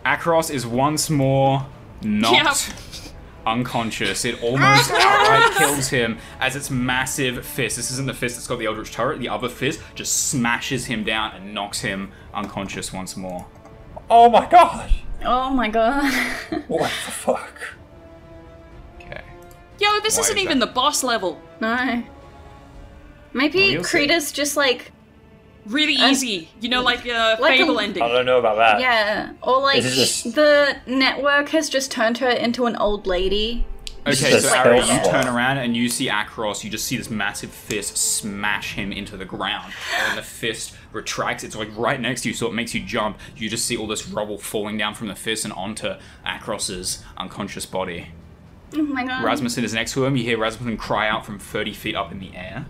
[SPEAKER 1] Akros is once more knocked
[SPEAKER 4] Yep.
[SPEAKER 1] unconscious. It almost outright kills him as its massive fist. This isn't the fist that's got the Eldritch turret. The other fist just smashes him down and knocks him unconscious once more.
[SPEAKER 3] Oh my god.
[SPEAKER 2] Oh my god.
[SPEAKER 3] What the fuck?
[SPEAKER 1] Okay.
[SPEAKER 4] Yo, this
[SPEAKER 1] Why
[SPEAKER 4] isn't
[SPEAKER 1] is
[SPEAKER 4] even
[SPEAKER 1] that?
[SPEAKER 4] the boss level.
[SPEAKER 2] no.
[SPEAKER 1] Well,
[SPEAKER 2] Maybe
[SPEAKER 1] you'll see.
[SPEAKER 2] Krita's just like,
[SPEAKER 4] Really easy. You know, like a
[SPEAKER 2] Like
[SPEAKER 4] fable
[SPEAKER 2] a-
[SPEAKER 1] Uh,
[SPEAKER 4] ending.
[SPEAKER 3] I don't know about that.
[SPEAKER 2] yeah. Or like,
[SPEAKER 3] This is just-
[SPEAKER 2] the network has just turned her into an old lady.
[SPEAKER 1] Okay,
[SPEAKER 3] Just
[SPEAKER 1] so
[SPEAKER 3] a
[SPEAKER 1] Ari,
[SPEAKER 3] spell
[SPEAKER 1] you
[SPEAKER 3] slot.
[SPEAKER 1] turn around and you see Akros. You just see this massive fist smash him into the ground, and then the fist retracts. It's like right next to you, so it makes you jump. You just see all this rubble falling down from the fist and onto Akros's unconscious body.
[SPEAKER 2] Oh my god.
[SPEAKER 1] Rasmussen is next to him. You hear Rasmussen cry out from 30 feet up in the air.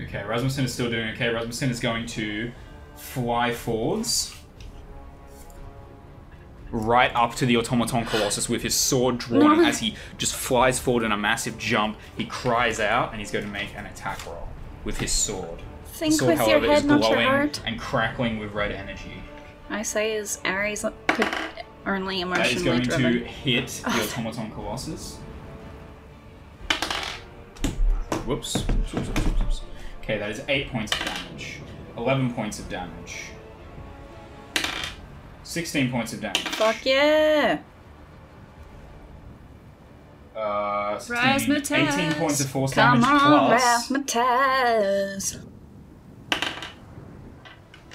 [SPEAKER 1] Okay, Rasmussen is still doing okay. Rasmussen is going to fly forwards. Right up to the automaton colossus with his sword drawn
[SPEAKER 2] No.
[SPEAKER 1] as he just flies forward in a massive jump. He cries out and he's going to make an attack roll with his sword.
[SPEAKER 2] Think
[SPEAKER 1] sword,
[SPEAKER 2] with your
[SPEAKER 1] however,
[SPEAKER 2] head,
[SPEAKER 1] is
[SPEAKER 2] not your
[SPEAKER 1] glowing
[SPEAKER 2] heart.
[SPEAKER 1] and crackling with red energy.
[SPEAKER 2] I say is Aries only
[SPEAKER 1] That is
[SPEAKER 2] emotionally
[SPEAKER 1] going to
[SPEAKER 2] driven.
[SPEAKER 1] hit the automaton colossus. Whoops. Whoops, whoops, whoops, whoops, whoops. Okay, that is eight points of damage. Eleven points of damage. Sixteen points of damage.
[SPEAKER 2] Fuck yeah!
[SPEAKER 1] Uh, 16,
[SPEAKER 4] Razzmatazz.
[SPEAKER 1] Eighteen points of force
[SPEAKER 2] Come
[SPEAKER 1] damage
[SPEAKER 2] on,
[SPEAKER 1] plus
[SPEAKER 2] Razzmatazz!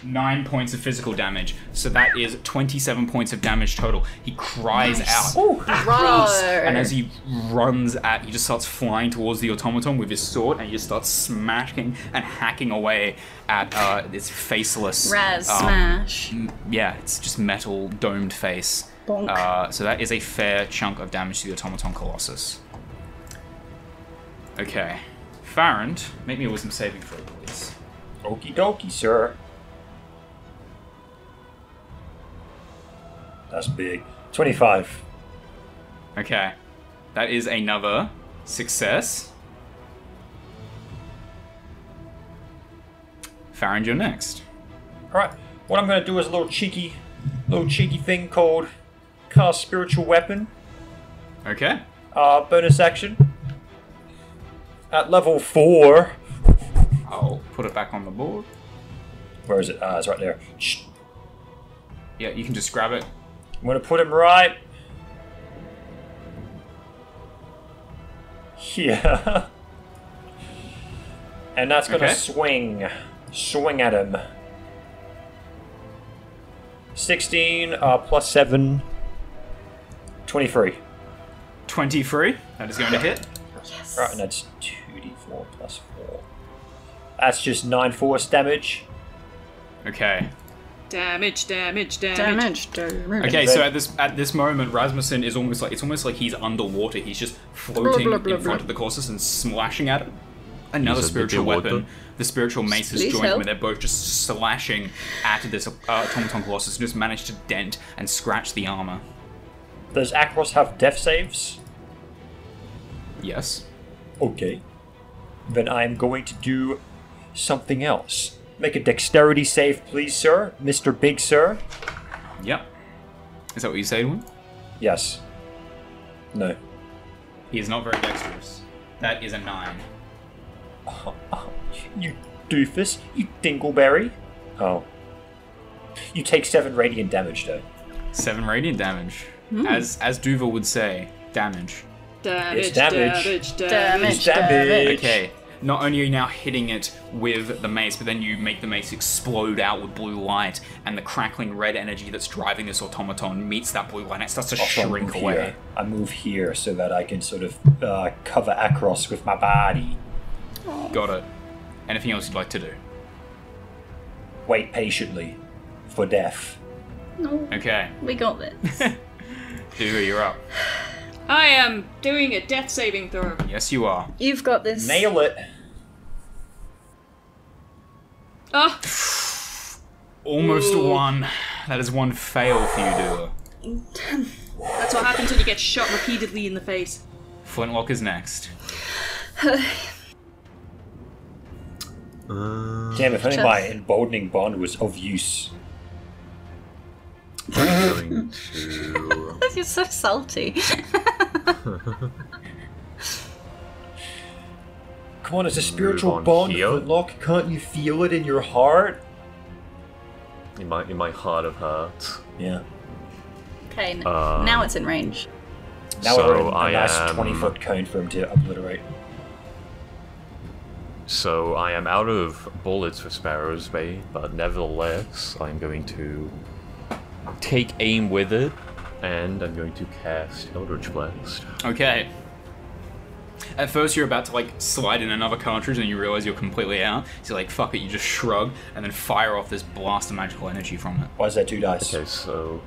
[SPEAKER 1] nine points of physical damage. So that is twenty-seven points of damage total. He cries out. And as he runs at, he just starts flying towards the automaton with his sword, and he just starts smashing and hacking away at uh, its faceless.
[SPEAKER 2] Raz
[SPEAKER 1] um,
[SPEAKER 2] smash.
[SPEAKER 1] m- Yeah, it's just metal domed face.
[SPEAKER 2] Bonk.
[SPEAKER 1] Uh, so that is a fair chunk of damage to the automaton colossus. Okay, Farrand, make me a wisdom saving throw, please.
[SPEAKER 3] Okie dokie, sir. That's big. 25.
[SPEAKER 1] Okay, that is another success. Farrand, you're next.
[SPEAKER 3] Alright, what I'm gonna do is a little cheeky, little cheeky thing called cast spiritual weapon,
[SPEAKER 1] Okay.
[SPEAKER 3] uh, bonus action. At level 4.
[SPEAKER 1] I'll put it back on the board.
[SPEAKER 3] Where is it? Ah, it's right there. Shh.
[SPEAKER 1] Yeah, you can just grab it.
[SPEAKER 3] I'm gonna put him right. Yeah. and that's gonna
[SPEAKER 1] Okay.
[SPEAKER 3] swing. Swing at him. 16 uh, plus 7. 23.
[SPEAKER 1] 23. That is going to hit.
[SPEAKER 2] Yes.
[SPEAKER 3] Right, and that's 2d4 plus 4. That's just 9 force damage.
[SPEAKER 1] Okay.
[SPEAKER 4] Damage, damage, damage.
[SPEAKER 2] Damage, damage.
[SPEAKER 1] Okay, so at this at this moment, Rasmussen is almost like it's almost like he's underwater. He's just floating
[SPEAKER 2] Blah, blah, blah,
[SPEAKER 1] in front
[SPEAKER 2] blah.
[SPEAKER 1] of the colossus and slashing at it. Another
[SPEAKER 5] He's a
[SPEAKER 1] spiritual
[SPEAKER 5] bit water.
[SPEAKER 1] weapon. The spiritual mace has
[SPEAKER 2] Please
[SPEAKER 1] joined them,
[SPEAKER 2] help.
[SPEAKER 1] and they're both just slashing at this uh, automaton colossus and just managed to dent and scratch the armor.
[SPEAKER 3] Does Akros have death saves?
[SPEAKER 1] Yes.
[SPEAKER 3] Okay. Then I'm going to do something else. Make a dexterity save, please, sir. Mr. Big Sir.
[SPEAKER 1] Yep. Is that what you say to him?
[SPEAKER 3] Yes. No.
[SPEAKER 1] He is not very dexterous. That is a nine.
[SPEAKER 3] You doofus. You dingleberry. Oh. You take seven radiant damage, though.
[SPEAKER 1] Seven radiant damage.
[SPEAKER 2] Hmm.
[SPEAKER 1] As as Duva would say, damage.
[SPEAKER 4] Damage,
[SPEAKER 3] It's damage.
[SPEAKER 4] damage,
[SPEAKER 2] Damage.
[SPEAKER 3] It's damage.
[SPEAKER 1] Okay. Not only are you now hitting it with the mace, but then you make the mace explode out with blue light, and the crackling red energy that's driving this automaton meets that blue light, and it starts to
[SPEAKER 3] Also, I move
[SPEAKER 1] shrink away.
[SPEAKER 3] here. I move here so that I can sort of uh, cover Akros with my body.
[SPEAKER 1] Got it. Anything else you'd like to do?
[SPEAKER 3] Wait patiently for death.
[SPEAKER 2] No,
[SPEAKER 1] Okay.
[SPEAKER 2] we got this.
[SPEAKER 1] Duva, you're up.
[SPEAKER 4] I am doing a death saving throw.
[SPEAKER 1] Yes, you are.
[SPEAKER 2] You've got this.
[SPEAKER 3] Nail it.
[SPEAKER 4] Ah,
[SPEAKER 1] Almost
[SPEAKER 4] Ooh.
[SPEAKER 1] one. That is one fail for you, Duva.
[SPEAKER 4] that's what happens when you get shot repeatedly in the face.
[SPEAKER 1] Flintlock is next.
[SPEAKER 5] Uh,
[SPEAKER 3] Damn, if only
[SPEAKER 2] Just-
[SPEAKER 3] my emboldening bond was of use.
[SPEAKER 5] I'm going to.
[SPEAKER 2] You're so salty.
[SPEAKER 3] Come on, it's a spiritual
[SPEAKER 5] on
[SPEAKER 3] bond,
[SPEAKER 5] here.
[SPEAKER 3] Flintlock. Can't you feel it in your heart?
[SPEAKER 5] In my, in my heart of hearts.
[SPEAKER 3] Yeah.
[SPEAKER 2] Okay, n-
[SPEAKER 5] Uh,
[SPEAKER 2] now it's in range.
[SPEAKER 3] Now
[SPEAKER 5] So
[SPEAKER 3] we're in a
[SPEAKER 5] I
[SPEAKER 3] nice
[SPEAKER 5] am-
[SPEAKER 3] 20 foot cone for him to obliterate.
[SPEAKER 5] So I am out of bullets for Sparrow's Bay, but nevertheless, I'm going to take aim with it, and I'm going to cast Eldritch Blast.
[SPEAKER 1] Okay. At first, you're about to like slide in another cartridge, and you realize you're completely out. So like, fuck it, you just shrug and then fire off this blast of magical energy from it.
[SPEAKER 3] Why is there two dice?
[SPEAKER 5] Okay, so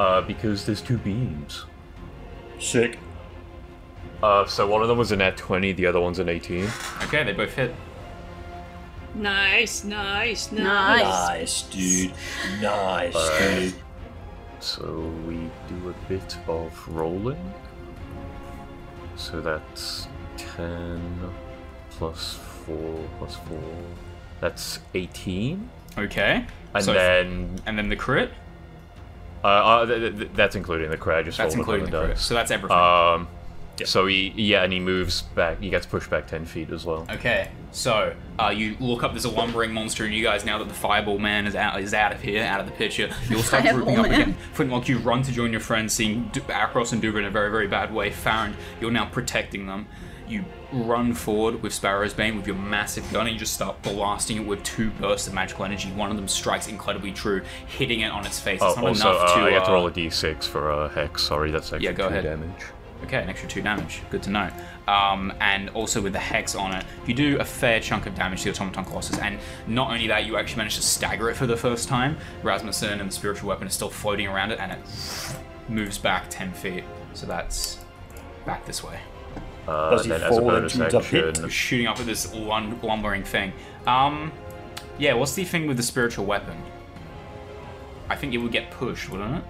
[SPEAKER 5] uh, because there's two beams.
[SPEAKER 3] Sick.
[SPEAKER 5] Uh, so one of them was a net 20, the other one's an 18.
[SPEAKER 1] Okay, they both hit.
[SPEAKER 4] Nice, nice, nice.
[SPEAKER 2] Nice.
[SPEAKER 3] Nice, dude. Nice, dude.
[SPEAKER 5] So we do a bit of rolling. So that's 10 plus 4 plus 4. That's 18.
[SPEAKER 1] Okay.
[SPEAKER 5] And
[SPEAKER 1] So-
[SPEAKER 5] then
[SPEAKER 1] and then the crit.
[SPEAKER 5] uh, uh, th- th- that's including the crit. I just
[SPEAKER 1] That's
[SPEAKER 5] rolled
[SPEAKER 1] including the
[SPEAKER 5] another
[SPEAKER 1] crit.
[SPEAKER 5] dice.
[SPEAKER 1] So that's everything.
[SPEAKER 5] Um, So he, yeah, and he moves back. He gets pushed back 10 feet as well.
[SPEAKER 1] Okay, so uh, you look up. There's a lumbering monster, and you guys, now that the Fireball Man is out, is out of here, out of the picture, you'll start grouping
[SPEAKER 2] Fireball
[SPEAKER 1] up
[SPEAKER 2] Man.
[SPEAKER 1] again. Flintlock, you run to join your friends, seeing D- Akros and Duber in a very, very bad way. Farron, you're now protecting them. You run forward with Sparrow's Bane with your massive gun, and you just start blasting it with two bursts of magical energy. One of them strikes incredibly true, hitting it on its face.
[SPEAKER 5] Oh,
[SPEAKER 1] it's not
[SPEAKER 5] also,
[SPEAKER 1] enough
[SPEAKER 5] uh,
[SPEAKER 1] to.
[SPEAKER 5] I get to
[SPEAKER 1] uh,
[SPEAKER 5] roll a d6 for uh, Hex. Sorry, that's extra
[SPEAKER 1] Yeah, go
[SPEAKER 5] two
[SPEAKER 1] ahead.
[SPEAKER 5] damage.
[SPEAKER 1] Okay, an extra two damage. Good to know. Um, and also with the hex on it, you do a fair chunk of damage to your automaton colossus. And not only that, you actually manage to stagger it for the first time. Rasmussen and the spiritual weapon is still floating around it, and it moves back ten feet. So that's back this way.
[SPEAKER 5] Uh,
[SPEAKER 3] Does he
[SPEAKER 5] then as a
[SPEAKER 3] fall
[SPEAKER 5] bonus
[SPEAKER 3] into the pit?
[SPEAKER 5] action,
[SPEAKER 1] Shooting up at this lun- lumbering thing. Um, yeah. What's the thing with the spiritual weapon? I think it would get pushed, wouldn't it?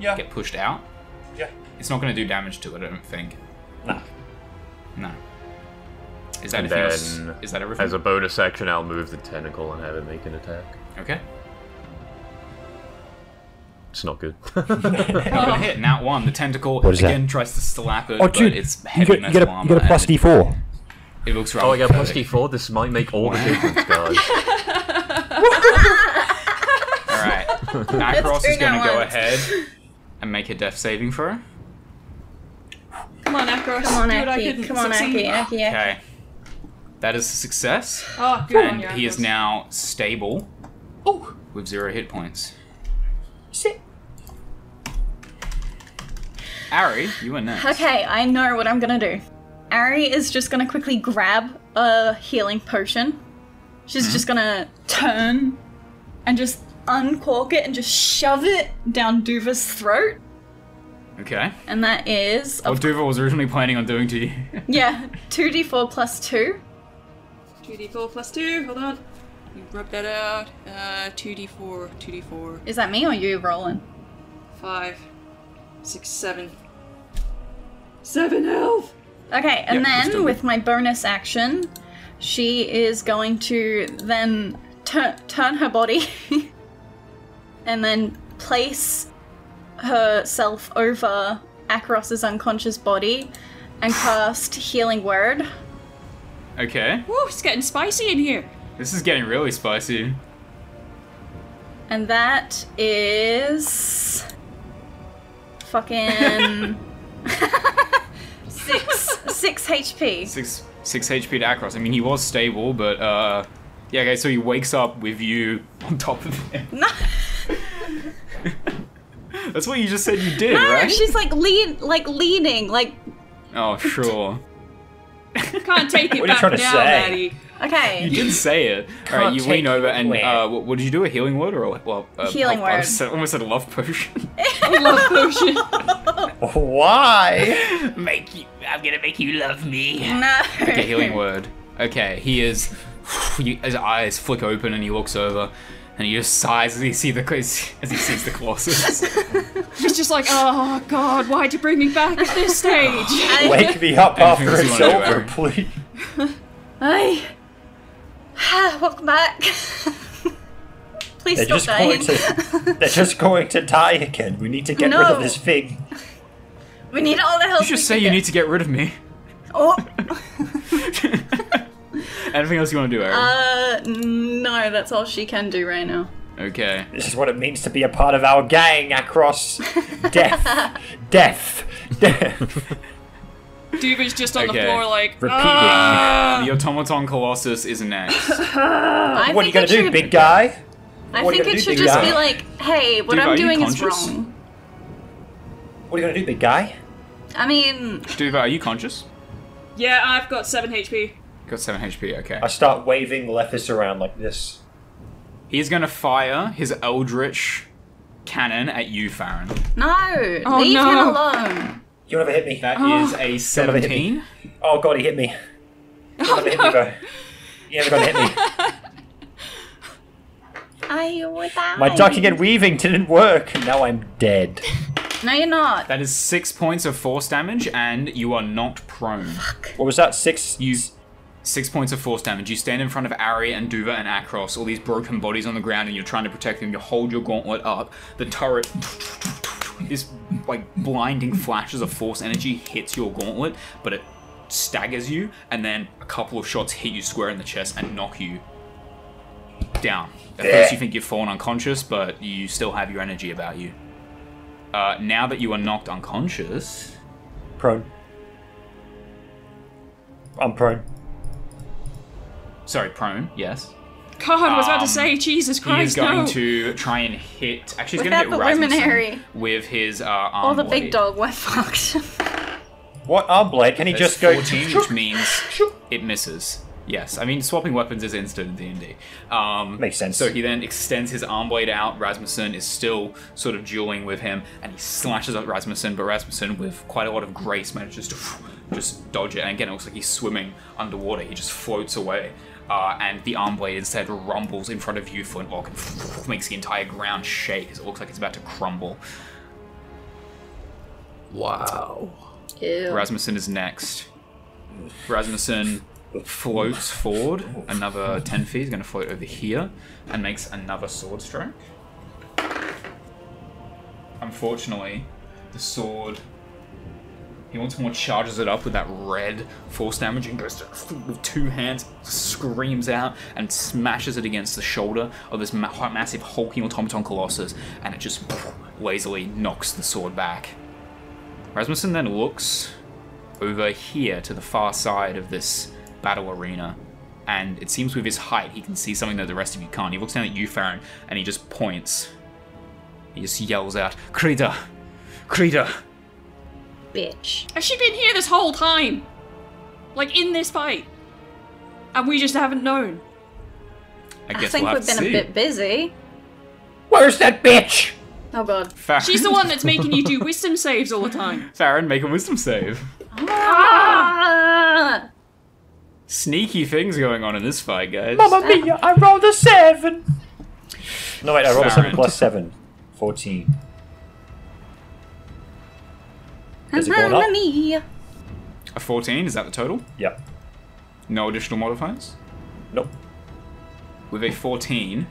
[SPEAKER 3] Yeah.
[SPEAKER 1] Get pushed out.
[SPEAKER 3] Yeah.
[SPEAKER 1] It's not going to do damage to it. I don't think.
[SPEAKER 3] Nah.
[SPEAKER 1] No. Is that
[SPEAKER 5] And
[SPEAKER 1] anything else?
[SPEAKER 5] then,
[SPEAKER 1] Is that everything?
[SPEAKER 5] as a bonus action, I'll move the tentacle and have it make an attack.
[SPEAKER 1] Okay.
[SPEAKER 5] It's not good.
[SPEAKER 1] I'm gonna hit nat one. The tentacle
[SPEAKER 6] What is that?
[SPEAKER 1] again tries to slap it,
[SPEAKER 6] Oh,
[SPEAKER 1] but
[SPEAKER 6] dude,
[SPEAKER 1] it's
[SPEAKER 6] you
[SPEAKER 1] heavy
[SPEAKER 6] get, you
[SPEAKER 1] metal
[SPEAKER 6] get a, you
[SPEAKER 1] armor.
[SPEAKER 6] get a plus
[SPEAKER 1] and it-
[SPEAKER 6] D4.
[SPEAKER 1] It, looks right.
[SPEAKER 5] oh, I got plus d4. This might make all the difference, guys.
[SPEAKER 1] All right. Macross
[SPEAKER 2] two
[SPEAKER 1] is gonna
[SPEAKER 2] nat
[SPEAKER 1] go
[SPEAKER 2] ones.
[SPEAKER 1] ahead and make a death saving throw.
[SPEAKER 4] Come on, Akros.
[SPEAKER 2] Come on,
[SPEAKER 4] do what I
[SPEAKER 2] Aki.
[SPEAKER 4] couldn't
[SPEAKER 2] Come on, Aki.
[SPEAKER 4] succeed.
[SPEAKER 2] Aki. Aki.
[SPEAKER 1] Okay. That is a success,
[SPEAKER 4] Oh, good on
[SPEAKER 1] and
[SPEAKER 4] you,
[SPEAKER 1] he is
[SPEAKER 4] Akros.
[SPEAKER 1] now stable
[SPEAKER 4] Oh,
[SPEAKER 1] with zero hit points.
[SPEAKER 4] shit.
[SPEAKER 1] Ari, you are next.
[SPEAKER 2] Okay, I know what I'm gonna do. Ari is just gonna quickly grab a healing potion. She's just gonna turn and just uncork it and just shove it down Duva's throat.
[SPEAKER 1] Okay.
[SPEAKER 2] And that is,
[SPEAKER 1] What Duva was originally planning on doing to you.
[SPEAKER 2] yeah, 2d4 plus 2.
[SPEAKER 4] 2d4 plus 2, hold on. You rub that out. Uh, 2d4, 2d4,
[SPEAKER 2] Is that me or you rolling?
[SPEAKER 4] 5, 6, 7. 7 health!
[SPEAKER 2] Okay, and
[SPEAKER 1] Yeah, let's do
[SPEAKER 2] then
[SPEAKER 1] it.
[SPEAKER 2] with my bonus action, she is going to then tur- turn her body and then place herself over Akros's unconscious body and cast Healing Word.
[SPEAKER 1] Okay.
[SPEAKER 4] Woo, it's getting spicy in here.
[SPEAKER 1] This is getting really spicy.
[SPEAKER 2] And that is. fucking. six. Six HP.
[SPEAKER 1] six six HP to Akros. I mean, he was stable, but uh, yeah. Okay, so he wakes up with you on top of him.
[SPEAKER 2] No!
[SPEAKER 1] That's what you just said you did,
[SPEAKER 2] No,
[SPEAKER 1] right?
[SPEAKER 2] she's like lead, like leading, like
[SPEAKER 1] Oh, sure.
[SPEAKER 4] Can't take it
[SPEAKER 3] What are you
[SPEAKER 4] back
[SPEAKER 3] trying to
[SPEAKER 4] now,
[SPEAKER 3] say?
[SPEAKER 4] Maddie.
[SPEAKER 2] okay.
[SPEAKER 1] You did say it. All right,
[SPEAKER 3] Can't
[SPEAKER 1] you
[SPEAKER 3] take
[SPEAKER 1] lean over
[SPEAKER 3] you
[SPEAKER 1] and
[SPEAKER 3] away.
[SPEAKER 1] uh, what, what did you do? A healing word or a, well, uh,
[SPEAKER 2] Healing
[SPEAKER 1] I
[SPEAKER 2] word.
[SPEAKER 1] said- almost said a love potion.
[SPEAKER 4] Love potion.
[SPEAKER 3] Why?
[SPEAKER 1] make you. I'm gonna make you love me.
[SPEAKER 2] No.
[SPEAKER 1] Okay, healing word. Okay, he is. you- His eyes flick open and he looks over, and he just sighs as he see the as he sees the colossus.
[SPEAKER 4] She's just like, oh god, why'd you bring me back at this stage?
[SPEAKER 3] Wake me up
[SPEAKER 1] Anything
[SPEAKER 3] after
[SPEAKER 1] else you
[SPEAKER 3] it's
[SPEAKER 1] wanna do,
[SPEAKER 3] over,
[SPEAKER 1] Aaron?
[SPEAKER 3] please.
[SPEAKER 2] I welcome back. Please stop
[SPEAKER 3] They're just
[SPEAKER 2] dying.
[SPEAKER 3] going to. They're just going to die again. We need to get rid
[SPEAKER 2] No.
[SPEAKER 3] of this thing.
[SPEAKER 2] We need all the help.
[SPEAKER 1] You just
[SPEAKER 2] we
[SPEAKER 1] say
[SPEAKER 2] can
[SPEAKER 1] you
[SPEAKER 2] get.
[SPEAKER 1] need to get rid of me.
[SPEAKER 2] Oh,
[SPEAKER 1] Anything else you want to do, Aaron?
[SPEAKER 2] uh, no, that's all she can do right now.
[SPEAKER 1] okay.
[SPEAKER 3] This is what it means to be a part of our gang across death, death, death.
[SPEAKER 4] Duba's just on
[SPEAKER 1] Okay.
[SPEAKER 4] the floor, like,
[SPEAKER 3] Repeating.
[SPEAKER 4] "Ah!"
[SPEAKER 1] The automaton colossus is an axe.
[SPEAKER 2] I
[SPEAKER 3] Uh, what are you
[SPEAKER 2] think
[SPEAKER 3] gonna
[SPEAKER 2] it should,
[SPEAKER 3] do, big guy?
[SPEAKER 2] I
[SPEAKER 3] what are you
[SPEAKER 2] think
[SPEAKER 3] gonna
[SPEAKER 2] it
[SPEAKER 3] do,
[SPEAKER 2] should
[SPEAKER 3] big
[SPEAKER 2] just
[SPEAKER 3] guy?
[SPEAKER 2] be like, hey, what
[SPEAKER 1] Dude, are
[SPEAKER 2] I'm
[SPEAKER 1] you
[SPEAKER 2] doing is
[SPEAKER 1] conscious?
[SPEAKER 2] wrong.
[SPEAKER 3] What are you gonna do, big guy?
[SPEAKER 2] I mean,
[SPEAKER 1] Duva, are you conscious?
[SPEAKER 4] Yeah, I've got 7 HP.
[SPEAKER 1] Got 7 HP, okay.
[SPEAKER 3] I start waving Lethis around like this.
[SPEAKER 1] He's gonna fire his eldritch cannon at you, Farron.
[SPEAKER 2] no,
[SPEAKER 4] Oh,
[SPEAKER 2] leave him
[SPEAKER 4] no.
[SPEAKER 2] alone.
[SPEAKER 3] You'll never hit me.
[SPEAKER 1] That is a
[SPEAKER 3] Some of it hit
[SPEAKER 1] 17.
[SPEAKER 3] Oh god, he hit me. You'll never hit me, bro. You're never gonna hit me.
[SPEAKER 2] I would die.
[SPEAKER 3] My ducking and weaving didn't work. Now I'm dead.
[SPEAKER 2] No, you're not.
[SPEAKER 1] That is 6 points of force damage, and you are not prone.
[SPEAKER 3] What was that? Six?
[SPEAKER 1] You. Six points of force damage. You stand in front of Ari and Duva and Akros, all these broken bodies on the ground, and you're trying to protect them. You hold your gauntlet up. The turret, this like blinding flashes of force energy hits your gauntlet, but it staggers you, and then a couple of shots hit you square in the chest and knock you down. At first, you think you've fallen unconscious, but you still have your energy about you. Uh, now that you are knocked unconscious,
[SPEAKER 3] Prone. I'm prone.
[SPEAKER 1] sorry, prone, yes.
[SPEAKER 4] God, I was about
[SPEAKER 1] Um,
[SPEAKER 4] to say, Jesus
[SPEAKER 1] He is
[SPEAKER 4] Christ,
[SPEAKER 1] going
[SPEAKER 4] no.
[SPEAKER 1] to try and hit. Actually, he's
[SPEAKER 2] With
[SPEAKER 1] going to
[SPEAKER 2] that
[SPEAKER 1] hit Rasmussen
[SPEAKER 2] preliminary-
[SPEAKER 1] with his uh, arm.
[SPEAKER 2] All the
[SPEAKER 1] blade.
[SPEAKER 2] big dog were fucked.
[SPEAKER 3] What arm blade? Can he
[SPEAKER 1] That's
[SPEAKER 3] just go?
[SPEAKER 1] 14, which means it misses. Yes, I mean swapping weapons is instant in D and D.
[SPEAKER 3] Makes sense.
[SPEAKER 1] So he then extends his arm blade out. Rasmussen is still sort of dueling with him, and he slashes at Rasmussen. But Rasmussen, with quite a lot of grace, manages to just dodge it. And again, it looks like he's swimming underwater. He just floats away, uh, and the arm blade instead rumbles in front of you, Flintlock, and makes the entire ground shake. as It looks like it's about to crumble.
[SPEAKER 7] Wow.
[SPEAKER 2] Ew.
[SPEAKER 1] Rasmussen is next. Rasmussen floats forward another 10 feet. He's going to float over here and makes another sword stroke. Unfortunately, the sword. He once more charges it up with that red force damage and goes to, with two hands, screams out, and smashes it against the shoulder of this ma- massive hulking automaton colossus, and it just lazily knocks the sword back. Rasmussen then looks over here to the far side of this battle arena, and it seems with his height he can see something that the rest of you can't. He looks down at you, Farron, and he just points. He just yells out, Krita! Krita!
[SPEAKER 2] Bitch.
[SPEAKER 4] Has she been here this whole time? Like, in this fight? And we just haven't known.
[SPEAKER 1] I
[SPEAKER 2] I
[SPEAKER 1] guess
[SPEAKER 2] think
[SPEAKER 1] we'll have
[SPEAKER 2] we've been
[SPEAKER 1] to
[SPEAKER 2] a
[SPEAKER 1] see.
[SPEAKER 2] bit busy.
[SPEAKER 3] Where's that bitch?
[SPEAKER 2] Oh god.
[SPEAKER 1] Farron,
[SPEAKER 4] She's the one that's making you do wisdom saves all the time.
[SPEAKER 1] Farron, make a wisdom save.
[SPEAKER 2] Ah!
[SPEAKER 1] Sneaky things going on in this fight, guys.
[SPEAKER 3] Mamma mia! I rolled a seven. No wait, I rolled a seven
[SPEAKER 1] Farron.
[SPEAKER 3] plus seven. Fourteen. Is it
[SPEAKER 2] Uh-huh,
[SPEAKER 3] going up?
[SPEAKER 2] Mamma
[SPEAKER 1] A 14, is that the total?
[SPEAKER 3] Yep.
[SPEAKER 1] No additional modifiers?
[SPEAKER 3] Nope.
[SPEAKER 1] with a 14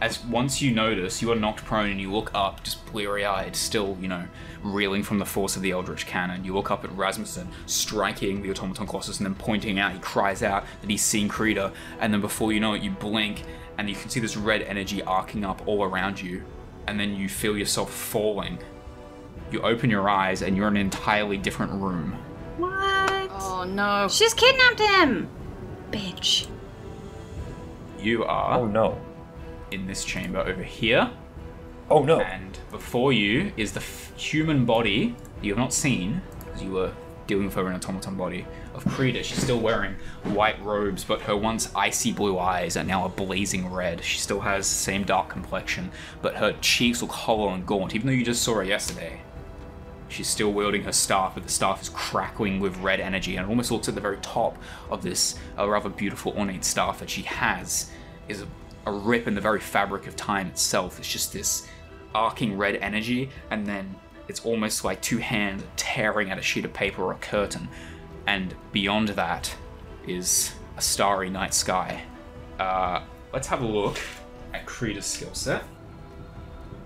[SPEAKER 1] as once you notice you are knocked prone and you look up just bleary-eyed still you know reeling from the force of the eldritch cannon you look up at rasmussen striking the automaton colossus and then pointing out he cries out that he's seen krita and then before you know it you blink and you can see this red energy arcing up all around you and then you feel yourself falling you open your eyes and you're in an entirely different room
[SPEAKER 2] What?
[SPEAKER 4] Oh, no.
[SPEAKER 2] She's kidnapped him! Bitch.
[SPEAKER 1] you
[SPEAKER 3] Oh
[SPEAKER 1] are
[SPEAKER 3] no.
[SPEAKER 1] in this chamber over here
[SPEAKER 3] Oh no.
[SPEAKER 1] And before you is the f- human body that you have not seen, because you were dealing with her in an automaton body, of Krita. She's still wearing white robes, but her once icy blue eyes are now a blazing red. She still has the same dark complexion, but her cheeks look hollow and gaunt, even though you just saw her yesterday. She's still wielding her staff, but the staff is crackling with red energy, and it almost looks at the very top of this uh, rather beautiful ornate staff that she has is a, a rip in the very fabric of time itself. It's just this arcing red energy, and then it's almost like two hands tearing at a sheet of paper or a curtain, and beyond that is a starry night sky. Uh, let's have a look at Krita's skill set.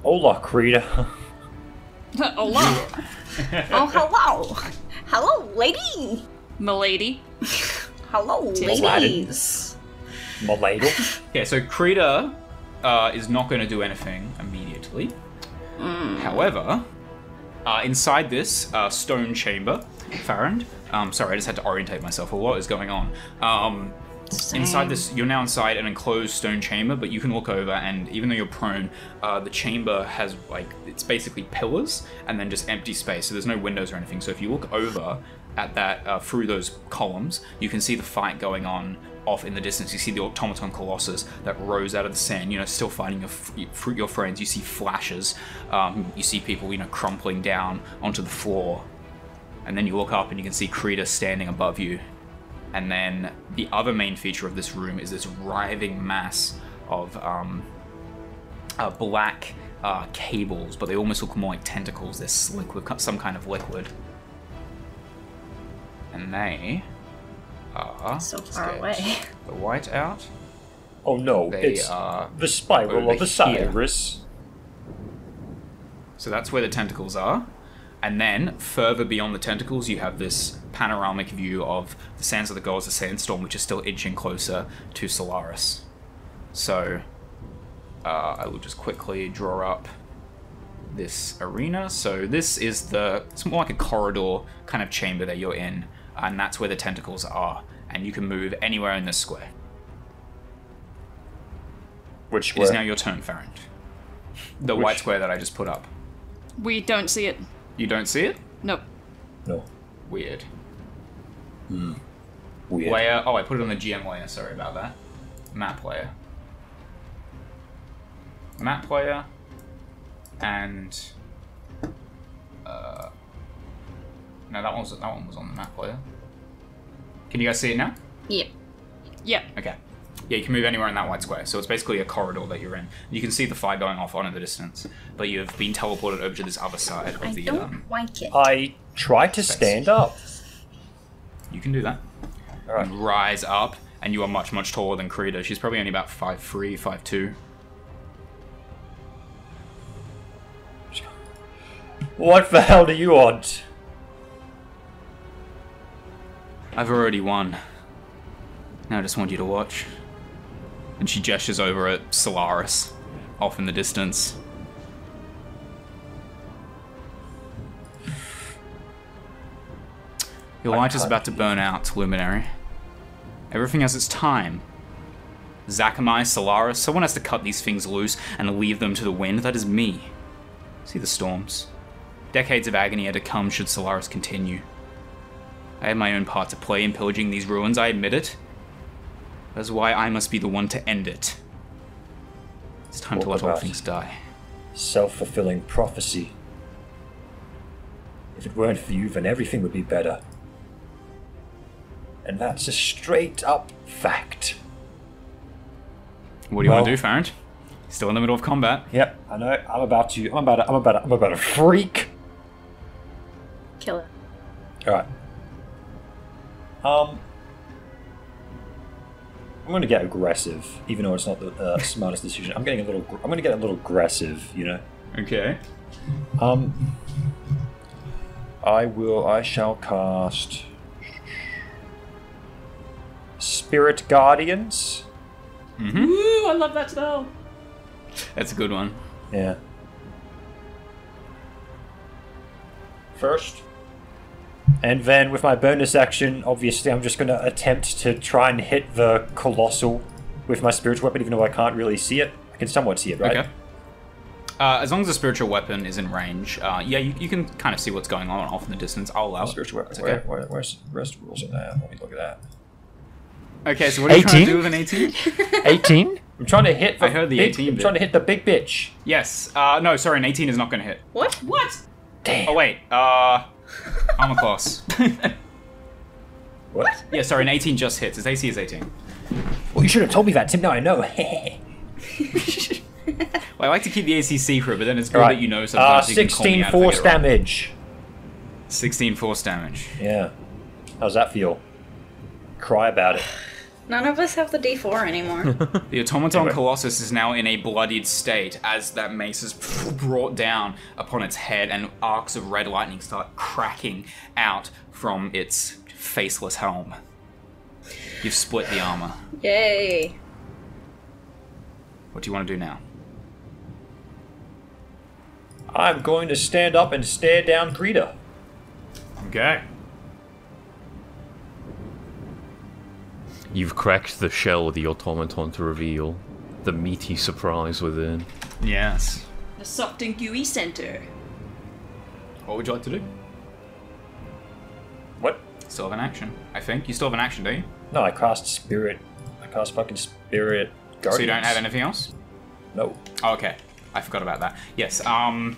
[SPEAKER 3] Hola, Krita.
[SPEAKER 4] a lot.
[SPEAKER 2] Oh, hello! Hello, lady!
[SPEAKER 4] Milady.
[SPEAKER 2] Hello, ladies!
[SPEAKER 3] Milady.
[SPEAKER 1] Yeah, so Krita uh, is not going to do anything immediately. However, Uh, inside this uh, stone chamber, Farrand. Um, sorry, I just had to orientate myself. for what is going on? Um, Inside this, you're now inside an enclosed stone chamber, but you can look over, and even though you're prone, uh, the chamber has like it's basically pillars and then just empty space. So there's no windows or anything. So if you look over at that uh, through those columns, you can see the fight going on off in the distance. You see the automaton colossus that rose out of the sand. You know, still fighting your f- your- your friends. You see flashes. Um, you see people you know crumpling down onto the floor, and then you look up and you can see Krita standing above you and then the other main feature of this room is this writhing mass of um, uh, black uh, cables, but they almost look more like tentacles. They're slick with some kind of liquid. And they are
[SPEAKER 2] So far
[SPEAKER 1] get
[SPEAKER 2] away.
[SPEAKER 1] The white out.
[SPEAKER 3] Oh no,
[SPEAKER 1] They
[SPEAKER 3] it's
[SPEAKER 1] are.
[SPEAKER 3] the spiral
[SPEAKER 1] over
[SPEAKER 3] of Osiris.
[SPEAKER 1] So that's where the tentacles are. And then further beyond the tentacles, you have this panoramic view of the sands of the gods, the sandstorm, which is still inching closer to Solaris. So uh, I will just quickly draw up this arena. So this is the it's more like a corridor kind of chamber that you're in, and that's where the tentacles are. And you can move anywhere in this square.
[SPEAKER 3] Which
[SPEAKER 1] It is
[SPEAKER 3] were
[SPEAKER 1] now your turn, Farrand. The
[SPEAKER 3] Which-
[SPEAKER 1] white square that I just put up.
[SPEAKER 4] We don't see it.
[SPEAKER 1] You don't see it?
[SPEAKER 4] Nope.
[SPEAKER 3] no
[SPEAKER 1] Weird.
[SPEAKER 3] weird.
[SPEAKER 1] Layer. Oh, I put it on the GM layer. Sorry about that. Map layer. Map layer. And. Uh, no, that one was that one was on the map layer. Can you guys see it now?
[SPEAKER 2] Yep.
[SPEAKER 4] Yeah.
[SPEAKER 1] Okay. Yeah, you can move anywhere in that white square. So it's basically a corridor that you're in. You can see the fire going off on in the distance, but you've been teleported over to this other side of
[SPEAKER 2] I
[SPEAKER 1] the.
[SPEAKER 2] don't
[SPEAKER 1] Um,
[SPEAKER 2] like it.
[SPEAKER 3] I tried to stand up.
[SPEAKER 1] you can do that.
[SPEAKER 3] All right.
[SPEAKER 1] and rise up, and you are much, much taller than Krita. She's probably only about 5'3, 5'2.
[SPEAKER 3] What the hell do you want?
[SPEAKER 1] I've already won. Now I just want you to watch. And she gestures over at Solaris, off in the distance. Your
[SPEAKER 3] I
[SPEAKER 1] light is
[SPEAKER 3] can't
[SPEAKER 1] about to burn out, Luminary. Everything has its time. Zakamai, Solaris, someone has to cut these things loose and leave them to the wind. That is me. See the storms. Decades of agony are to come should Solaris continue. I had my own part to play in pillaging these ruins, I admit it. That's why I must be the one to end it. It's time to let
[SPEAKER 3] What
[SPEAKER 1] all
[SPEAKER 3] about-
[SPEAKER 1] things die.
[SPEAKER 3] Self fulfilling prophecy. If it weren't for you, then everything would be better. And that's a straight up fact.
[SPEAKER 1] What do you want
[SPEAKER 3] Well-
[SPEAKER 1] to do, Farrand? Still in the middle of combat.
[SPEAKER 3] Yep, I know. I'm about to. I'm about. To, I'm about. To, I'm about to freak.
[SPEAKER 2] Kill it.
[SPEAKER 3] All right. Um, I'm going to get aggressive, even though it's not the uh, smartest decision. I'm getting a little. gr- I'm going to get a little aggressive, you know.
[SPEAKER 1] Okay.
[SPEAKER 3] Um, I will. I shall cast Spirit Guardians.
[SPEAKER 4] Ooh, I love that spell.
[SPEAKER 1] That's a good one.
[SPEAKER 3] Yeah. First. And then with my bonus action, obviously, I'm just going to attempt to try and hit the colossal with my spiritual weapon, even though I can't really see it. I can somewhat see it, right?
[SPEAKER 1] Okay. Uh, as long as the spiritual weapon is in range, uh, yeah, you, you can kind of see what's going on off in the distance. I'll allow it.
[SPEAKER 3] Spiritual weapon.
[SPEAKER 1] It's
[SPEAKER 3] Where,
[SPEAKER 1] okay.
[SPEAKER 3] where, where's rest rules in that? Let me look at that.
[SPEAKER 1] Okay, so what are you trying
[SPEAKER 6] 18?
[SPEAKER 1] to do with an 18?
[SPEAKER 6] 18?
[SPEAKER 3] I'm trying to hit. The
[SPEAKER 1] I heard the
[SPEAKER 3] big,
[SPEAKER 1] 18
[SPEAKER 3] I'm
[SPEAKER 1] bit.
[SPEAKER 3] trying to hit the big bitch.
[SPEAKER 1] yes. Uh, no, sorry, an 18 is not going to hit.
[SPEAKER 4] What? What?
[SPEAKER 1] Oh, wait. Uh, armor class.
[SPEAKER 3] What?
[SPEAKER 1] yeah, sorry, an 18 just hits. His AC is 18.
[SPEAKER 3] Well, you should have told me that, Tim. Now I know.
[SPEAKER 1] Well, I like to keep the AC secret, but then it's good
[SPEAKER 3] Alright.
[SPEAKER 1] that you know
[SPEAKER 3] Uh,
[SPEAKER 1] sometimes. so you can call me
[SPEAKER 3] 16
[SPEAKER 1] out if I
[SPEAKER 3] force
[SPEAKER 1] get it wrong.
[SPEAKER 3] damage.
[SPEAKER 1] 16 force damage.
[SPEAKER 3] Yeah. How's that feel? Cry about it.
[SPEAKER 2] None of us have the D4 anymore.
[SPEAKER 1] The automaton
[SPEAKER 3] Anyway.
[SPEAKER 1] colossus is now in a bloodied state as that mace is brought down upon its head, and arcs of red lightning start cracking out from its faceless helm. You've split the armor.
[SPEAKER 2] Yay.
[SPEAKER 1] What do you want to do now?
[SPEAKER 3] I'm going to stand up and stare down Greta.
[SPEAKER 8] Okay.
[SPEAKER 5] You've cracked the shell of the automaton to reveal the meaty surprise within.
[SPEAKER 1] Yes.
[SPEAKER 4] The soft and gooey center.
[SPEAKER 8] What would you like to do?
[SPEAKER 3] What?
[SPEAKER 1] Still have an action, I think. You still have an action, don't you?
[SPEAKER 3] No, I cast spirit. I cast fucking spirit. Guardians.
[SPEAKER 1] So you don't have anything else?
[SPEAKER 3] No.
[SPEAKER 1] Oh, okay. I forgot about that. Yes. Um.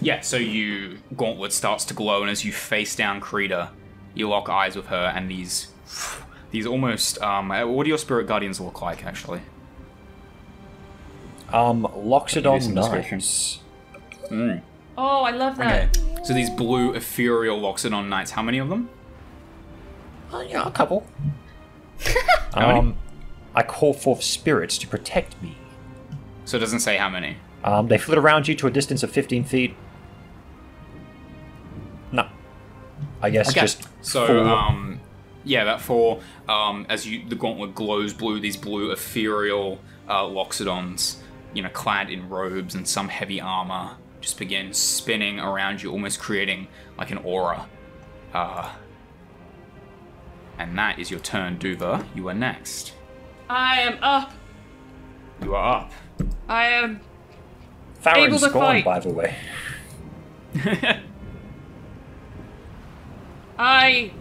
[SPEAKER 1] Yeah. So you gauntlet starts to glow, and as you face down Krita, you lock eyes with her, and these these almost um. What do your spirit guardians look like, actually?
[SPEAKER 3] Um,
[SPEAKER 1] Use
[SPEAKER 3] Loxodon
[SPEAKER 1] some discretion.
[SPEAKER 3] knives.
[SPEAKER 4] Oh, I love
[SPEAKER 1] Okay.
[SPEAKER 4] that.
[SPEAKER 1] So these blue ethereal Loxodon knights. How many of them?
[SPEAKER 3] Uh, yeah, a couple.
[SPEAKER 1] How many?
[SPEAKER 3] Um, I call forth spirits to protect me.
[SPEAKER 1] So it doesn't say how many.
[SPEAKER 3] Um, they flit around you to a distance of 15 feet. No. I guess just
[SPEAKER 1] so
[SPEAKER 3] four.
[SPEAKER 1] um yeah that four um as you the gauntlet glows blue these blue ethereal uh, loxodons you know clad in robes and some heavy armor just begin spinning around you almost creating like an aura uh and that is your turn duva you are next
[SPEAKER 4] I am up.
[SPEAKER 1] you are up
[SPEAKER 4] I am. able
[SPEAKER 3] Farron's
[SPEAKER 4] to
[SPEAKER 3] gone,
[SPEAKER 4] fight.
[SPEAKER 3] by the way.
[SPEAKER 4] I.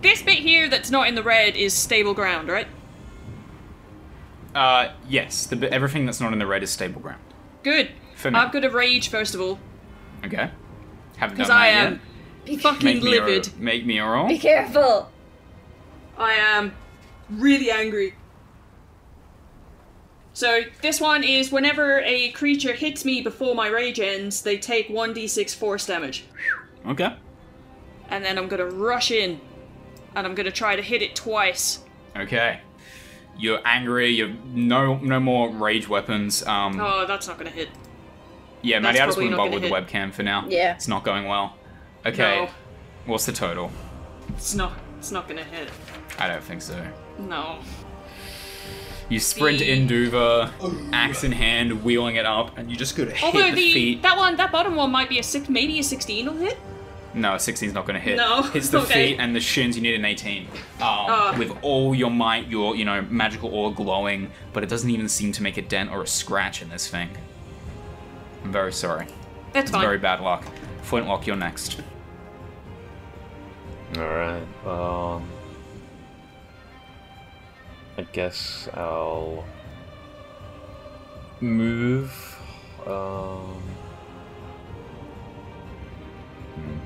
[SPEAKER 4] This bit here that's not in the red is stable ground, right?
[SPEAKER 1] uh yes the everything that's not in the red is stable ground
[SPEAKER 4] Good.
[SPEAKER 1] For now.
[SPEAKER 4] I'm gonna rage first of all
[SPEAKER 1] okay haven't done
[SPEAKER 4] because
[SPEAKER 1] that
[SPEAKER 4] I
[SPEAKER 1] yet
[SPEAKER 4] am fucking
[SPEAKER 1] make me, a,
[SPEAKER 4] livid.
[SPEAKER 1] make me a roll
[SPEAKER 2] Be careful!
[SPEAKER 4] I am really angry. So this one is whenever a creature hits me before my rage ends, they take 1d6 force damage.
[SPEAKER 1] okay
[SPEAKER 4] And then I'm gonna rush in. And I'm gonna try to hit it twice.
[SPEAKER 1] Okay. You're angry. You're no no more rage weapons. Um,
[SPEAKER 4] Oh, that's not gonna hit.
[SPEAKER 1] yeah,
[SPEAKER 4] that's
[SPEAKER 1] Matty, I just wouldn't
[SPEAKER 4] probably not
[SPEAKER 1] bother with the
[SPEAKER 4] gonna
[SPEAKER 1] webcam for now.
[SPEAKER 2] Yeah.
[SPEAKER 1] it's not going well. Okay,
[SPEAKER 4] No,
[SPEAKER 1] what's the total?
[SPEAKER 4] it's not it's not gonna hit.
[SPEAKER 1] I don't think so.
[SPEAKER 4] No.
[SPEAKER 1] You sprint
[SPEAKER 4] The-
[SPEAKER 1] in Duva, axe in hand, wheeling it up, and you just go to hit
[SPEAKER 4] Although
[SPEAKER 1] the,
[SPEAKER 4] the,
[SPEAKER 1] feet.
[SPEAKER 4] that one that bottom one might be a six maybe a sixteen will hit.
[SPEAKER 1] No, 16's not going to hit.
[SPEAKER 4] No,
[SPEAKER 1] Hits the
[SPEAKER 4] okay.
[SPEAKER 1] feet and the shins. You need an 18. Um,
[SPEAKER 4] Ah.
[SPEAKER 1] With all your might, your you know magical aura glowing, but it doesn't even seem to make a dent or a scratch in this thing. I'm very sorry.
[SPEAKER 4] That's
[SPEAKER 1] It's
[SPEAKER 4] fine.
[SPEAKER 1] very bad luck. Flintlock, you're next.
[SPEAKER 5] Alright, um. I guess I'll. Move. Um. hmm.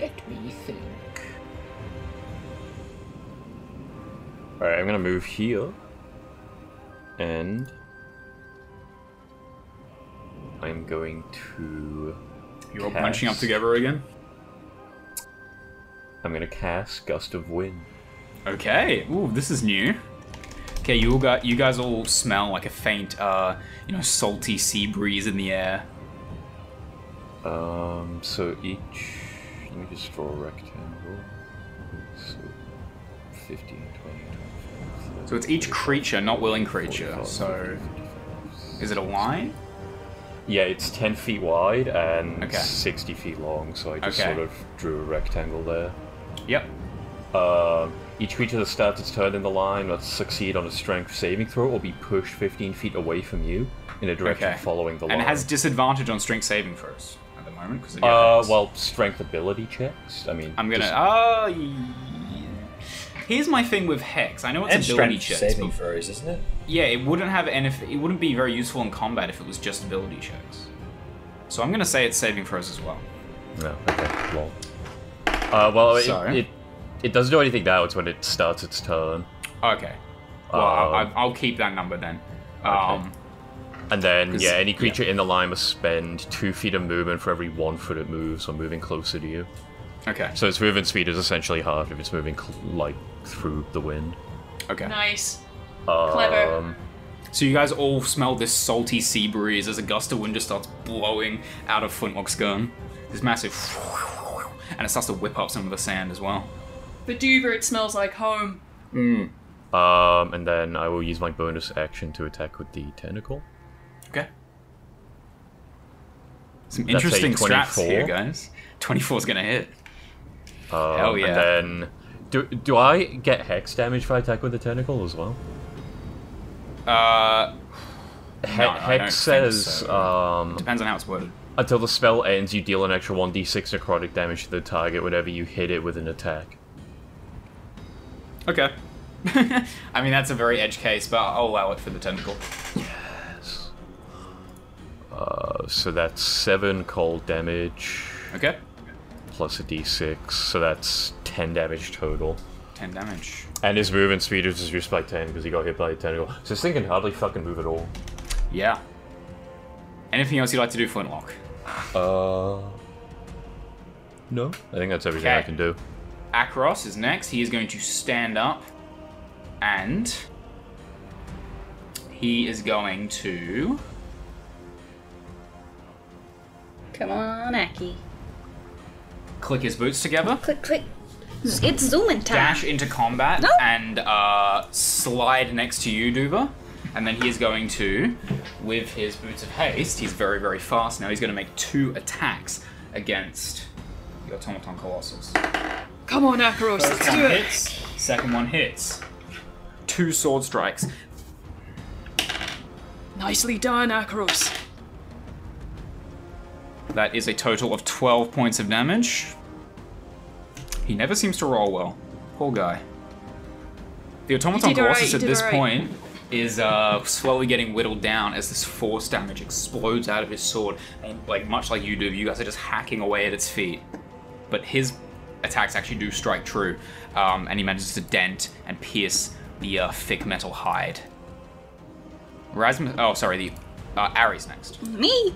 [SPEAKER 7] Let me think.
[SPEAKER 5] Alright, I'm gonna move here. And. I'm going to.
[SPEAKER 1] You're all
[SPEAKER 5] Cast.
[SPEAKER 1] punching up together again.
[SPEAKER 5] I'm gonna cast Gust of Wind.
[SPEAKER 1] Okay. Ooh, this is new. Okay, you all got you guys all smell like a faint, uh, you know, salty sea breeze in the air.
[SPEAKER 5] Um, so each. Let me just draw a rectangle. So 15, 20, 25,
[SPEAKER 1] So it's each creature, not willing creature.
[SPEAKER 5] 45,
[SPEAKER 1] So
[SPEAKER 5] 55.
[SPEAKER 1] is it a line?
[SPEAKER 5] Yeah, it's 10 feet wide and
[SPEAKER 1] Okay.
[SPEAKER 5] 60 feet long, so I just
[SPEAKER 1] Okay.
[SPEAKER 5] sort of drew a rectangle there.
[SPEAKER 1] Yep.
[SPEAKER 5] Um, each creature that starts its turn in the line must succeed on a strength saving throw or be pushed 15 feet away from you in a direction
[SPEAKER 1] Okay.
[SPEAKER 5] following the line.
[SPEAKER 1] And it has disadvantage on strength saving throws at the moment because
[SPEAKER 5] uh, well, strength ability checks. I mean,
[SPEAKER 1] I'm gonna.
[SPEAKER 5] just-
[SPEAKER 1] Uh, yeah. Here's my thing with hex. I know it's
[SPEAKER 3] and
[SPEAKER 1] ability
[SPEAKER 3] strength
[SPEAKER 1] checks,
[SPEAKER 3] saving
[SPEAKER 1] but
[SPEAKER 3] throws, isn't it?
[SPEAKER 1] Yeah, it wouldn't have any. It wouldn't be very useful in combat if it was just ability checks. So I'm gonna say it's saving throws as well.
[SPEAKER 5] No, okay, lol. Uh, well, it,
[SPEAKER 1] Sorry.
[SPEAKER 5] it it doesn't do anything now. It's when it starts its turn,
[SPEAKER 1] Okay. Well,
[SPEAKER 5] Um,
[SPEAKER 1] I, I- I'll keep that number then. Um,
[SPEAKER 5] and then
[SPEAKER 1] 'Cause-
[SPEAKER 5] yeah, any creature in the line must spend two feet of movement for every one foot it moves, or moving closer to you.
[SPEAKER 1] okay.
[SPEAKER 5] So its movement speed is essentially halved if it's moving cl- like through the wind.
[SPEAKER 1] Okay.
[SPEAKER 4] Nice.
[SPEAKER 5] Um,
[SPEAKER 4] Clever.
[SPEAKER 1] So you guys all smell this salty sea breeze as a gust of wind just starts blowing out of Flintlock's gun. This massive, and it starts to whip up some of the sand as well.
[SPEAKER 4] For Duver it smells like home.
[SPEAKER 5] Um, and then I will use my bonus action to attack with the tentacle.
[SPEAKER 1] Okay. Some
[SPEAKER 5] That's a
[SPEAKER 1] interesting straps
[SPEAKER 5] 24.
[SPEAKER 1] here, guys. 24's gonna hit.
[SPEAKER 5] Um,
[SPEAKER 1] Hell yeah.
[SPEAKER 5] And then, do, do I get hex damage if I attack with the tentacle as well?
[SPEAKER 1] Uh,
[SPEAKER 5] He-
[SPEAKER 1] No, I don't
[SPEAKER 5] hex
[SPEAKER 1] think
[SPEAKER 5] says
[SPEAKER 1] so.
[SPEAKER 5] um,
[SPEAKER 1] depends on how it's worded.
[SPEAKER 5] until the spell ends, you deal an extra 1d6 necrotic damage to the target whenever you hit it with an attack.
[SPEAKER 1] Okay. I mean, that's a very edge case, but I'll allow it for the tentacle.
[SPEAKER 5] Uh, so that's 7 cold damage
[SPEAKER 1] Okay.
[SPEAKER 5] plus a d6, so that's 10 damage total.
[SPEAKER 1] 10 damage.
[SPEAKER 5] And his movement speed is just reduced by 10 because he got hit by a tentacle. So this thing can hardly fucking move at all.
[SPEAKER 1] Yeah. Anything else you'd like to do, Flintlock?
[SPEAKER 5] Uh. No? I think that's everything I
[SPEAKER 1] Okay.
[SPEAKER 5] can do.
[SPEAKER 1] Akros is next. He is going to stand up and he is going to.
[SPEAKER 2] Come on, Aki.
[SPEAKER 1] click his boots together,
[SPEAKER 2] Click, click. Z- It's zooming time.
[SPEAKER 1] dash into combat,
[SPEAKER 2] No.
[SPEAKER 1] and uh, slide next to you, Duva. And then he is going to, with his boots of haste, he's very, very fast now. He's going to make two attacks against the automaton colossals.
[SPEAKER 4] Come on, Akros, let's
[SPEAKER 1] First
[SPEAKER 4] do
[SPEAKER 1] one
[SPEAKER 4] it.
[SPEAKER 1] hits. Second one hits. Two sword strikes.
[SPEAKER 4] Nicely done, Akros.
[SPEAKER 1] That is a total of 12 points of damage. He never seems to roll well. Poor guy. The automaton
[SPEAKER 4] did alright,
[SPEAKER 1] colossus
[SPEAKER 4] you
[SPEAKER 1] at
[SPEAKER 4] did
[SPEAKER 1] this
[SPEAKER 4] alright.
[SPEAKER 1] point is uh, slowly getting whittled down as this force damage explodes out of his sword, and like much like you do, you guys are just hacking away at its feet. But his attacks actually do strike true, um, and he manages to dent and pierce the uh, thick metal hide. Rasmus, oh sorry, the uh, Ares next.
[SPEAKER 2] Me.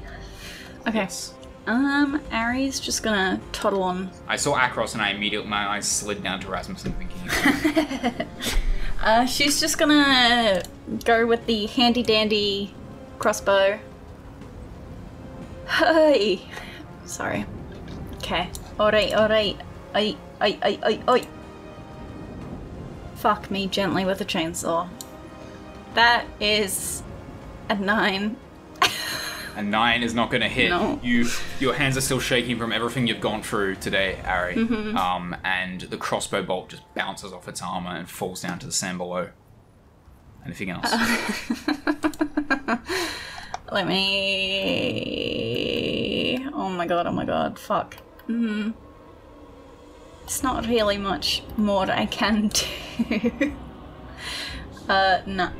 [SPEAKER 2] Okay.
[SPEAKER 1] Yes.
[SPEAKER 2] Um, Ari's just gonna toddle on.
[SPEAKER 1] I saw Akros and I immediately my eyes slid down to Rasmussen thinking
[SPEAKER 2] Uh, she's just gonna go with the handy dandy crossbow. Hey. Sorry. Okay. All right. All right. I. I. I. I. I. Fuck me gently with a chainsaw. That is a nine.
[SPEAKER 1] a nine is not going to hit.
[SPEAKER 2] No.
[SPEAKER 1] You, your hands are still shaking from everything you've gone through today, Ari. Um, and the crossbow bolt just bounces off its armor and falls down to the sand below. Anything else?
[SPEAKER 2] Let me. Oh my god, oh my god, fuck. Mm. It's not really much more I can do. uh, no.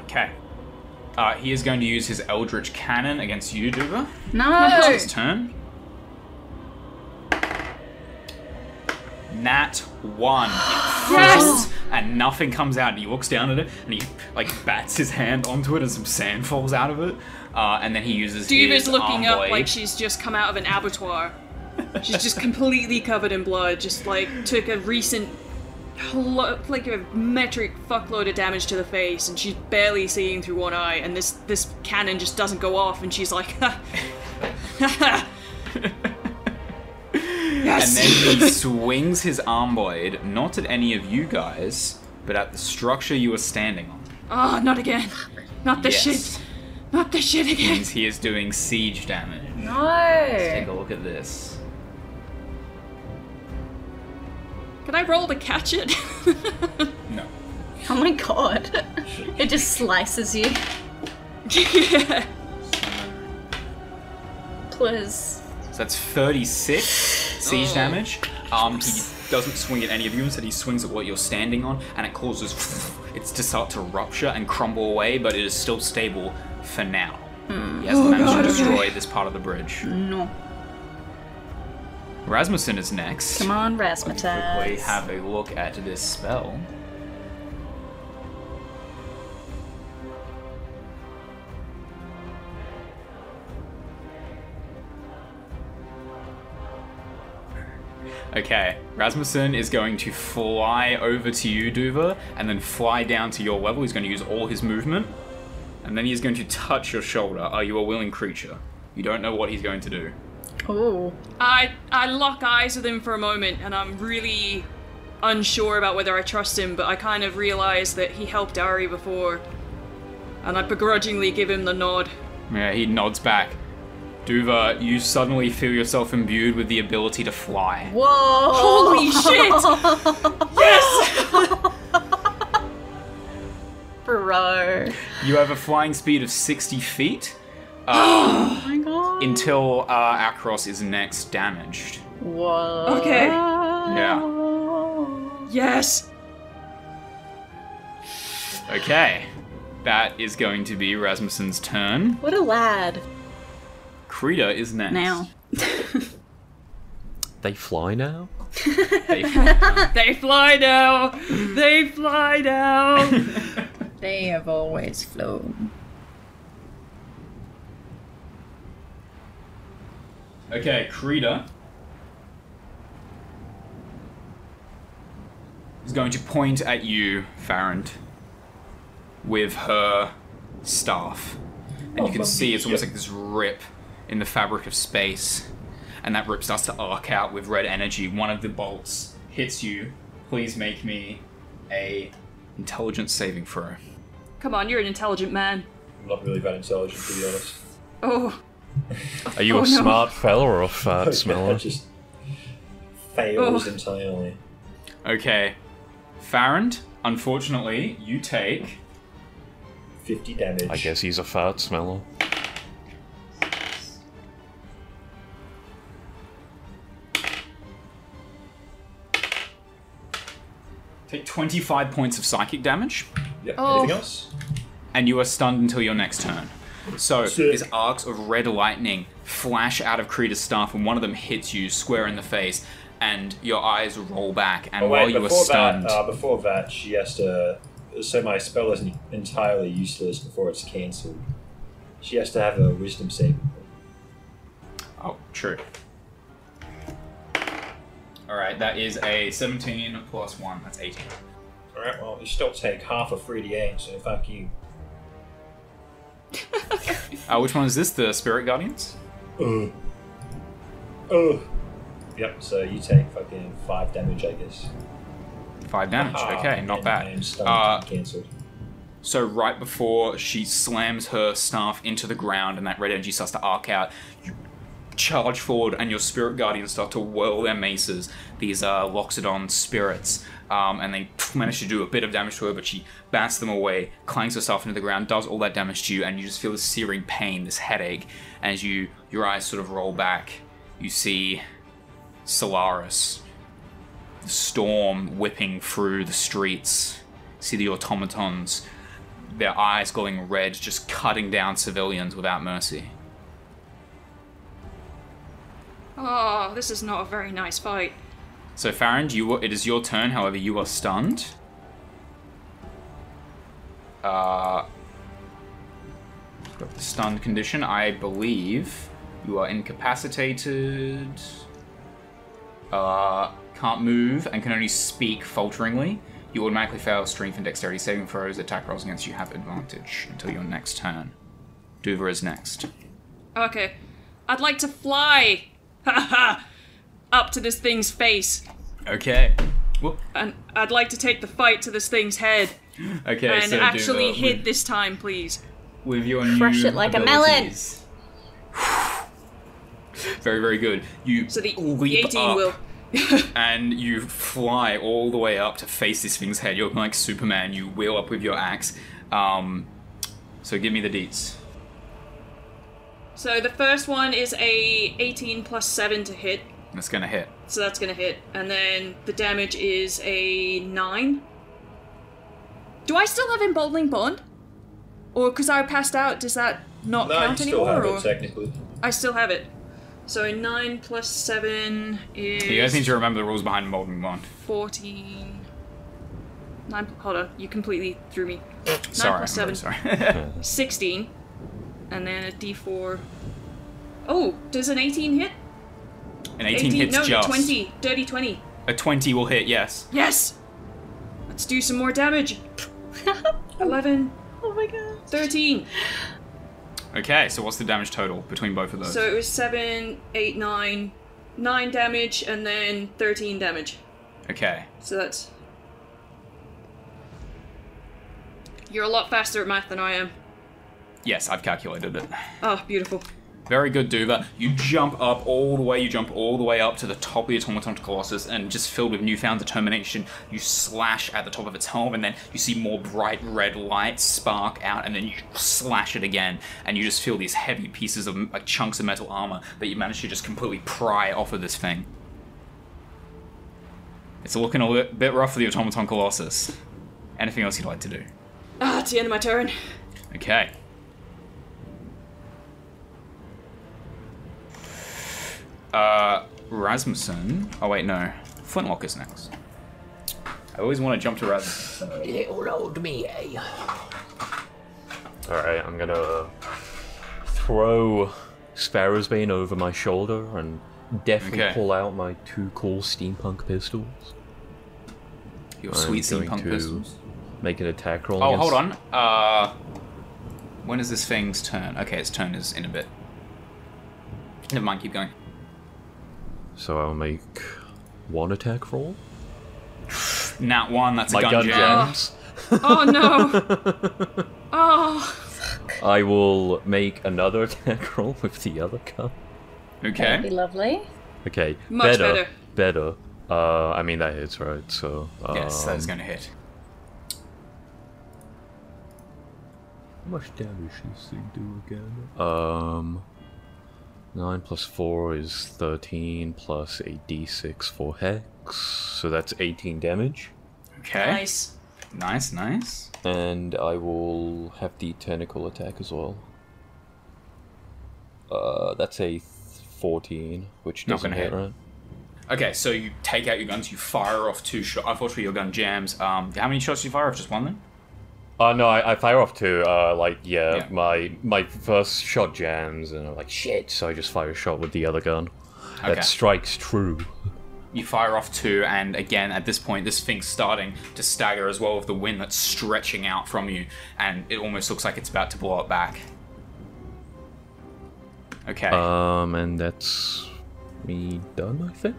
[SPEAKER 1] okay. Uh, he is going to use his Eldritch Cannon against you, Duva.
[SPEAKER 2] No!
[SPEAKER 1] His turn. Nat one.
[SPEAKER 4] Yes!
[SPEAKER 1] and nothing comes out. And he looks down at it, and he like bats his hand onto it, and some sand falls out of it. Uh, and then he uses.
[SPEAKER 4] Diva's
[SPEAKER 1] his
[SPEAKER 4] looking
[SPEAKER 1] arm
[SPEAKER 4] up
[SPEAKER 1] blade.
[SPEAKER 4] like she's just come out of an abattoir. She's just completely covered in blood. Just like took a recent, lo- like a metric fuckload of damage to the face, and she's barely seeing through one eye. And this this cannon just doesn't go off, and she's like,
[SPEAKER 1] and then he swings his arm blade not at any of you guys, but at the structure you are standing on.
[SPEAKER 4] "Ah, not again, not this
[SPEAKER 1] yes,
[SPEAKER 4] shit, not this shit again."
[SPEAKER 1] means he is doing siege damage. Take
[SPEAKER 2] No!
[SPEAKER 1] a look at this.
[SPEAKER 4] Can I roll to catch it?
[SPEAKER 1] No.
[SPEAKER 2] Oh my god. it just slices you.
[SPEAKER 4] yeah.
[SPEAKER 2] Please.
[SPEAKER 1] So that's 36 siege damage. Um, he doesn't swing at any of you, instead he swings at what you're standing on, and it causes it's to start to rupture and crumble away, but it is still stable for now. He hasn't managed to destroy this part of the bridge.
[SPEAKER 2] No.
[SPEAKER 1] Rasmussen is next.
[SPEAKER 2] Come on,
[SPEAKER 1] Quickly
[SPEAKER 2] Rasmatas.
[SPEAKER 1] have a look at this spell. Okay, Rasmussen is going to fly over to you, Duva, and then fly down to your level. He's going to use all his movement, and then he's going to touch your shoulder. Are you a willing creature? You don't know what he's going to do.
[SPEAKER 2] Ooh.
[SPEAKER 4] I I lock eyes with him for a moment, and I'm really unsure about whether I trust him. But I kind of realize that he helped Ari before, and I begrudgingly give him the nod.
[SPEAKER 1] Yeah, he nods back. Duva, you suddenly feel yourself imbued with the ability to fly.
[SPEAKER 2] Whoa!
[SPEAKER 4] Holy
[SPEAKER 2] Oh.
[SPEAKER 4] shit! yes!
[SPEAKER 2] Bro.
[SPEAKER 1] You have a flying speed of 60 feet
[SPEAKER 2] Oh my god.
[SPEAKER 1] until uh, Akros is next damaged.
[SPEAKER 2] Whoa.
[SPEAKER 4] Okay.
[SPEAKER 1] Yeah.
[SPEAKER 4] Yes.
[SPEAKER 1] Okay. That is going to be Rasmussen's turn.
[SPEAKER 2] What a lad.
[SPEAKER 1] Krita is next.
[SPEAKER 2] Now.
[SPEAKER 5] They fly now?
[SPEAKER 1] They-
[SPEAKER 4] They fly now. They fly now.
[SPEAKER 9] They have always flown.
[SPEAKER 1] okay, Krita is going to point at you, Farrand, with her staff. And you can see it's almost like this rip in the fabric of space. And that rip starts to arc out with red energy. One of the bolts hits you. Please make me a intelligence saving throw.
[SPEAKER 4] Come on, you're an intelligent man.
[SPEAKER 3] I'm not really that intelligent, to be honest.
[SPEAKER 4] Oh,
[SPEAKER 5] Are you
[SPEAKER 4] Oh,
[SPEAKER 5] a
[SPEAKER 4] no.
[SPEAKER 5] smart fella or a fat
[SPEAKER 3] I
[SPEAKER 5] smeller?
[SPEAKER 3] just fails
[SPEAKER 4] Oh.
[SPEAKER 3] entirely.
[SPEAKER 1] Okay. Farrand, unfortunately, you take
[SPEAKER 3] 50 damage.
[SPEAKER 5] I guess he's a fat smeller.
[SPEAKER 1] take 25 points of psychic damage,
[SPEAKER 3] Yep.
[SPEAKER 4] Oh.
[SPEAKER 3] Anything else?
[SPEAKER 1] and you are stunned until your next turn. So,
[SPEAKER 3] Sick.
[SPEAKER 1] these arcs of red lightning flash out of Krita's staff, and one of them hits you square in the face, and your eyes roll back, and
[SPEAKER 3] Oh,
[SPEAKER 1] while
[SPEAKER 3] wait,
[SPEAKER 1] you are
[SPEAKER 3] before that,
[SPEAKER 1] stunned.
[SPEAKER 3] uh, before that, she has to. So my spell isn't entirely useless before it's cancelled. She has to have a wisdom save.
[SPEAKER 1] Oh, true. Alright, that is a 17 plus 1, that's 18.
[SPEAKER 3] Alright, well, you still take half of 3d8, so fuck you.
[SPEAKER 1] Uh, which one is this? The Spirit Guardians?
[SPEAKER 3] Ugh. Ugh. Yep, so you take fucking 5 damage, I guess.
[SPEAKER 1] 5 damage,
[SPEAKER 3] Ah,
[SPEAKER 1] okay, not
[SPEAKER 3] and I
[SPEAKER 1] bad.
[SPEAKER 3] am stunned
[SPEAKER 1] Uh,
[SPEAKER 3] and cancelled.
[SPEAKER 1] So right before she slams her staff into the ground and that red energy starts to arc out, you charge forward and your spirit guardians start to whirl their maces, these uh, Loxodon spirits, um, and they manage to do a bit of damage to her, but she bats them away, clangs herself into the ground, does all that damage to you, and you just feel this searing pain, this headache, as you your eyes sort of roll back. You see Solaris, the storm whipping through the streets. See the automatons their eyes glowing red, just cutting down civilians without mercy.
[SPEAKER 4] oh, this is not a very nice fight.
[SPEAKER 1] So, Farrand, you it is your turn. However, you are stunned. Uh, got the stunned condition. I believe you are incapacitated. Uh, can't move and can only speak falteringly. You automatically fail strength and dexterity saving throws. Attack rolls against you have advantage until your next turn. Duva is next.
[SPEAKER 4] Okay, I'd like to fly. Ha ha! Up to this thing's face,
[SPEAKER 1] Okay. Whoop.
[SPEAKER 4] and I'd like to take the fight to this thing's head
[SPEAKER 1] Okay,
[SPEAKER 4] and
[SPEAKER 1] so
[SPEAKER 4] actually
[SPEAKER 1] Duva,
[SPEAKER 4] hit
[SPEAKER 1] with-
[SPEAKER 4] this time, please.
[SPEAKER 1] with your new
[SPEAKER 2] Crush it like a melon.
[SPEAKER 1] abilities. very, very good. You
[SPEAKER 4] So the, the
[SPEAKER 1] leap
[SPEAKER 4] 18
[SPEAKER 1] up
[SPEAKER 4] will.
[SPEAKER 1] and you fly all the way up to face this thing's head. You're like Superman. You wheel up with your axe. Um, so give me the deets.
[SPEAKER 4] So the first one is a 18 plus 7 to hit,
[SPEAKER 1] That's gonna hit.
[SPEAKER 4] so that's gonna hit. And then the damage is a 9. Do I still have Emboldening Bond? Or because I passed out, does that not
[SPEAKER 3] No, you
[SPEAKER 4] count
[SPEAKER 3] still
[SPEAKER 4] anymore?
[SPEAKER 3] have
[SPEAKER 4] or?
[SPEAKER 3] it, technically.
[SPEAKER 4] I still have it. So 9 plus 7 is.
[SPEAKER 1] You guys need to remember the rules behind Molten Bond.
[SPEAKER 4] 14. 9. pl- Hold on, you completely threw me. 9
[SPEAKER 1] Sorry,
[SPEAKER 4] plus
[SPEAKER 1] I'm
[SPEAKER 4] 7.
[SPEAKER 1] very sorry.
[SPEAKER 4] 16. And then a d4. Oh, does an 18 hit?
[SPEAKER 1] An 18, hits
[SPEAKER 4] no,
[SPEAKER 1] just.
[SPEAKER 4] 20. Dirty 20.
[SPEAKER 1] A 20 will hit. Yes.
[SPEAKER 4] Yes! Let's do some more damage. 11,
[SPEAKER 2] Oh my god.
[SPEAKER 4] 13.
[SPEAKER 1] Okay. So what's the damage total between both of those?
[SPEAKER 4] So it was 7, 8, 9, 9 damage, and then 13 damage.
[SPEAKER 1] okay.
[SPEAKER 4] So that's. You're a lot faster at math than I am.
[SPEAKER 1] Yes, I've calculated it.
[SPEAKER 4] Oh, beautiful.
[SPEAKER 1] Very good, Duva. You jump up all the way, you jump all the way up to the top of the automaton colossus, and just filled with newfound determination, you slash at the top of its helm, and then you see more bright red light spark out, and then you slash it again, and you just feel these heavy pieces of like chunks of metal armor that you manage to just completely pry off of this thing. It's looking a li- bit rough for the automaton colossus. Anything else you'd like to do?
[SPEAKER 4] Ah, it's the end of my turn.
[SPEAKER 1] Okay. Uh, Rasmussen. Oh wait, no. Flintlock is next. I always want to jump to Rasmussen.
[SPEAKER 7] Little old me, eh?
[SPEAKER 5] Alright, I'm gonna throw Sparrow's Bane over my shoulder and definitely
[SPEAKER 1] Okay.
[SPEAKER 5] pull out my two cool steampunk pistols.
[SPEAKER 1] Your
[SPEAKER 5] I'm
[SPEAKER 1] sweet
[SPEAKER 5] going
[SPEAKER 1] steampunk
[SPEAKER 5] to
[SPEAKER 1] pistols.
[SPEAKER 5] Make an attack roll.
[SPEAKER 1] Oh,
[SPEAKER 5] against-
[SPEAKER 1] hold on. Uh, when is this thing's turn? Okay, its turn is in a bit. Never mind. Keep going.
[SPEAKER 5] So I'll make one attack roll.
[SPEAKER 1] Nat one. That's a
[SPEAKER 5] my
[SPEAKER 1] gun,
[SPEAKER 5] gun
[SPEAKER 1] jam.
[SPEAKER 5] jams.
[SPEAKER 4] Oh no. oh.
[SPEAKER 5] I will make another attack roll with the other gun.
[SPEAKER 1] Okay.
[SPEAKER 2] That'd be lovely.
[SPEAKER 5] Okay,
[SPEAKER 4] Much
[SPEAKER 5] better, better. Uh, I mean that hits right, so um,
[SPEAKER 1] Yes, that is going to hit.
[SPEAKER 5] How much damage does this thing do again? Um, nine plus four is thirteen plus a d6 for hex, so that's eighteen damage.
[SPEAKER 1] Okay.
[SPEAKER 4] Nice.
[SPEAKER 1] Nice. Nice.
[SPEAKER 5] And I will have the tentacle attack as well. Uh, that's a th- fourteen, which
[SPEAKER 1] Not
[SPEAKER 5] doesn't
[SPEAKER 1] gonna
[SPEAKER 5] hit,
[SPEAKER 1] hit.
[SPEAKER 5] right?
[SPEAKER 1] Okay, so you take out your guns, you fire off two shots. Unfortunately, your gun jams. Um, how many shots do you fire off? Just one then?
[SPEAKER 5] Uh, no, I, I fire off two. Uh, like yeah,
[SPEAKER 1] Yeah.
[SPEAKER 5] my my first shot jams, and I'm like shit, so I just fire a shot with the other gun.
[SPEAKER 1] Okay.
[SPEAKER 5] That strikes true.
[SPEAKER 1] You fire off two, and again, at this point, this thing's starting to stagger as well with the wind that's stretching out from you, and it almost looks like it's about to blow it back. Okay.
[SPEAKER 5] Um, and that's me done, I think.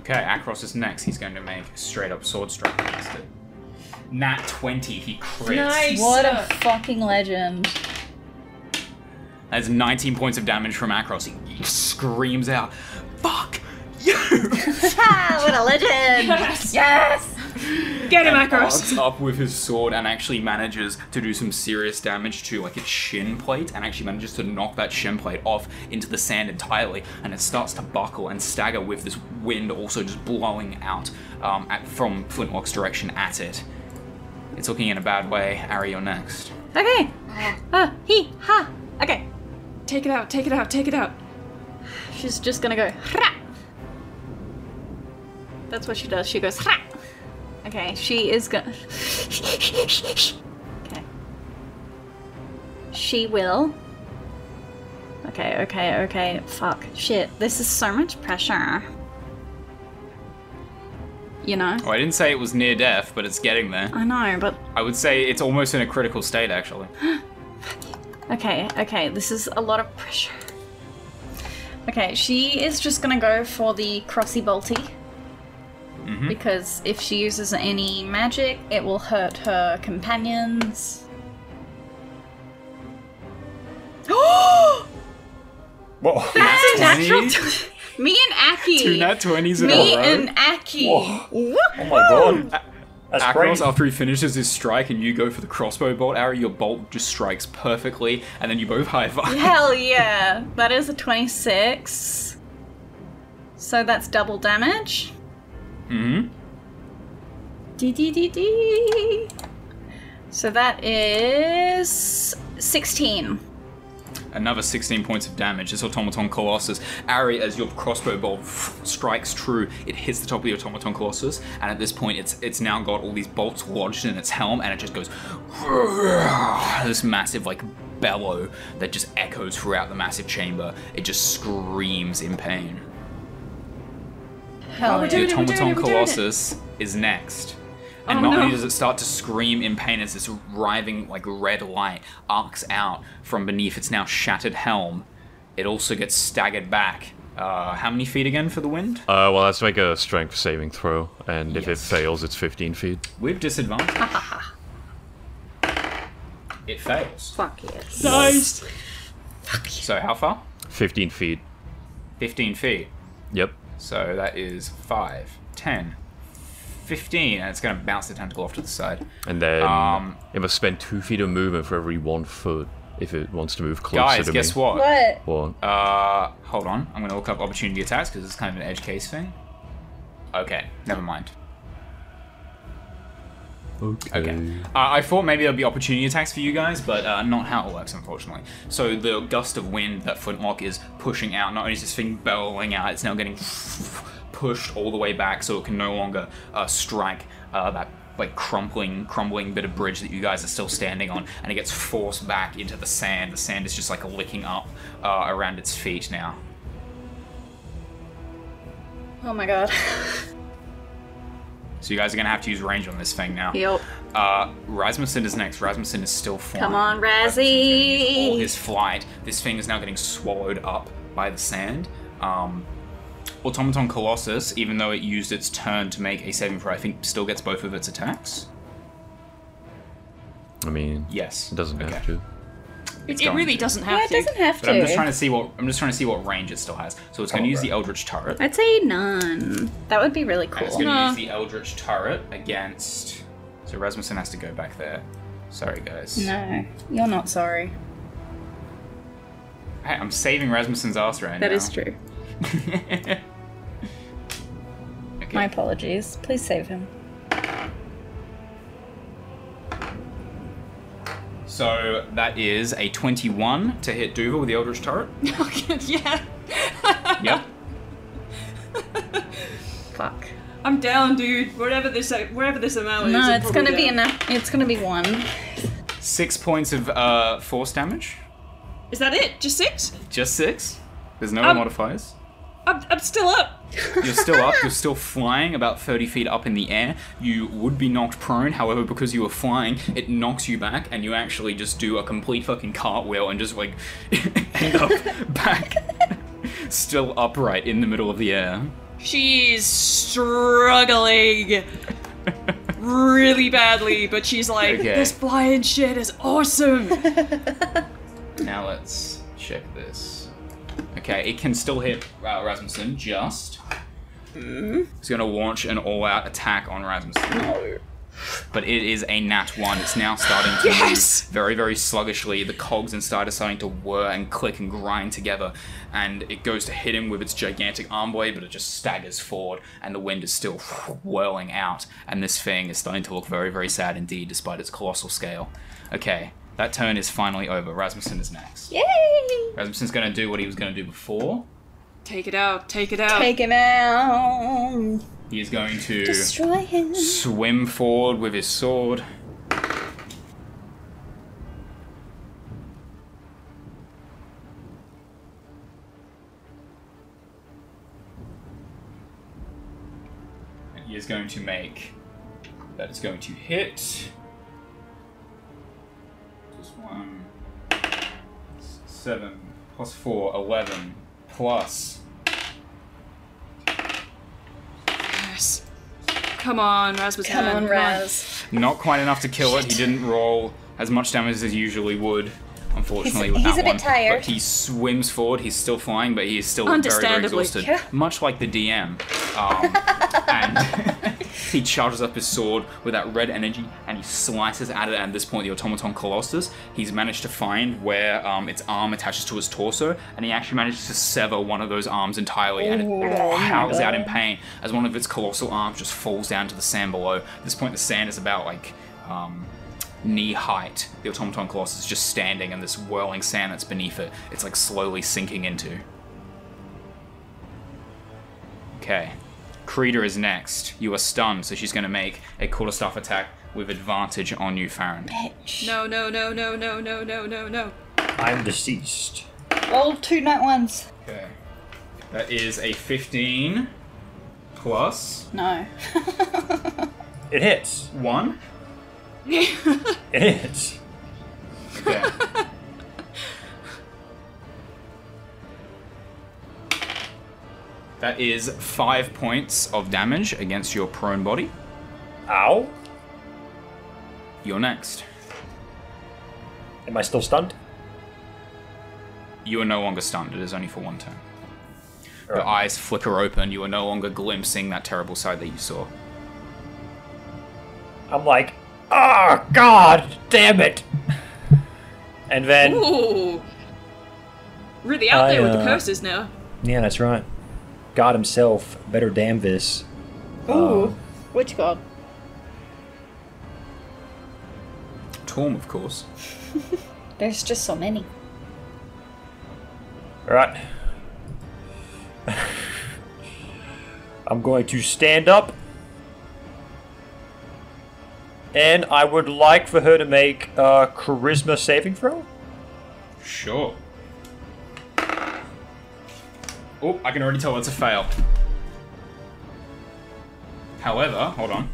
[SPEAKER 1] okay, Akros is next. He's going to make a straight up sword strike against it. Nat 20, he crits.
[SPEAKER 4] Nice.
[SPEAKER 2] What a fucking legend.
[SPEAKER 1] That's 19 points of damage from Akros. He, he screams out, Fuck you!
[SPEAKER 2] Ah, what a legend!
[SPEAKER 4] Yes.
[SPEAKER 2] Yes!
[SPEAKER 4] Get him,
[SPEAKER 1] and
[SPEAKER 4] Akros.
[SPEAKER 1] arcs up with his sword and actually manages to do some serious damage to like its shin plate and actually manages to knock that shin plate off into the sand entirely and it starts to buckle and stagger with this wind also just blowing out um, at, from Flintlock's direction at it. It's looking in a bad way. Ari, you're next.
[SPEAKER 2] Okay. Ah, he, ha. Okay.
[SPEAKER 4] Take it out. Take it out. Take it out.
[SPEAKER 2] She's just gonna go, hra! That's what she does. She goes, hra! Okay, she is gonna. okay. She will. Okay, okay, okay. Fuck. Shit. This is so much pressure. You know?
[SPEAKER 1] Oh, I didn't say it was near death, but it's getting there.
[SPEAKER 2] I know, but
[SPEAKER 1] I would say it's almost in a critical state actually.
[SPEAKER 2] Okay, okay, this is a lot of pressure. Okay, she is just gonna go for the crossy bolty.
[SPEAKER 3] Mm-hmm.
[SPEAKER 2] Because if she uses any magic, it will hurt her companions.
[SPEAKER 3] Whoa.
[SPEAKER 2] That's a natural.
[SPEAKER 1] Twenty?
[SPEAKER 2] tw- Me and Aki.
[SPEAKER 1] twenties
[SPEAKER 2] Me and Aki.
[SPEAKER 3] Whoa.
[SPEAKER 2] Whoop.
[SPEAKER 3] Oh my god. That's
[SPEAKER 1] Akros,
[SPEAKER 3] crazy.
[SPEAKER 1] after he finishes his strike and you go for the crossbow bolt, Ari, your bolt just strikes perfectly, and then you both high five.
[SPEAKER 2] Hell yeah! That is a 26. So that's double damage.
[SPEAKER 1] Mhm.
[SPEAKER 2] Dee dee dee dee. So that is 16.
[SPEAKER 1] Another 16 points of damage. This automaton colossus. Ari, as your crossbow bolt strikes true, it hits the top of the automaton colossus, and at this point, it's it's now got all these bolts lodged in its helm, and it just goes this massive like bellow that just echoes throughout the massive chamber. It just screams in pain.
[SPEAKER 2] Hell yeah.
[SPEAKER 1] The
[SPEAKER 4] doing it, we're doing
[SPEAKER 1] automaton
[SPEAKER 4] it, we're doing it.
[SPEAKER 1] colossus is next. And
[SPEAKER 4] Oh,
[SPEAKER 1] not only
[SPEAKER 4] no.
[SPEAKER 1] does it start to scream in pain as this writhing, like red light arcs out from beneath its now shattered helm, it also gets staggered back. Uh, how many feet again for the wind?
[SPEAKER 5] Uh, well, let's make a strength saving throw, and if it
[SPEAKER 1] Yes.
[SPEAKER 5] fails, it's 15 feet.
[SPEAKER 1] With disadvantage. it fails.
[SPEAKER 2] Fuck yes.
[SPEAKER 4] Nice.
[SPEAKER 1] So how far?
[SPEAKER 5] 15 feet.
[SPEAKER 1] 15 feet.
[SPEAKER 5] Yep.
[SPEAKER 1] So that is 5, 10, 15, and it's going to bounce the tentacle off to the side.
[SPEAKER 5] And then
[SPEAKER 1] Um,
[SPEAKER 5] it must spend two feet of movement for every one foot if it wants to move closer
[SPEAKER 1] Guys,
[SPEAKER 5] to
[SPEAKER 1] guess
[SPEAKER 5] me.
[SPEAKER 1] what?
[SPEAKER 2] What?
[SPEAKER 5] What?
[SPEAKER 1] Uh, hold on. I'm going to look up opportunity attacks because it's kind of an edge case thing. Okay, never mind.
[SPEAKER 5] okay.
[SPEAKER 1] Okay. Uh, I thought maybe there'd be opportunity attacks for you guys, but uh, not how it works, unfortunately. So the gust of wind that Flintlock is pushing out, not only is this thing bellowing out, it's now getting pushed all the way back, so it can no longer uh, strike uh, that like crumpling, crumbling bit of bridge that you guys are still standing on, and it gets forced back into the sand. The sand is just like licking up uh, around its feet now.
[SPEAKER 2] Oh my god.
[SPEAKER 1] So you guys are gonna have to use range on this thing now.
[SPEAKER 2] Yep.
[SPEAKER 1] Uh, Rasmussen is next. Rasmussen is still flying.
[SPEAKER 2] Come on,
[SPEAKER 1] all
[SPEAKER 2] Razzie.
[SPEAKER 1] his flight. This thing is now getting swallowed up by the sand. Um, Automaton Colossus, even though it used its turn to make a saving throw, I think still gets both of its attacks.
[SPEAKER 5] I mean,
[SPEAKER 1] Yes,
[SPEAKER 5] it doesn't
[SPEAKER 1] okay.
[SPEAKER 5] have to.
[SPEAKER 4] It, it
[SPEAKER 1] going
[SPEAKER 4] really
[SPEAKER 1] to.
[SPEAKER 4] doesn't have
[SPEAKER 2] Yeah, it
[SPEAKER 4] to.
[SPEAKER 2] doesn't have
[SPEAKER 1] But I'm just
[SPEAKER 2] to.
[SPEAKER 1] trying to see what I'm just trying to see what range it still has. So it's going to use the Eldritch Turret.
[SPEAKER 2] I'd say none. That would be really
[SPEAKER 1] And it's
[SPEAKER 2] cool.
[SPEAKER 1] going to
[SPEAKER 4] Nah.
[SPEAKER 1] use the Eldritch Turret against. So Rasmussen has to go back there. Sorry, guys.
[SPEAKER 2] No, you're not sorry.
[SPEAKER 1] Hey, I'm saving Rasmussen's ass right now.
[SPEAKER 2] That is true.
[SPEAKER 1] okay.
[SPEAKER 2] My apologies. Please save him.
[SPEAKER 1] So that is a 21 to hit Duval with the Eldritch Turret.
[SPEAKER 4] yeah.
[SPEAKER 1] Yep.
[SPEAKER 2] Fuck.
[SPEAKER 4] I'm down, dude. Whatever this whatever this amount is.
[SPEAKER 2] No,
[SPEAKER 4] I'm
[SPEAKER 2] it's
[SPEAKER 4] probably
[SPEAKER 2] gonna be
[SPEAKER 4] down.
[SPEAKER 2] enough. It's gonna be one.
[SPEAKER 1] Six points of uh, force damage.
[SPEAKER 4] Is that it? Just six?
[SPEAKER 1] Just six. There's no
[SPEAKER 4] Um,
[SPEAKER 1] modifiers.
[SPEAKER 4] I'm, I'm still up.
[SPEAKER 1] You're still up. You're still flying about 30 feet up in the air. You would be knocked prone. However, because you were flying, it knocks you back, and you actually just do a complete fucking cartwheel and just like end up back, still upright in the middle of the air.
[SPEAKER 4] She's struggling really badly, but she's like,
[SPEAKER 1] Okay.
[SPEAKER 4] this flying shit is awesome.
[SPEAKER 1] Now let's check this. Okay, it can still hit uh, Rasmussen, just. It's going to launch an all out attack on Rasmussen. But it is a nat 1. It's now starting to
[SPEAKER 4] Yes!
[SPEAKER 1] move very, very sluggishly. The cogs inside are starting to whir and click and grind together. And it goes to hit him with its gigantic arm blade, but it just staggers forward. And the wind is still whirling out. And this thing is starting to look very, very sad indeed, despite its colossal scale. Okay, that turn is finally over. Rasmussen is next.
[SPEAKER 2] Yay!
[SPEAKER 1] Rasmussen's going to do what he was going to do before.
[SPEAKER 4] take it out, take it out.
[SPEAKER 2] Take him out.
[SPEAKER 1] He is going to
[SPEAKER 2] Destroy him.
[SPEAKER 1] swim forward with his sword. And he is going to make. That is going to hit. Just one. s- Seven plus four, eleven plus.
[SPEAKER 4] Yes. Come on, Rasmus.
[SPEAKER 2] Come on, Raz.
[SPEAKER 1] Not quite enough to kill it. He didn't roll as much damage as he usually would. Unfortunately,
[SPEAKER 2] He's-
[SPEAKER 1] with
[SPEAKER 2] he's
[SPEAKER 1] that
[SPEAKER 2] a bit
[SPEAKER 1] one.
[SPEAKER 2] tired.
[SPEAKER 1] But he swims forward. He's still flying, but he is still very, very
[SPEAKER 4] Understandably.
[SPEAKER 1] exhausted.
[SPEAKER 2] Yeah.
[SPEAKER 1] Much like the DM. Um, and he charges up his sword with that red energy and he slices at it. And at this point, the automaton Colossus, he's managed to find where um, its arm attaches to his torso, and he actually manages to sever one of those arms entirely. And it howls out in pain as one of its colossal arms just falls down to the sand below. At this point, the sand is about like. Um, knee height the automaton colossus is just standing and this whirling sand that's beneath it it's like slowly sinking into Okay. Krita is next. You are stunned, so she's going to make a quarterstaff attack with advantage on you, Farron.
[SPEAKER 4] No, no, no, no, no, no, no, no, no.
[SPEAKER 3] I'm deceased.
[SPEAKER 2] Roll two nat ones.
[SPEAKER 1] Okay. That is a 15 plus
[SPEAKER 2] No.
[SPEAKER 3] It hits.
[SPEAKER 1] 1.
[SPEAKER 3] It hits.
[SPEAKER 1] Okay. that is 5 points of damage against your prone body.
[SPEAKER 3] Ow.
[SPEAKER 1] You're next.
[SPEAKER 3] Am I still stunned?
[SPEAKER 1] You are no longer stunned. It is only for one turn. Your eyes flicker open. You are no longer glimpsing that terrible sight that you saw.
[SPEAKER 3] I'm like, oh god, damn it! And then,
[SPEAKER 4] Ooh. Really out
[SPEAKER 3] I,
[SPEAKER 4] there with the
[SPEAKER 3] uh,
[SPEAKER 4] curses now.
[SPEAKER 3] yeah, that's right. God himself better damn this. Um,
[SPEAKER 9] Ooh, which god?
[SPEAKER 1] Torm, of course.
[SPEAKER 2] There's just so many.
[SPEAKER 3] Right. I'm going to stand up. And I would like for her to make a charisma saving throw.
[SPEAKER 8] Sure. Oh, I can already tell that's a fail.
[SPEAKER 1] However, hold on.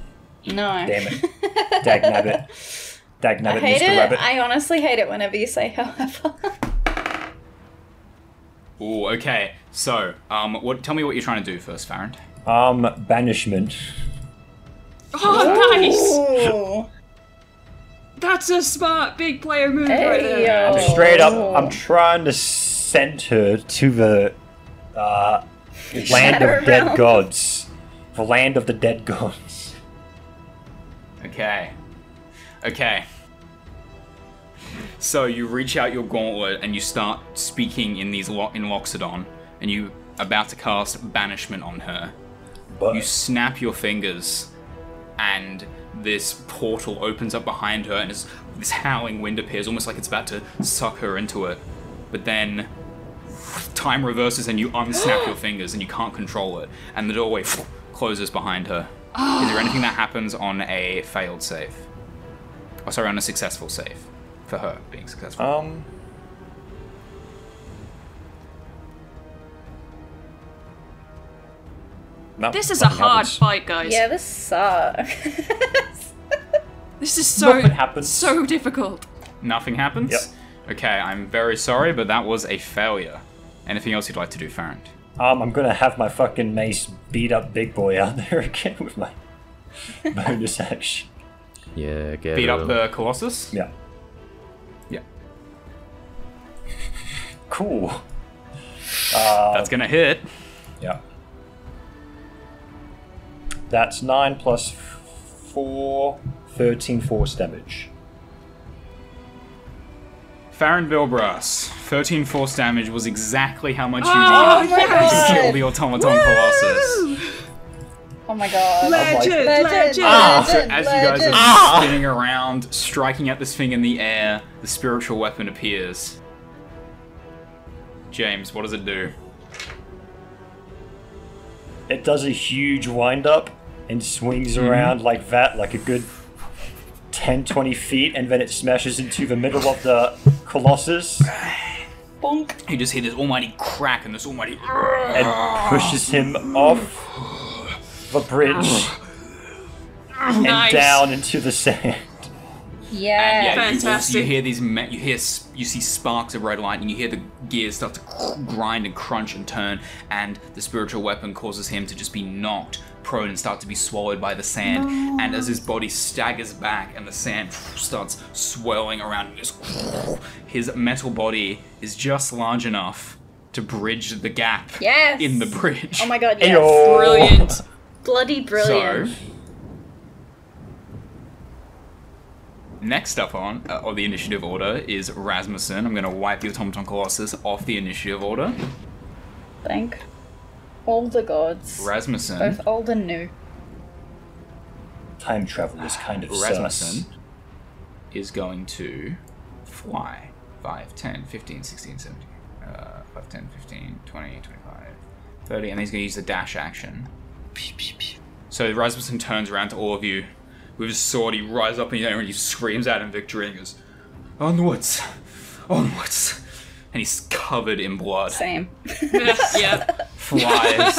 [SPEAKER 9] No.
[SPEAKER 3] Damn it. Dag nabbit. Dag
[SPEAKER 9] I
[SPEAKER 3] nabbit,
[SPEAKER 9] hate
[SPEAKER 3] Mr.
[SPEAKER 9] it.
[SPEAKER 3] Rabbit.
[SPEAKER 9] I honestly hate it whenever you say however.
[SPEAKER 1] Ooh, okay. So, um, what? Tell me what you're trying to do first, Farron.
[SPEAKER 3] Um, banishment.
[SPEAKER 4] Oh,
[SPEAKER 9] Ooh.
[SPEAKER 4] nice! That's a smart big player move right
[SPEAKER 9] Hey, uh,
[SPEAKER 4] there.
[SPEAKER 9] yo.
[SPEAKER 3] Straight up,
[SPEAKER 9] Oh.
[SPEAKER 3] I'm trying to send her to the uh, land
[SPEAKER 9] Shadow
[SPEAKER 3] of dead
[SPEAKER 9] realm.
[SPEAKER 3] gods. The land of the dead gods.
[SPEAKER 1] Okay. Okay. So you reach out your gauntlet and you start speaking in these lo- in Loxodon, and you about to cast banishment on her.
[SPEAKER 3] But
[SPEAKER 1] You snap your fingers, and this portal opens up behind her, and this, this howling wind appears, almost like it's about to suck her into it. But then time reverses, and you unsnap your fingers, and you can't control it, and the doorway closes behind her. Is there anything that happens on a failed save? Oh, sorry, on a successful save. For her being successful.
[SPEAKER 3] Um. No,
[SPEAKER 4] This is a
[SPEAKER 3] nothing
[SPEAKER 4] hard
[SPEAKER 3] happens.
[SPEAKER 4] fight, guys.
[SPEAKER 9] Yeah, this sucks.
[SPEAKER 4] This is so
[SPEAKER 3] Nothing happens.
[SPEAKER 4] so difficult.
[SPEAKER 1] Nothing happens?
[SPEAKER 3] Yep.
[SPEAKER 1] Okay, I'm very sorry, but that was a failure. Anything else you'd like to do, Farron?
[SPEAKER 3] Um, I'm gonna have my fucking mace beat up Big Boy out there again with my bonus action.
[SPEAKER 5] Yeah, get
[SPEAKER 1] Beat up
[SPEAKER 5] him.
[SPEAKER 1] the Colossus?
[SPEAKER 3] Uh, Yeah.
[SPEAKER 1] Yeah.
[SPEAKER 3] Cool.
[SPEAKER 1] That's gonna hit.
[SPEAKER 3] Yeah. That's 9 plus 4, 13 force damage.
[SPEAKER 1] Farron Bilbras, 13 force damage was exactly how much you
[SPEAKER 4] Oh,
[SPEAKER 1] needed
[SPEAKER 4] yes!
[SPEAKER 1] to kill the automaton colossus.
[SPEAKER 4] Woo!
[SPEAKER 9] Oh my god. Ah.
[SPEAKER 4] Legend,
[SPEAKER 9] Legend,
[SPEAKER 4] legend.
[SPEAKER 3] Ah.
[SPEAKER 9] legend,
[SPEAKER 1] So as you guys are
[SPEAKER 9] legend. Ah.
[SPEAKER 1] spinning around, striking at this thing in the air, the spiritual weapon appears. James, what does it do?
[SPEAKER 3] It does a huge wind up and swings around like that, like a good 10, 20 feet, and then it smashes into the middle of the Colossus
[SPEAKER 9] Bonk.
[SPEAKER 1] You just hear this almighty crack and this almighty.
[SPEAKER 3] and pushes him off the bridge and
[SPEAKER 4] Nice.
[SPEAKER 3] down into the sand.
[SPEAKER 1] And
[SPEAKER 9] Yeah.
[SPEAKER 1] yeah, you-
[SPEAKER 4] Fantastic.
[SPEAKER 1] You, hear these, ma- you hear, s- you see sparks of red light, and you hear the gears start to cr- grind and crunch and turn, and the spiritual weapon causes him to just be knocked prone and start to be swallowed by the sand. And as his body staggers back, and the sand starts swirling around, and just his metal body is just large enough to bridge the gap
[SPEAKER 9] Yes.
[SPEAKER 1] in the bridge.
[SPEAKER 9] Oh my god, yes.
[SPEAKER 3] Ayo.
[SPEAKER 4] Brilliant.
[SPEAKER 2] Bloody brilliant.
[SPEAKER 1] So, next up on uh, of the initiative order is Rasmussen. I'm going to wipe the automaton colossus off the initiative order.
[SPEAKER 9] Thank all the gods.
[SPEAKER 1] Rasmussen.
[SPEAKER 9] Both old and new.
[SPEAKER 3] Time travel is kind of sus.
[SPEAKER 1] Rasmussen is going to fly 5, 10, 15, 16, 17, uh, 5, 10, 15, 20, 25, 30, and he's going to use the dash action. So Rasmussen turns around to all of you with his sword. He rises up in the air and he screams out in victory and goes, Onwards! Onwards! And he's covered in blood
[SPEAKER 9] Same.
[SPEAKER 4] yeah.
[SPEAKER 1] flies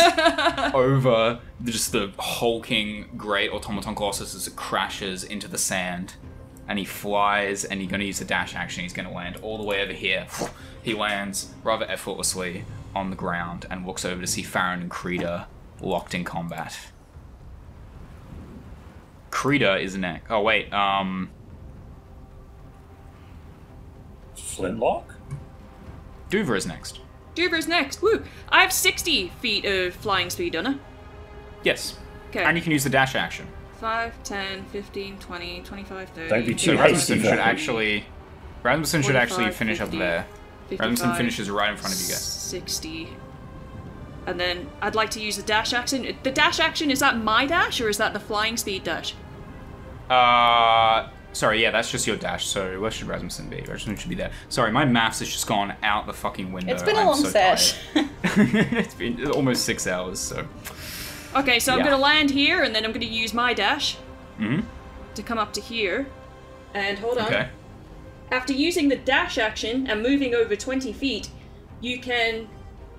[SPEAKER 1] over the- just the hulking great automaton colossus as it crashes into the sand and he flies and he's going to use the dash action he's going to land all the way over here he lands rather effortlessly on the ground and looks over to see farron and krita locked in combat krita is next oh wait um
[SPEAKER 3] Flintlock?
[SPEAKER 1] Duver is next.
[SPEAKER 4] Duver's next. Woo! I have 60 feet of flying speed, don't I?
[SPEAKER 1] Yes.
[SPEAKER 4] Okay.
[SPEAKER 1] And you can use the dash action.
[SPEAKER 4] 5, 10, 15, 20, 25, 30.
[SPEAKER 3] Don't
[SPEAKER 1] So
[SPEAKER 3] be too hasty.
[SPEAKER 1] Rasmussen should
[SPEAKER 3] though.
[SPEAKER 1] actually Rasmussen should actually
[SPEAKER 4] 45,
[SPEAKER 1] finish up
[SPEAKER 4] 50,
[SPEAKER 1] there.
[SPEAKER 4] 55,
[SPEAKER 1] Rasmussen finishes right in front of you guys.
[SPEAKER 4] 60. And then I'd like to use the dash action. The dash action, is that my dash or is that the flying speed dash?
[SPEAKER 1] Uh, sorry, yeah, that's just your dash. So where should Rasmussen be? Rasmussen should be there. Sorry, my maths has just gone out the fucking window.
[SPEAKER 9] It's been a
[SPEAKER 1] I'm
[SPEAKER 9] long
[SPEAKER 1] so
[SPEAKER 9] sesh.
[SPEAKER 1] tired. it's been almost six hours, so.
[SPEAKER 4] Okay, so I'm
[SPEAKER 1] Yeah.
[SPEAKER 4] going to land here and then I'm going to use my dash
[SPEAKER 1] hmm
[SPEAKER 4] to come up to here. And hold on.
[SPEAKER 1] Okay.
[SPEAKER 4] After using the dash action and moving over 20 feet, you can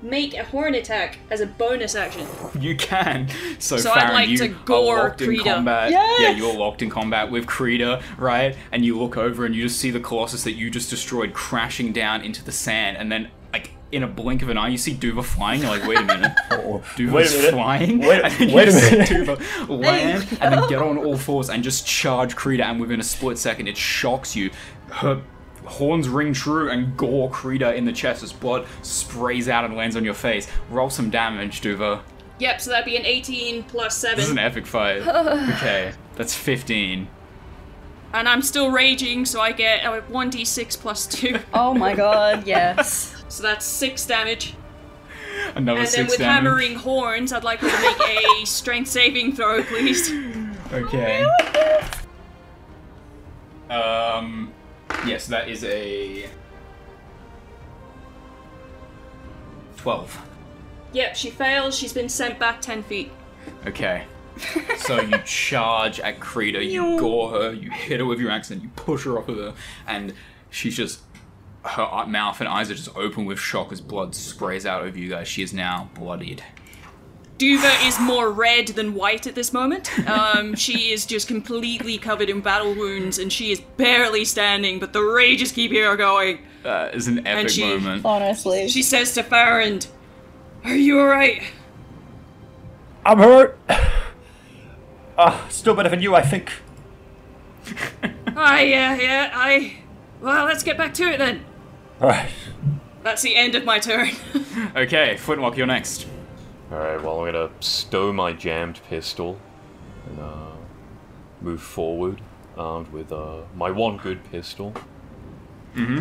[SPEAKER 4] make a horn attack as a bonus action.
[SPEAKER 1] You can. So,
[SPEAKER 4] So
[SPEAKER 1] Farron,
[SPEAKER 4] I'd like
[SPEAKER 1] you
[SPEAKER 4] to
[SPEAKER 1] are
[SPEAKER 4] gore
[SPEAKER 1] locked in
[SPEAKER 4] Krita.
[SPEAKER 1] combat.
[SPEAKER 9] Yes!
[SPEAKER 1] Yeah, you're locked in combat with Krita, right? And you look over and you just see the Colossus that you just destroyed crashing down into the sand, and then like in a blink of an eye, you see Duva flying. You're like, wait a minute,
[SPEAKER 3] Wait
[SPEAKER 1] Duva's
[SPEAKER 3] a minute.
[SPEAKER 1] flying.
[SPEAKER 3] Wait-
[SPEAKER 1] and then
[SPEAKER 3] wait a
[SPEAKER 1] you see
[SPEAKER 3] minute.
[SPEAKER 1] Duva land and then get on all fours and just charge Krita, and within a split second, it shocks you. Her horns ring true and gore Krita in the chest as blood sprays out and lands on your face. Roll some damage, Duva.
[SPEAKER 4] Yep, so that'd be an 18 plus
[SPEAKER 1] This is
[SPEAKER 4] 7.
[SPEAKER 1] an epic fight. okay, that's 15. e-
[SPEAKER 4] And I'm still raging, so I get uh, 1d6 plus 2.
[SPEAKER 9] Oh my god, yes.
[SPEAKER 4] So that's 6 damage.
[SPEAKER 1] Another
[SPEAKER 4] And then
[SPEAKER 1] six
[SPEAKER 4] with
[SPEAKER 1] damage.
[SPEAKER 4] hammering horns, I'd like you to make a strength saving throw, please.
[SPEAKER 1] okay. Um, yes, that is a 12.
[SPEAKER 4] Yep, she fails. She's been sent back 10 feet.
[SPEAKER 1] Okay. so you charge at Krita, you gore her, you hit her with your axe, and you push her off of her, and she's just. Her eye- mouth and eyes are just open with shock as blood sprays out over you guys. She is now bloodied.
[SPEAKER 4] Duva is more red than white at this moment. Um, she is just completely covered in battle wounds, and she is barely standing, but the rages keep her going.
[SPEAKER 1] That is Uh, an epic
[SPEAKER 4] she-
[SPEAKER 1] moment.
[SPEAKER 9] Honestly.
[SPEAKER 4] She says to Farrand, Are you alright?
[SPEAKER 3] I'm hurt. Ah, still better than you, I think.
[SPEAKER 4] I, yeah, yeah, I. Well, let's get back to it then.
[SPEAKER 3] All right.
[SPEAKER 4] That's the end of my turn.
[SPEAKER 1] Okay, Footlock, you're next.
[SPEAKER 5] Alright, well, I'm gonna stow my jammed pistol and uh, move forward armed with uh, my one good pistol. Mm hmm.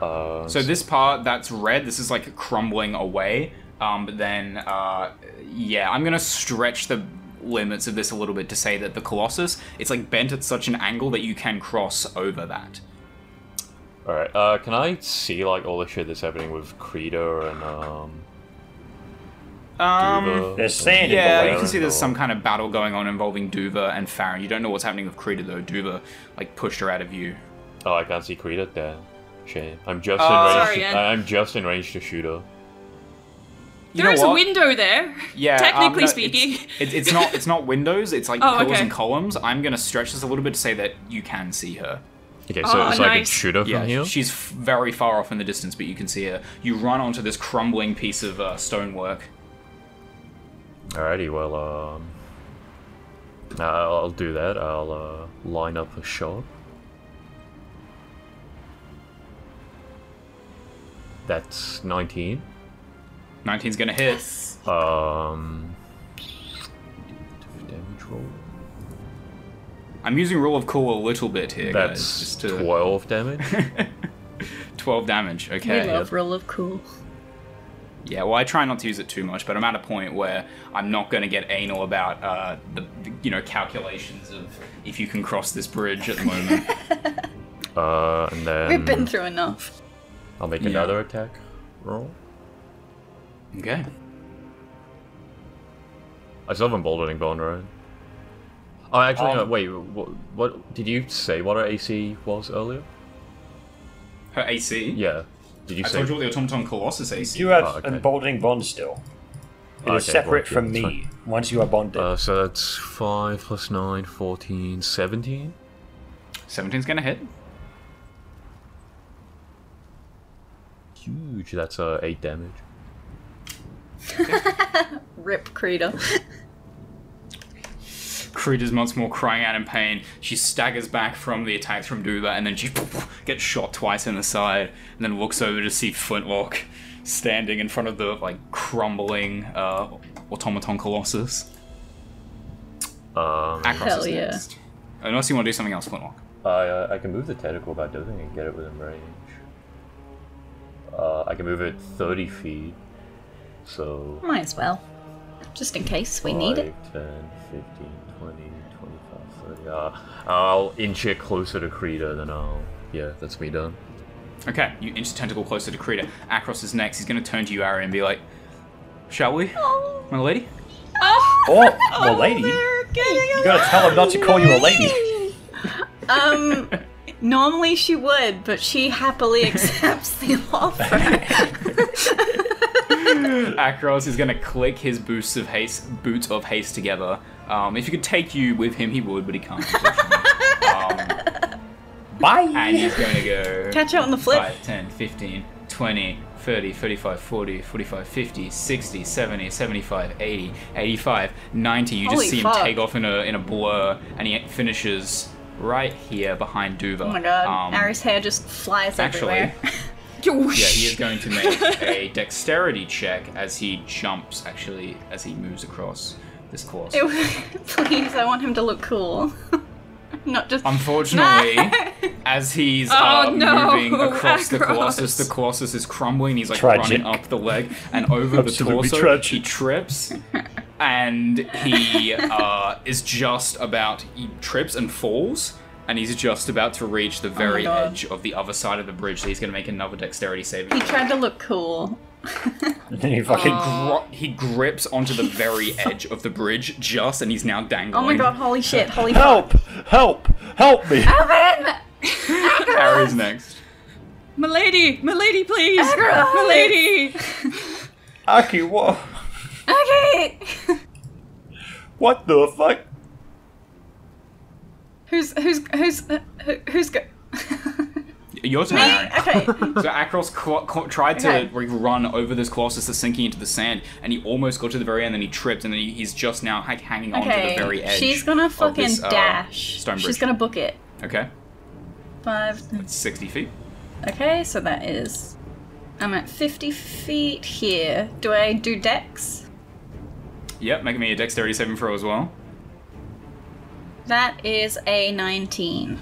[SPEAKER 5] Uh,
[SPEAKER 1] Mm-hmm. So this part that's red, this is like crumbling away. Um, but then, uh, yeah, I'm gonna stretch the limits of this a little bit to say that the Colossus, it's like bent at such an angle that you can cross over that.
[SPEAKER 5] Alright, uh, can I see, like, all the shit that's happening with Krita and, um.
[SPEAKER 1] Um,
[SPEAKER 5] Duva
[SPEAKER 3] There's
[SPEAKER 5] and
[SPEAKER 3] sand in the
[SPEAKER 1] yeah, you
[SPEAKER 5] Valerian
[SPEAKER 1] can see there's
[SPEAKER 5] or-
[SPEAKER 1] some kind of battle going on involving Duva and Farron. You don't know what's happening with Krita though. Duva like pushed her out of view.
[SPEAKER 5] Oh, I can't see Krita there. Shame. I'm just
[SPEAKER 1] Oh.
[SPEAKER 5] in range.
[SPEAKER 4] Sorry,
[SPEAKER 5] to-
[SPEAKER 4] Ian.
[SPEAKER 5] I'm just in range to shoot her.
[SPEAKER 1] You
[SPEAKER 4] there
[SPEAKER 1] know
[SPEAKER 4] is
[SPEAKER 1] what?
[SPEAKER 4] a window there.
[SPEAKER 1] Yeah, um,
[SPEAKER 4] Technically
[SPEAKER 1] no, it's-
[SPEAKER 4] speaking.
[SPEAKER 1] it's, it's not it's not windows. It's like
[SPEAKER 4] Oh,
[SPEAKER 1] pillars
[SPEAKER 4] okay.
[SPEAKER 1] and columns. I'm gonna stretch this a little bit to say that you can see her.
[SPEAKER 5] Okay, so,
[SPEAKER 4] Oh,
[SPEAKER 5] so I can
[SPEAKER 4] nice.
[SPEAKER 5] shoot her from
[SPEAKER 1] Yeah,
[SPEAKER 5] here.
[SPEAKER 1] she's f- very far off in the distance, but you can see her. You run onto this crumbling piece of uh, stonework.
[SPEAKER 5] Alrighty, well, um, I'll, I'll do that. I'll uh, line up a shot. That's 19.
[SPEAKER 1] 19's gonna hit.
[SPEAKER 5] Um, damage roll.
[SPEAKER 1] I'm using rule of cool a little bit here, guys.
[SPEAKER 5] That's
[SPEAKER 1] Just to
[SPEAKER 5] 12 damage.
[SPEAKER 1] 12 damage.
[SPEAKER 2] We
[SPEAKER 1] Okay.
[SPEAKER 2] love roll of cool.
[SPEAKER 1] Yeah, well, I try not to use it too much, but I'm at a point where I'm not going to get anal about uh, the, the, you know, calculations of if you can cross this bridge at the moment.
[SPEAKER 5] uh, and then
[SPEAKER 9] We've
[SPEAKER 3] Mm.
[SPEAKER 9] been through enough.
[SPEAKER 5] I'll make
[SPEAKER 1] Yeah.
[SPEAKER 5] another attack roll.
[SPEAKER 1] okay.
[SPEAKER 5] I still haven't bouldering bone, right? Oh, actually, no,
[SPEAKER 3] Um,
[SPEAKER 5] wait. What, what did you say? What our AC was earlier?
[SPEAKER 1] Her AC.
[SPEAKER 5] Yeah. Did you
[SPEAKER 1] I
[SPEAKER 5] say?
[SPEAKER 1] told you what the Automaton Colossus AC.
[SPEAKER 3] You have
[SPEAKER 5] Oh, okay.
[SPEAKER 3] a bonding bond still. It is
[SPEAKER 5] Okay,
[SPEAKER 3] separate
[SPEAKER 5] well,
[SPEAKER 3] from
[SPEAKER 5] yeah,
[SPEAKER 3] me
[SPEAKER 5] that's
[SPEAKER 3] once you are bonded.
[SPEAKER 5] Uh, so that's 5 plus 9, 14, 17.
[SPEAKER 1] 17's going to hit.
[SPEAKER 5] Huge. That's uh, 8 damage.
[SPEAKER 9] Rip Krita.
[SPEAKER 1] Creed is once more crying out in pain. She staggers back from the attacks from Duba, and then she gets shot twice in the side, and then looks over to see Flintlock standing in front of the like crumbling uh, automaton colossus.
[SPEAKER 5] Um,
[SPEAKER 1] Akros
[SPEAKER 2] Hell
[SPEAKER 1] is
[SPEAKER 2] yeah.
[SPEAKER 1] next. Unless you want to do something else, Flintlock.
[SPEAKER 5] I, uh, I can move the tentacle by dozing and get it within range. Uh, I can move it 30 feet. So.
[SPEAKER 2] Might as well. Just in case we need it.
[SPEAKER 5] 5, 10, 15, 20, 25, 30. Uh, I'll inch it closer to Krita, then I'll. Yeah, that's me done.
[SPEAKER 1] Okay, you inch the tentacle closer to Krita. Akros is next. He's going to turn to you, Ari, and be like, "Shall we, my lady?"
[SPEAKER 4] Oh,
[SPEAKER 3] Oh, well, lady. You
[SPEAKER 4] they're getting
[SPEAKER 3] gotta tell him not to call you a lady.
[SPEAKER 9] Um, normally she would, but she happily accepts the offer.
[SPEAKER 1] Akros is gonna click his boots of haste, boots of haste together. Um, if he could take you with him, he would, but he can't. unfortunately. um,
[SPEAKER 3] Bye.
[SPEAKER 1] and he's gonna go
[SPEAKER 9] Catch out on the flip.
[SPEAKER 1] 5, 10, 15, 20, 30, 35, 40, 45, 50, 60, 70, 75, 80, 85, 90. You just
[SPEAKER 9] Holy
[SPEAKER 1] see him
[SPEAKER 9] fuck.
[SPEAKER 1] take off in a in a blur, and he finishes right here behind Duva.
[SPEAKER 2] Oh my god.
[SPEAKER 1] Um,
[SPEAKER 2] Ari's hair just flies
[SPEAKER 1] actually-
[SPEAKER 2] everywhere.
[SPEAKER 1] Yeah, he is going to make a dexterity check as he jumps, actually, as he moves across this course.
[SPEAKER 2] Please, I want him to look cool. Not just.
[SPEAKER 1] Unfortunately, as he's uh,
[SPEAKER 4] Oh, no,
[SPEAKER 1] moving across the
[SPEAKER 4] Akros.
[SPEAKER 1] colossus, the colossus is crumbling. He's like
[SPEAKER 3] Tragic.
[SPEAKER 1] running up the leg and over the
[SPEAKER 3] Absolutely
[SPEAKER 1] torso.
[SPEAKER 3] tragic.
[SPEAKER 1] He trips, and he uh, is just about. He trips and falls, and he's just about to reach the very
[SPEAKER 2] God.
[SPEAKER 1] edge of the other side of the bridge. So he's going to make another dexterity saving.
[SPEAKER 2] he tried to look cool.
[SPEAKER 3] And then you fucking.
[SPEAKER 1] Gro- he grips onto the very edge of the bridge, just, and he's now dangling.
[SPEAKER 2] Oh my god, holy shit, holy
[SPEAKER 3] Help! Help! Help me!
[SPEAKER 2] fuck.
[SPEAKER 1] Harry's next.
[SPEAKER 4] Milady, Milady, please,
[SPEAKER 2] Agro!
[SPEAKER 4] Milady.
[SPEAKER 3] Aki, what?
[SPEAKER 2] Okay!
[SPEAKER 3] What the fuck?
[SPEAKER 9] Who's who's who's uh, who, who's go-
[SPEAKER 1] Your turn, Harry.
[SPEAKER 9] okay?
[SPEAKER 1] So Akros cl- cl- tried to
[SPEAKER 9] Okay.
[SPEAKER 1] like, run over this colossus that's sinking into the sand, and he almost got to the very end, and he tripped, and then he, he's just now like, hanging on to
[SPEAKER 2] Okay.
[SPEAKER 1] the very edge.
[SPEAKER 2] She's gonna
[SPEAKER 1] of
[SPEAKER 2] fucking
[SPEAKER 1] this, uh,
[SPEAKER 2] dash.
[SPEAKER 1] stone
[SPEAKER 2] She's
[SPEAKER 1] bridge.
[SPEAKER 2] gonna book it.
[SPEAKER 1] Okay,
[SPEAKER 2] Five.
[SPEAKER 1] sixty feet.
[SPEAKER 2] Okay, so that is. I'm at 50 feet here. Do I do dex?
[SPEAKER 1] Yep, make me a dexterity saving throw as well.
[SPEAKER 2] That is a 19.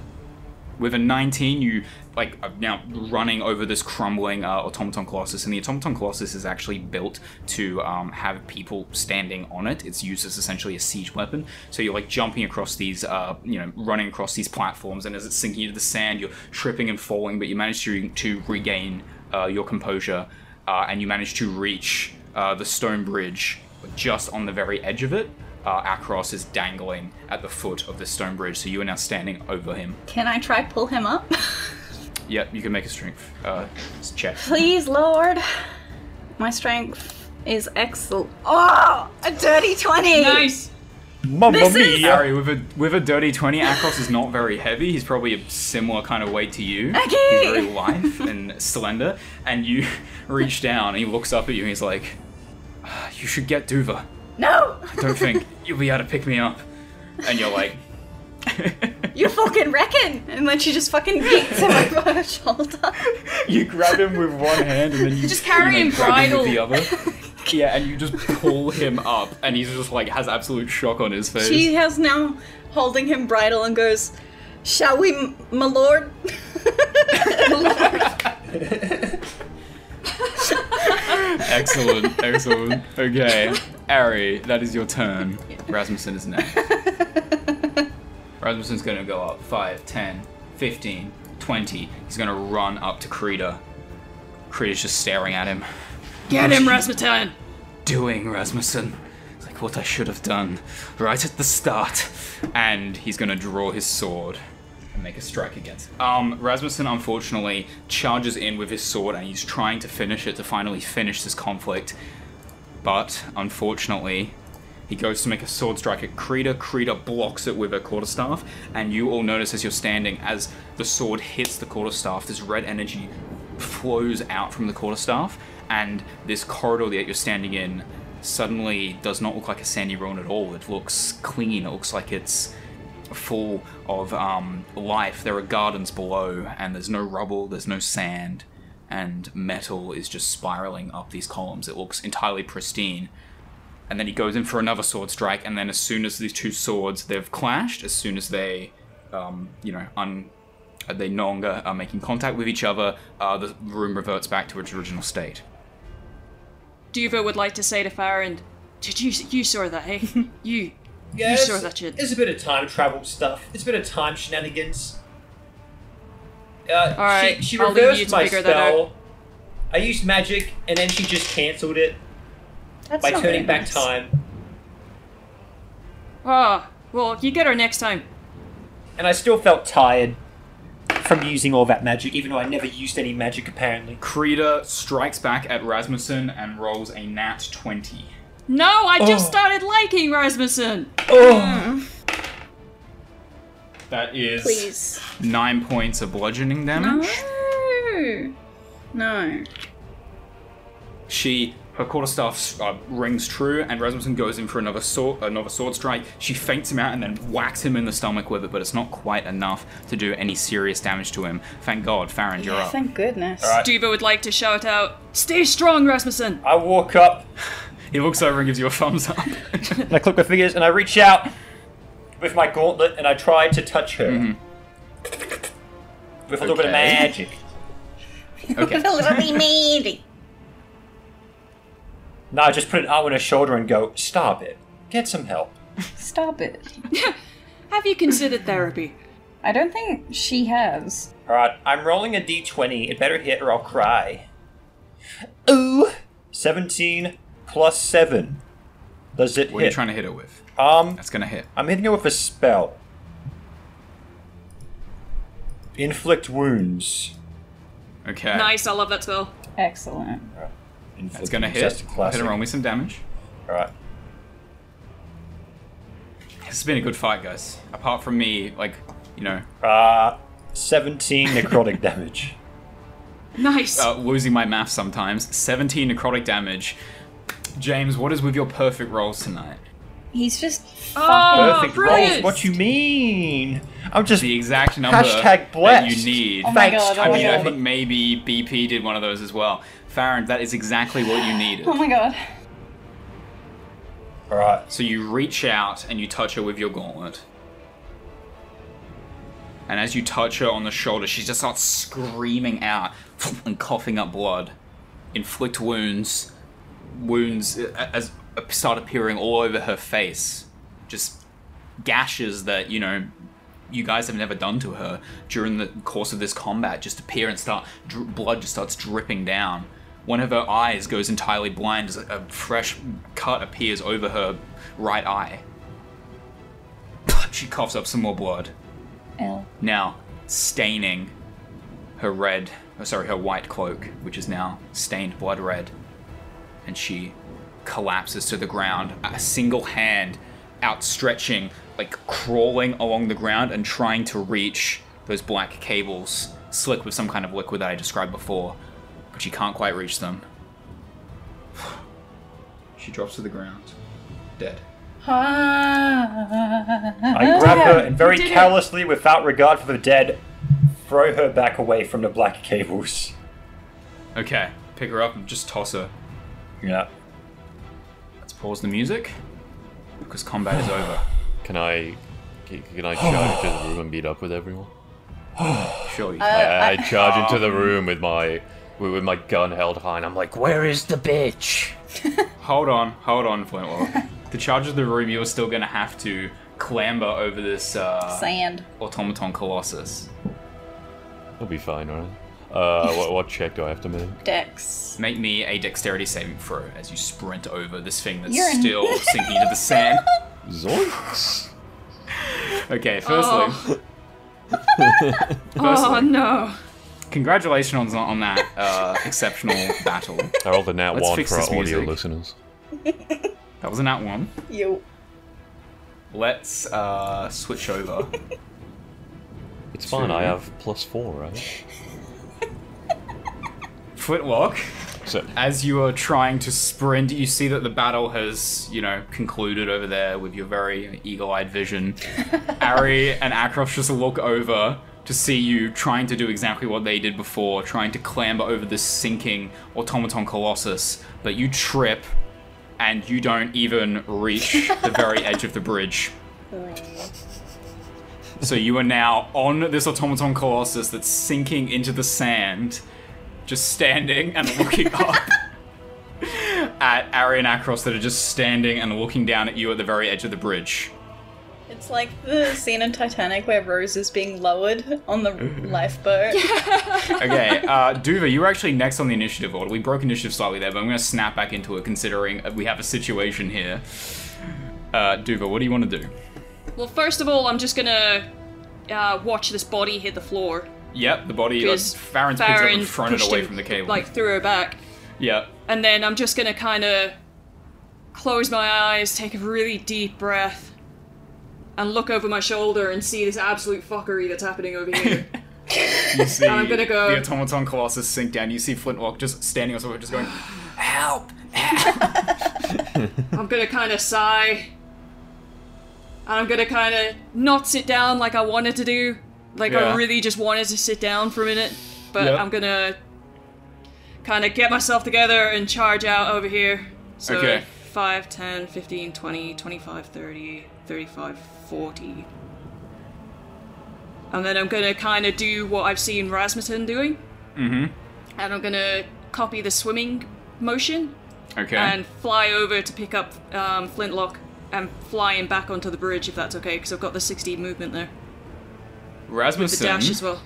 [SPEAKER 1] With a nineteen, you like are now running over this crumbling uh, automaton colossus, and the automaton colossus is actually built to um, have people standing on it. It's used as essentially a siege weapon. So you're like jumping across these, uh, you know, running across these platforms, and as it's sinking into the sand, you're tripping and falling, but you manage to to regain uh, your composure, uh, and you manage to reach uh, the stone bridge just on the very edge of it. Uh, Akros is dangling at the foot of the stone bridge, so you are now standing over him.
[SPEAKER 2] Can I try pull him up?
[SPEAKER 1] Yep, you can make a strength uh, s- check.
[SPEAKER 2] Please, Lord. My strength is excellent. Oh, a dirty 20!
[SPEAKER 4] Nice.
[SPEAKER 3] Mamma
[SPEAKER 2] This is-
[SPEAKER 3] mia!
[SPEAKER 1] Harry, with a with a dirty twenty, Akros is not very heavy. He's probably a similar kind of weight to you.
[SPEAKER 2] Okay.
[SPEAKER 1] He's very lithe and slender. And you reach down, and he looks up at you, and he's like, "Ah, "You should get Duva.
[SPEAKER 2] No!
[SPEAKER 1] I don't think you'll be able to pick me up." And you're like,
[SPEAKER 2] You fucking reckon! And then she just fucking yeets him over her shoulder.
[SPEAKER 1] you grab him with one hand, and then you
[SPEAKER 4] Just carry
[SPEAKER 1] you
[SPEAKER 4] him
[SPEAKER 1] know, grab him with the
[SPEAKER 4] bridle.
[SPEAKER 1] other. Yeah, and you just pull him up, and he's just like has absolute shock on his face.
[SPEAKER 9] She has now holding him bridle and goes, "Shall we, m- my lord?"
[SPEAKER 1] Excellent, excellent. Okay, Ari, that is your turn. Rasmussen is next. Rasmussen's gonna go up 5, 10, 15, 20. He's gonna run up to Krita. Krita's just staring at him.
[SPEAKER 4] Get him, Rasputin.
[SPEAKER 1] Doing, Rasmussen? It's like what I should have done right at the start. And he's gonna draw his sword and make a strike against it. Um, Rasmussen unfortunately charges in with his sword and he's trying to finish it to finally finish this conflict. But unfortunately, he goes to make a sword strike at Krita. Krita blocks it with her quarterstaff, and you all notice as you're standing, as the sword hits the quarterstaff, this red energy flows out from the quarterstaff, and this corridor that you're standing in suddenly does not look like a sandy ruin at all. It looks clean. It looks like it's full of um, life. There are gardens below, and there's no rubble. There's no sand, and metal is just spiraling up these columns. It looks entirely pristine. And then he goes in for another sword strike, and then as soon as these two swords they've clashed, as soon as they, um, you know, un uh, they no longer are making contact with each other, uh, the room reverts back to its original state.
[SPEAKER 4] Duva would like to say to Farron, "Did you you saw that? Hey, you
[SPEAKER 3] Yeah,
[SPEAKER 4] you
[SPEAKER 3] it's-
[SPEAKER 4] saw that shit."
[SPEAKER 3] It's a bit of time travel stuff. It's a bit of time shenanigans. Uh,
[SPEAKER 4] All right,
[SPEAKER 3] she, she
[SPEAKER 4] I'll leave
[SPEAKER 3] reversed
[SPEAKER 4] you to
[SPEAKER 3] my
[SPEAKER 4] figure that out.
[SPEAKER 3] spell. I used magic, and then she just cancelled it
[SPEAKER 2] That's
[SPEAKER 3] by
[SPEAKER 2] not
[SPEAKER 3] turning
[SPEAKER 2] very
[SPEAKER 3] back
[SPEAKER 2] nice.
[SPEAKER 3] time.
[SPEAKER 4] Ah, well, you get her next time.
[SPEAKER 3] And I still felt tired from using all that magic, even though I never used any magic apparently.
[SPEAKER 1] Krita strikes back at Rasmussen and rolls a nat 20.
[SPEAKER 4] No, I just
[SPEAKER 3] Oh.
[SPEAKER 4] started liking Rasmussen.
[SPEAKER 3] Oh,
[SPEAKER 1] That is
[SPEAKER 2] Please.
[SPEAKER 1] nine points of bludgeoning damage.
[SPEAKER 9] No. No.
[SPEAKER 1] She her quarterstaff uh, rings true, and Rasmussen goes in for another sword, another sword strike. She feints him out and then whacks him in the stomach with it, but it's not quite enough to do any serious damage to him. Thank God, Farron, you're up.
[SPEAKER 9] Thank goodness.
[SPEAKER 4] Duva would like to shout out, "Stay strong, Rasmussen."
[SPEAKER 3] I walk up
[SPEAKER 1] He looks over and gives you a thumbs up.
[SPEAKER 3] and I click my fingers and I reach out with my gauntlet and I try to touch her with a little bit
[SPEAKER 1] Mm-hmm. Okay.
[SPEAKER 3] of magic.
[SPEAKER 1] Okay.
[SPEAKER 2] Delivery made.
[SPEAKER 3] No, I just put an arm on her shoulder and go, "Stop it! Get some help."
[SPEAKER 9] Stop it.
[SPEAKER 4] Have you considered therapy?
[SPEAKER 9] I don't think she has.
[SPEAKER 3] All right, I'm rolling a d20. It better hit or I'll cry. Ooh, 17 plus 7. Does it
[SPEAKER 1] What are you
[SPEAKER 3] hit?
[SPEAKER 1] trying to hit it with?
[SPEAKER 3] um,
[SPEAKER 1] That's gonna hit.
[SPEAKER 3] I'm hitting it with a spell. Inflict wounds.
[SPEAKER 1] Okay.
[SPEAKER 4] Nice, I love that spell.
[SPEAKER 9] Excellent.
[SPEAKER 3] Inflict
[SPEAKER 1] That's gonna
[SPEAKER 3] wounds,
[SPEAKER 1] hit.
[SPEAKER 3] That's the
[SPEAKER 1] Hit
[SPEAKER 3] classic.
[SPEAKER 1] and roll me some damage.
[SPEAKER 3] All right.
[SPEAKER 1] This has been a good fight, guys. Apart from me, like, you know,
[SPEAKER 3] Uh, 17 necrotic damage.
[SPEAKER 4] Nice.
[SPEAKER 1] uh, losing my math sometimes. 17 necrotic damage. James, what is with your perfect rolls tonight?
[SPEAKER 9] He's just
[SPEAKER 4] Oh,
[SPEAKER 3] Perfect rolls.
[SPEAKER 4] brilliant.
[SPEAKER 3] What you mean? I'm just
[SPEAKER 1] The exact number
[SPEAKER 3] Hashtag
[SPEAKER 1] that you
[SPEAKER 3] blessed.
[SPEAKER 1] need.
[SPEAKER 9] Oh my
[SPEAKER 3] Thanks,
[SPEAKER 9] god,
[SPEAKER 1] I
[SPEAKER 9] oh my
[SPEAKER 1] mean, I
[SPEAKER 3] Tony.
[SPEAKER 1] think
[SPEAKER 9] god.
[SPEAKER 1] maybe BP did one of those as well. Farron, that is exactly what you needed.
[SPEAKER 9] Oh my god.
[SPEAKER 3] All right.
[SPEAKER 1] So you reach out and you touch her with your gauntlet. And as you touch her on the shoulder, she just starts screaming out and coughing up blood. Inflict wounds. Wounds uh, as start appearing all over her face. Just gashes that, you know, you guys have never done to her during the course of this combat just appear and start dr- blood just starts dripping down one of her eyes goes entirely blind as a, a fresh cut appears over her right eye she coughs up some more blood
[SPEAKER 9] L.
[SPEAKER 1] now staining her red oh, sorry her white cloak which is now stained blood red and she collapses to the ground a single hand outstretching like crawling along the ground and trying to reach those black cables slick with some kind of liquid that i described before but she can't quite reach them she drops to the ground dead
[SPEAKER 9] Oh.
[SPEAKER 3] I grab her and very
[SPEAKER 4] You did it.
[SPEAKER 3] callously, without regard for the dead, throw her back away from the black cables.
[SPEAKER 1] okay pick her up and just toss her
[SPEAKER 3] Yeah.
[SPEAKER 1] let's pause the music because combat is over
[SPEAKER 5] Can I c- can I charge into the room and meet up with everyone?
[SPEAKER 1] sure you
[SPEAKER 4] Uh,
[SPEAKER 5] I, I charge into
[SPEAKER 4] um,
[SPEAKER 5] the room with my with with my gun held high, and I'm like, "Where is the bitch?"
[SPEAKER 1] Hold on, hold on, Flintlock. to charge of the room, you're still going to have to clamber over this uh,
[SPEAKER 9] Sand.
[SPEAKER 1] automaton colossus.
[SPEAKER 5] It'll be fine, right? Uh, what, what check do I have to make?
[SPEAKER 9] Dex.
[SPEAKER 1] Make me a dexterity saving throw as you sprint over this thing that's
[SPEAKER 9] You're in-
[SPEAKER 1] still sinking into the sand.
[SPEAKER 5] Zoinks!
[SPEAKER 1] Okay, firstly,
[SPEAKER 4] Oh.
[SPEAKER 1] firstly
[SPEAKER 4] oh no.
[SPEAKER 1] congratulations on, on that uh, exceptional battle.
[SPEAKER 5] I rolled a nat
[SPEAKER 1] Let's
[SPEAKER 5] one
[SPEAKER 1] fix
[SPEAKER 5] for our
[SPEAKER 1] this
[SPEAKER 5] audio
[SPEAKER 1] music.
[SPEAKER 5] listeners.
[SPEAKER 1] That was a nat one.
[SPEAKER 9] You.
[SPEAKER 1] Let's uh, switch over.
[SPEAKER 5] It's fine. I
[SPEAKER 1] Two.
[SPEAKER 5] have plus four, right?
[SPEAKER 1] Flintlock,
[SPEAKER 5] So,
[SPEAKER 1] As you are trying to sprint, you see that the battle has, you know, concluded over there with your very eagle-eyed vision. Ari and Akrof just look over to see you trying to do exactly what they did before, trying to clamber over this sinking automaton colossus, but you trip and you don't even reach the very edge of the bridge. So you are now on this automaton colossus that's sinking into the sand, just standing and looking up at Ari and Akros that are just standing and looking down at you at the very edge of the bridge.
[SPEAKER 9] It's like the scene in Titanic where Rose is being lowered on the lifeboat.
[SPEAKER 1] Okay, uh, Duva, you were actually next on the initiative order. We broke initiative slightly there, but I'm going to snap back into it considering we have a situation here. Uh, Duva, what do you want to do?
[SPEAKER 4] Well, first of all, I'm just gonna uh, watch this body hit the floor.
[SPEAKER 1] Yep, the body, like,
[SPEAKER 4] Because
[SPEAKER 1] Farron's picked it up and
[SPEAKER 4] Farron
[SPEAKER 1] thrown it
[SPEAKER 4] pushed
[SPEAKER 1] away
[SPEAKER 4] him,
[SPEAKER 1] from the cable.
[SPEAKER 4] Like, threw her back.
[SPEAKER 1] yep.
[SPEAKER 4] And then I'm just gonna kinda close my eyes, take a really deep breath, and look over my shoulder and see this absolute fuckery that's happening over here.
[SPEAKER 1] You see
[SPEAKER 4] I'm gonna go-
[SPEAKER 1] the automaton colossus sink down. You see Flintlock just standing on top of it, just going,
[SPEAKER 4] I'm gonna kinda sigh. And I'm gonna kinda not sit down like I wanted to do. Like
[SPEAKER 1] Yeah.
[SPEAKER 4] I really just wanted to sit down for a minute. But
[SPEAKER 1] Yep.
[SPEAKER 4] I'm gonna kinda get myself together and charge out over here. So
[SPEAKER 1] Okay.
[SPEAKER 4] 5, 10, 15, 20, 25, 30, 35, 40. And then I'm gonna kinda do what I've seen Rasmussen doing. Mm-hmm. And I'm gonna copy the swimming motion
[SPEAKER 1] okay.
[SPEAKER 4] and fly over to pick up um, Flintlock and fly him back onto the bridge if that's okay, because I've got the 60 movement there. The
[SPEAKER 1] Rasmussen
[SPEAKER 4] dash as well.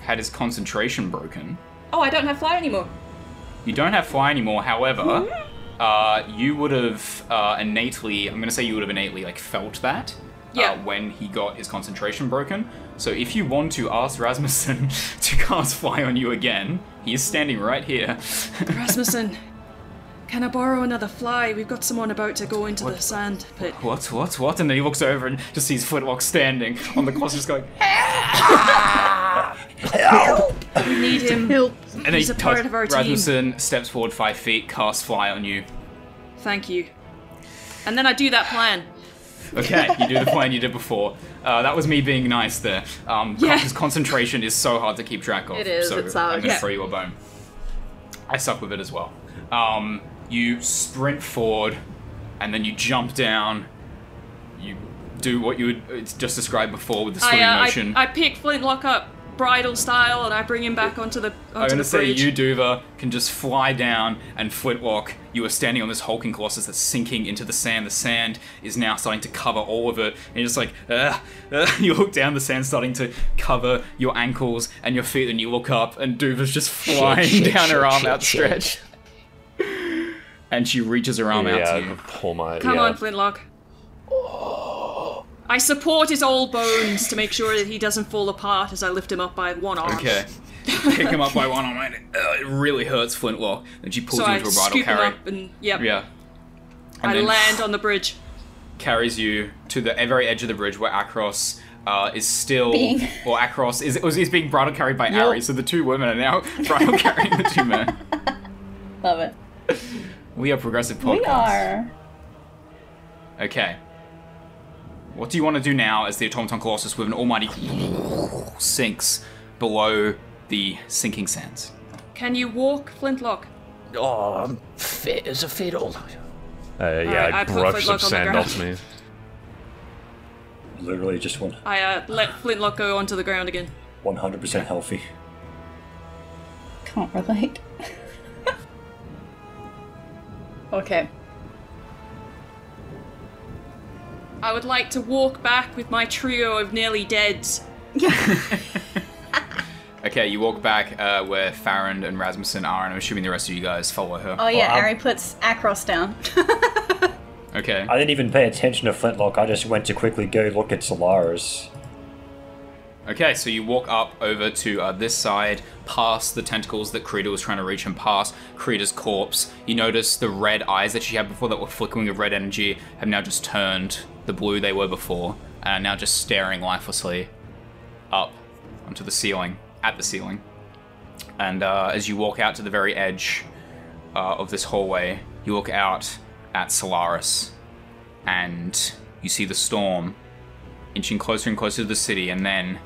[SPEAKER 1] had his concentration broken.
[SPEAKER 4] Oh, I don't have fly anymore.
[SPEAKER 1] You don't have fly anymore, however,
[SPEAKER 4] Hmm?
[SPEAKER 1] uh, you would have uh, innately, I'm going to say you would have innately, like, felt that.
[SPEAKER 4] Yeah.
[SPEAKER 1] Uh, when he got his concentration broken. So if you want to ask Rasmussen to cast fly on you again, he is standing right here.
[SPEAKER 4] Rasmussen, can I borrow another fly? We've got someone about to go into the sand pit.
[SPEAKER 1] what, what, what? And then he looks over and just sees Flintlock standing on the cross, just going,
[SPEAKER 4] We need him.
[SPEAKER 9] Help.
[SPEAKER 1] and then
[SPEAKER 4] He's
[SPEAKER 1] he
[SPEAKER 4] a part
[SPEAKER 1] touch-
[SPEAKER 4] of our team.
[SPEAKER 1] Rasmussen steps forward five feet, casts fly on you.
[SPEAKER 4] Thank you. And then I do that plan.
[SPEAKER 1] Okay, you do the plan you did before. Uh, that was me being nice there. Um,
[SPEAKER 4] Yeah.
[SPEAKER 1] Because concentration is so hard to keep track of.
[SPEAKER 9] It is,
[SPEAKER 1] So
[SPEAKER 9] it sucks.
[SPEAKER 1] I'm gonna
[SPEAKER 4] Yeah.
[SPEAKER 1] throw you a bone. I suck with it as well. Um, you sprint forward, and then you jump down. You do what you would it's just described before with the swimming
[SPEAKER 4] I, uh,
[SPEAKER 1] motion.
[SPEAKER 4] I, I pick Flintlock up bridal style and I bring him back onto the onto
[SPEAKER 1] am going
[SPEAKER 4] the
[SPEAKER 1] to say
[SPEAKER 4] bridge.
[SPEAKER 1] you, Duva, can just fly down and flintlock. You are standing on this hulking colossus that's sinking into the sand. The sand is now starting to cover all of it. And you're just like, ugh, ugh. you look down, the sand's starting to cover your ankles and your feet, and you look up, and Duva's just flying
[SPEAKER 7] shit,
[SPEAKER 1] down her
[SPEAKER 7] shit,
[SPEAKER 1] arm
[SPEAKER 7] shit,
[SPEAKER 1] outstretched. And she reaches her arm
[SPEAKER 5] yeah,
[SPEAKER 1] out
[SPEAKER 5] I
[SPEAKER 1] to you.
[SPEAKER 5] could pull my.
[SPEAKER 4] Come
[SPEAKER 5] yeah.
[SPEAKER 4] on, Flintlock. I support his old bones to make sure that he doesn't fall apart as I lift him up by one arm.
[SPEAKER 1] Okay. Pick him up by one arm, and it, it really hurts Flintlock. And she pulls
[SPEAKER 4] So
[SPEAKER 1] you
[SPEAKER 4] I
[SPEAKER 1] into a bridal
[SPEAKER 4] scoop him
[SPEAKER 1] carry.
[SPEAKER 4] up and yep,
[SPEAKER 1] Yeah. And
[SPEAKER 4] I
[SPEAKER 1] then-
[SPEAKER 4] land on the bridge.
[SPEAKER 1] carries you to the e-, very edge of the bridge where Akros uh, is still,
[SPEAKER 2] Being-
[SPEAKER 1] or Akros is is being bridal carried by Ari. So the two women are now bridal carrying the two men.
[SPEAKER 9] Love it.
[SPEAKER 1] We are progressive podcast.
[SPEAKER 9] We are.
[SPEAKER 1] Okay. What do you want to do now as the automaton colossus with an almighty sinks below the sinking sands?
[SPEAKER 4] Can you walk, Flintlock?
[SPEAKER 7] Oh, I'm fit as a fiddle.
[SPEAKER 5] Uh, yeah,
[SPEAKER 4] Alright,
[SPEAKER 5] I
[SPEAKER 4] I put
[SPEAKER 5] brush
[SPEAKER 4] Flintlock
[SPEAKER 5] some
[SPEAKER 4] on the
[SPEAKER 5] sand
[SPEAKER 4] ground.
[SPEAKER 5] off me.
[SPEAKER 3] Literally just one,
[SPEAKER 4] I uh, let Flintlock go onto the ground again.
[SPEAKER 3] 100% healthy.
[SPEAKER 9] Can't relate. okay.
[SPEAKER 4] I would like to walk back with my trio of nearly deads.
[SPEAKER 1] Okay, you walk back uh, where Farron and Rasmussen are, and I'm assuming the rest of you guys follow her.
[SPEAKER 9] Oh yeah,
[SPEAKER 3] Well, I'm-
[SPEAKER 9] Ari puts Akros down.
[SPEAKER 1] Okay.
[SPEAKER 3] I didn't even pay attention to Flintlock, I just went to quickly go look at Solaris.
[SPEAKER 1] Okay, so you walk up over to uh, this side, past the tentacles that Krita was trying to reach, and past Krita's corpse. You notice the red eyes that she had before that were flickering with red energy have now just turned the blue they were before, and are now just staring lifelessly up onto the ceiling, at the ceiling. And uh, as you walk out to the very edge, uh, of this hallway, you look out at Solaris, and you see the storm inching closer and closer to the city, and then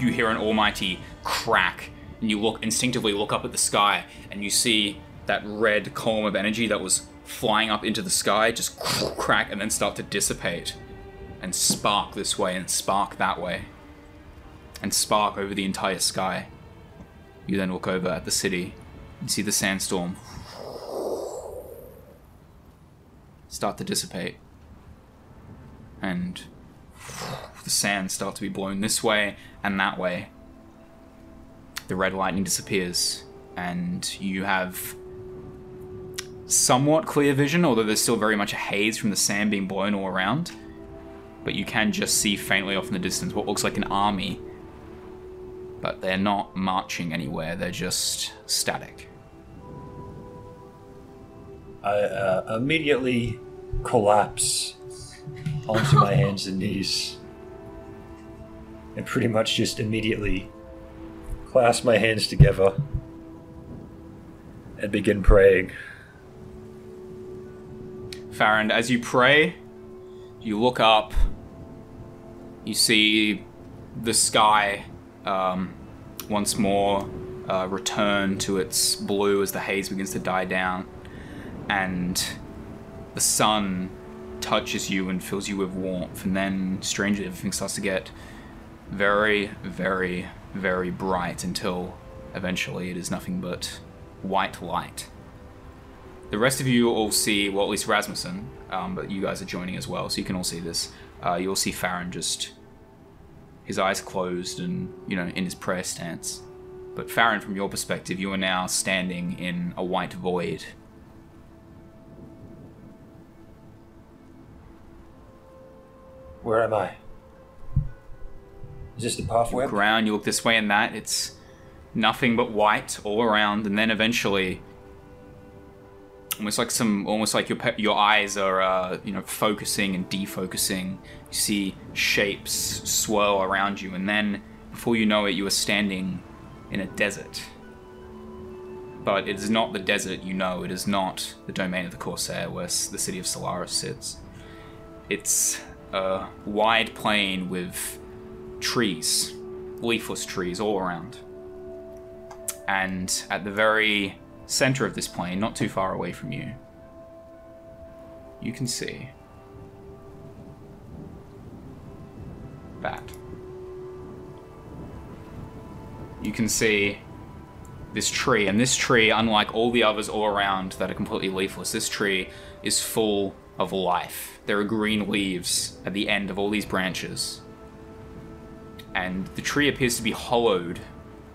[SPEAKER 1] you hear an almighty crack, and you look instinctively look up at the sky, and you see that red column of energy that was flying up into the sky just crack and then start to dissipate, and spark this way and spark that way, and spark over the entire sky. You then look over at the city and see the sandstorm start to dissipate. And the sands start to be blown this way and that way. The red lightning disappears, and you have somewhat clear vision, although there's still very much a haze from the sand being blown all around. But you can just see faintly off in the distance what looks like an army. But they're not marching anywhere, they're just static.
[SPEAKER 3] I uh, immediately collapse onto my hands and knees. And pretty much just immediately clasp my hands together and begin praying.
[SPEAKER 1] Farron, as you pray, you look up, you see the sky um, once more uh, return to its blue as the haze begins to die down, and the sun touches you and fills you with warmth, and then, strangely, everything starts to get very, very, very bright until eventually it is nothing but white light. The rest of you all see, well, at least Rasmussen, um, but you guys are joining as well, so you can all see this. Uh, you'll see Farron just his eyes closed and, you know, in his prayer stance. But Farron, from your perspective, you are now standing in a white void.
[SPEAKER 3] Where am I? Is this the pathway?
[SPEAKER 1] Ground, you look this way and that, it's nothing but white all around, and then eventually. Almost like some, almost like your pe- your eyes are, uh, you know, focusing and defocusing. You see shapes swirl around you, and then before you know it, you are standing in a desert. But it is not the desert you know. It is not the domain of the Corsair, where s- the city of Solaris sits. It's a wide plain with trees, leafless trees all around. And at the very center of this plain, not too far away from you, you can see that. You can see this tree, and this tree, unlike all the others all around that are completely leafless, this tree is full of life. There are green leaves at the end of all these branches, and the tree appears to be hollowed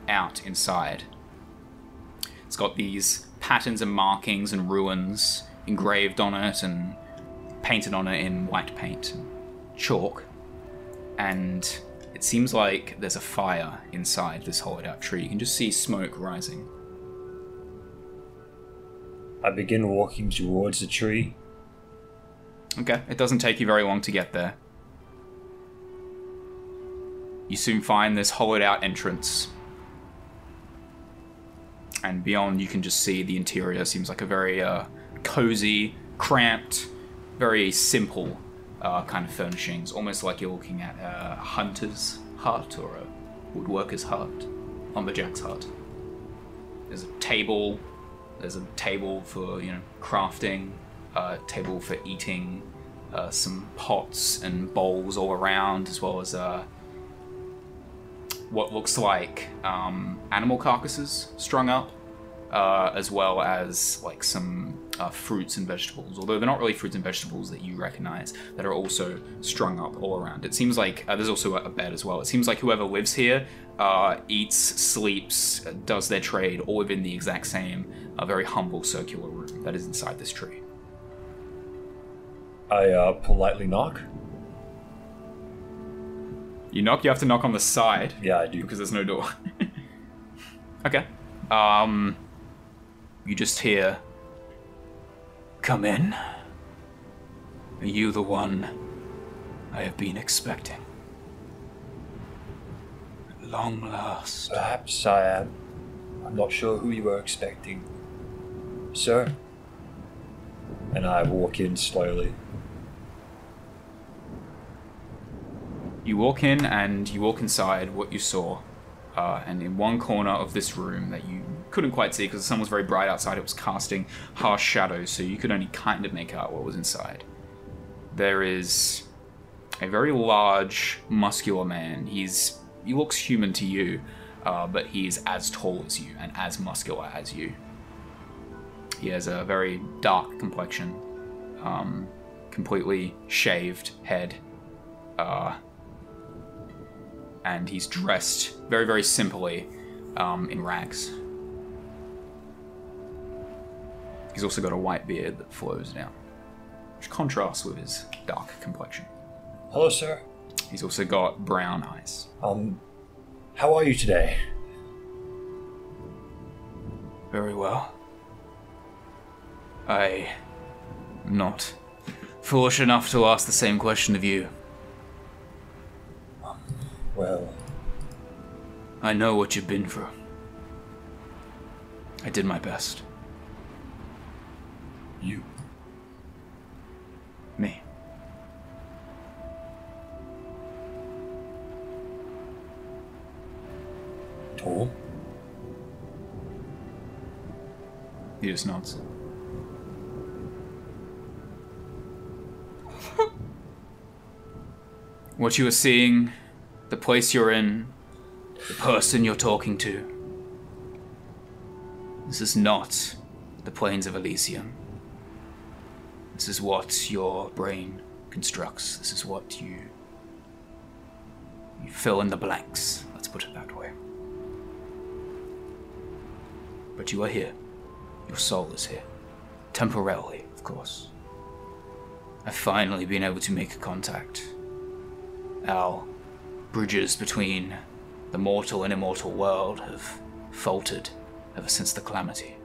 [SPEAKER 1] out inside. It's got these patterns and markings and ruins engraved on it and painted on it in white paint and chalk. And it seems like there's a fire inside this hollowed out tree. You can just see smoke rising.
[SPEAKER 3] I begin walking towards the tree.
[SPEAKER 1] Okay, it doesn't take you very long to get there. You soon find this hollowed out entrance. And beyond, you can just see the interior. Seems like a very uh, cozy, cramped, very simple uh, kind of furnishings. Almost like you're looking at a hunter's hut or a woodworker's hut, lumberjack's hut. There's a table. There's a table for you know crafting, a table for eating, uh, some pots and bowls all around, as well as uh, what looks like um, animal carcasses strung up, uh, as well as like some uh, fruits and vegetables. Although they're not really fruits and vegetables that you recognize, that are also strung up all around. It seems like uh, there's also a a bed as well. It seems like whoever lives here uh, eats, sleeps, uh, does their trade, all within the exact same, uh, very humble circular room that is inside this tree.
[SPEAKER 3] I uh, politely knock.
[SPEAKER 1] You knock. You have to knock on the side.
[SPEAKER 3] Yeah, I do.
[SPEAKER 1] because there's no door. okay. Um, you just hear, "Come in. Are you the one I have been expecting? At long last."
[SPEAKER 3] Perhaps I am. I'm not sure who you were expecting. Sir? And I walk in slowly.
[SPEAKER 1] You walk in and you walk inside what you saw. Uh, and in one corner of this room that you couldn't quite see because the sun was very bright outside, it was casting harsh shadows, so you could only kind of make out what was inside. There is a very large, muscular man. He's he looks human to you, uh, but he is as tall as you and as muscular as you. He has a very dark complexion, um, completely shaved head, uh, and he's dressed very, very simply um, in rags. He's also got a white beard that flows down, which contrasts with his dark complexion.
[SPEAKER 3] Hello, sir.
[SPEAKER 1] He's also got brown eyes.
[SPEAKER 3] Um, how are you today?
[SPEAKER 1] Very well. I am not foolish enough to ask the same question of you.
[SPEAKER 3] Well,
[SPEAKER 1] I know what you've been through. I did my best.
[SPEAKER 3] you.
[SPEAKER 1] Me.
[SPEAKER 3] Tom?
[SPEAKER 1] He just nods. what you are seeing, the place you're in, the person you're talking to. This is not the plains of Elysium. This is what your brain constructs. This is what you. You fill in the blanks, let's put it that way. But you are here. Your soul is here. Temporarily, of course. I've finally been able to make a contact. Our bridges between the mortal and immortal world have faltered ever since the calamity.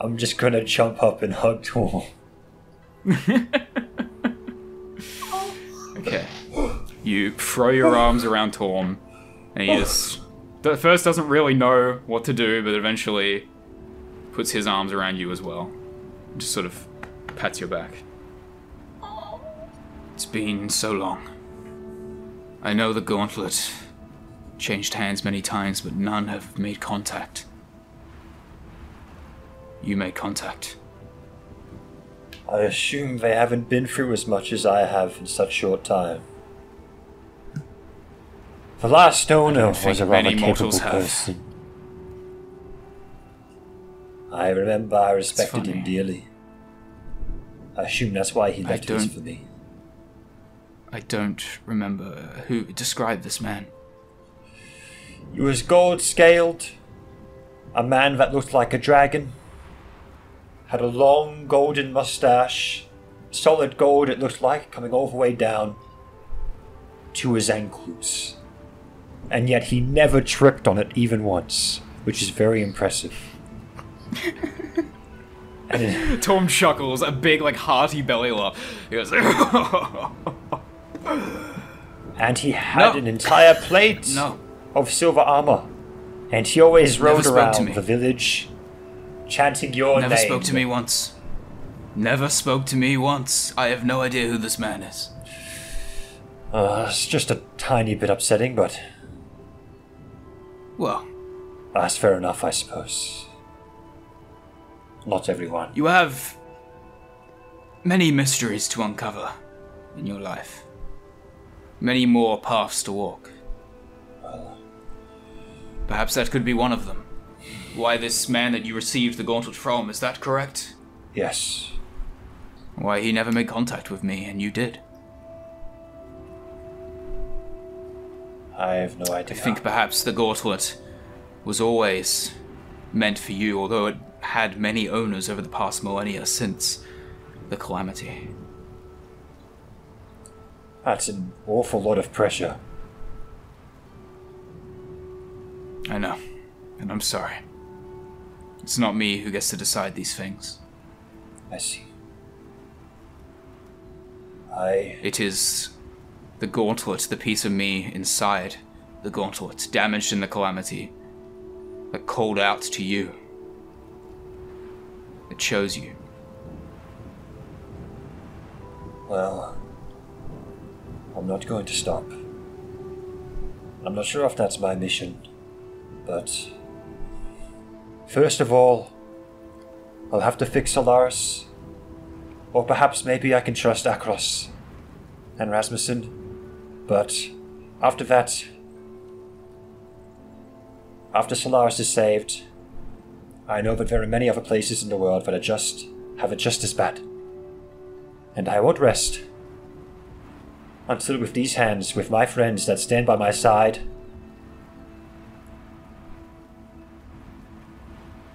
[SPEAKER 3] I'm just gonna jump up and hug Tom.
[SPEAKER 1] Okay. You throw your arms around Torm, and he just at first doesn't really know what to do, but eventually puts his arms around you as well. Just sort of pats your back. It's been so long. I know the gauntlet changed hands many times, but none have made contact. You made contact.
[SPEAKER 3] I assume they haven't been through as much as I have in such short time. The last owner was
[SPEAKER 1] think
[SPEAKER 3] a rather
[SPEAKER 1] many
[SPEAKER 3] capable
[SPEAKER 1] mortals have.
[SPEAKER 3] person. I remember I respected
[SPEAKER 1] funny.
[SPEAKER 3] him dearly. I assume that's why he
[SPEAKER 1] I
[SPEAKER 3] left his
[SPEAKER 1] don't-
[SPEAKER 3] for me.
[SPEAKER 1] I don't remember who described this man.
[SPEAKER 3] He was gold scaled, a man that looked like a dragon, had a long golden mustache, solid gold it looked like, coming all the way down to his ankles. And yet he never tripped on it even once, which is very impressive. and
[SPEAKER 1] Tom chuckles, a big, like, hearty belly laugh. He goes,
[SPEAKER 3] and he had
[SPEAKER 1] No.
[SPEAKER 3] an entire plate
[SPEAKER 1] No.
[SPEAKER 3] of silver armor. And he always rode
[SPEAKER 1] spoke to
[SPEAKER 3] around
[SPEAKER 1] me.
[SPEAKER 3] the village chanting your
[SPEAKER 1] Never
[SPEAKER 3] name.
[SPEAKER 1] spoke to me once. Never spoke to me once. I have no idea who this man is.
[SPEAKER 3] Uh, it's just a tiny bit upsetting, but
[SPEAKER 1] Well,
[SPEAKER 3] that's fair enough, I suppose. Not everyone.
[SPEAKER 1] you have many mysteries to uncover in your life, many more paths to walk. Perhaps that could be one of them. Why this man that you received the gauntlet from, is that correct?
[SPEAKER 3] Yes.
[SPEAKER 1] Why he never made contact with me and you did.
[SPEAKER 3] I have no
[SPEAKER 1] I
[SPEAKER 3] idea.
[SPEAKER 1] think perhaps the gauntlet was always meant for you, although it had many owners over the past millennia since the calamity.
[SPEAKER 3] That's an awful lot of pressure.
[SPEAKER 1] I know, and I'm sorry. It's not me who gets to decide these things.
[SPEAKER 3] I see. I.
[SPEAKER 1] It is the gauntlet, the piece of me inside the gauntlet, damaged in the calamity, that called out to you. that chose you.
[SPEAKER 3] Well, I'm not going to stop. I'm not sure if that's my mission, but first of all, I'll have to fix Solaris, or perhaps maybe I can trust Akros and Rasmussen, but after that, after Solaris is saved, I know that there are many other places in the world that are just have it just as bad. And I won't rest until with these hands, with my friends that stand by my side,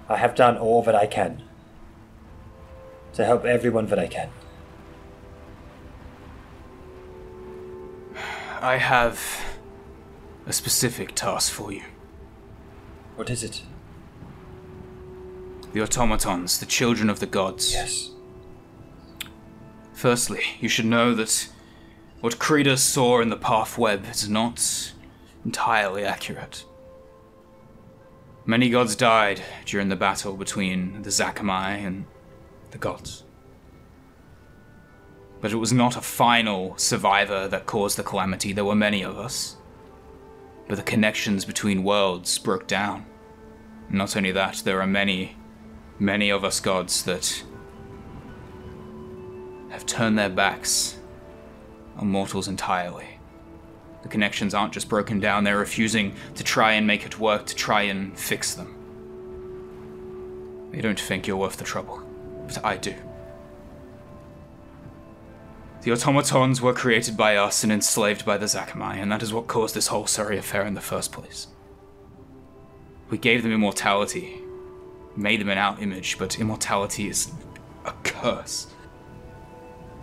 [SPEAKER 3] I have done all that I can to help everyone that I can.
[SPEAKER 1] I have a specific task for you.
[SPEAKER 3] What is it?
[SPEAKER 1] The automatons, the children of the gods.
[SPEAKER 3] Yes.
[SPEAKER 1] Firstly, you should know that what Krita saw in the path web is not entirely accurate. Many gods died during the battle between the Zakamai and the gods. But it was not a final survivor that caused the calamity, there were many of us. But the connections between worlds broke down. Not only that, there are many, many of us gods that have turned their backs on mortals entirely. The connections aren't just broken down, they're refusing to try and make it work, to try and fix them. They don't think you're worth the trouble, but I do. The automatons were created by us and enslaved by the Zakamai, and that is what caused this whole Surrey affair in the first place. We gave them immortality, made them in our image, but immortality is a curse.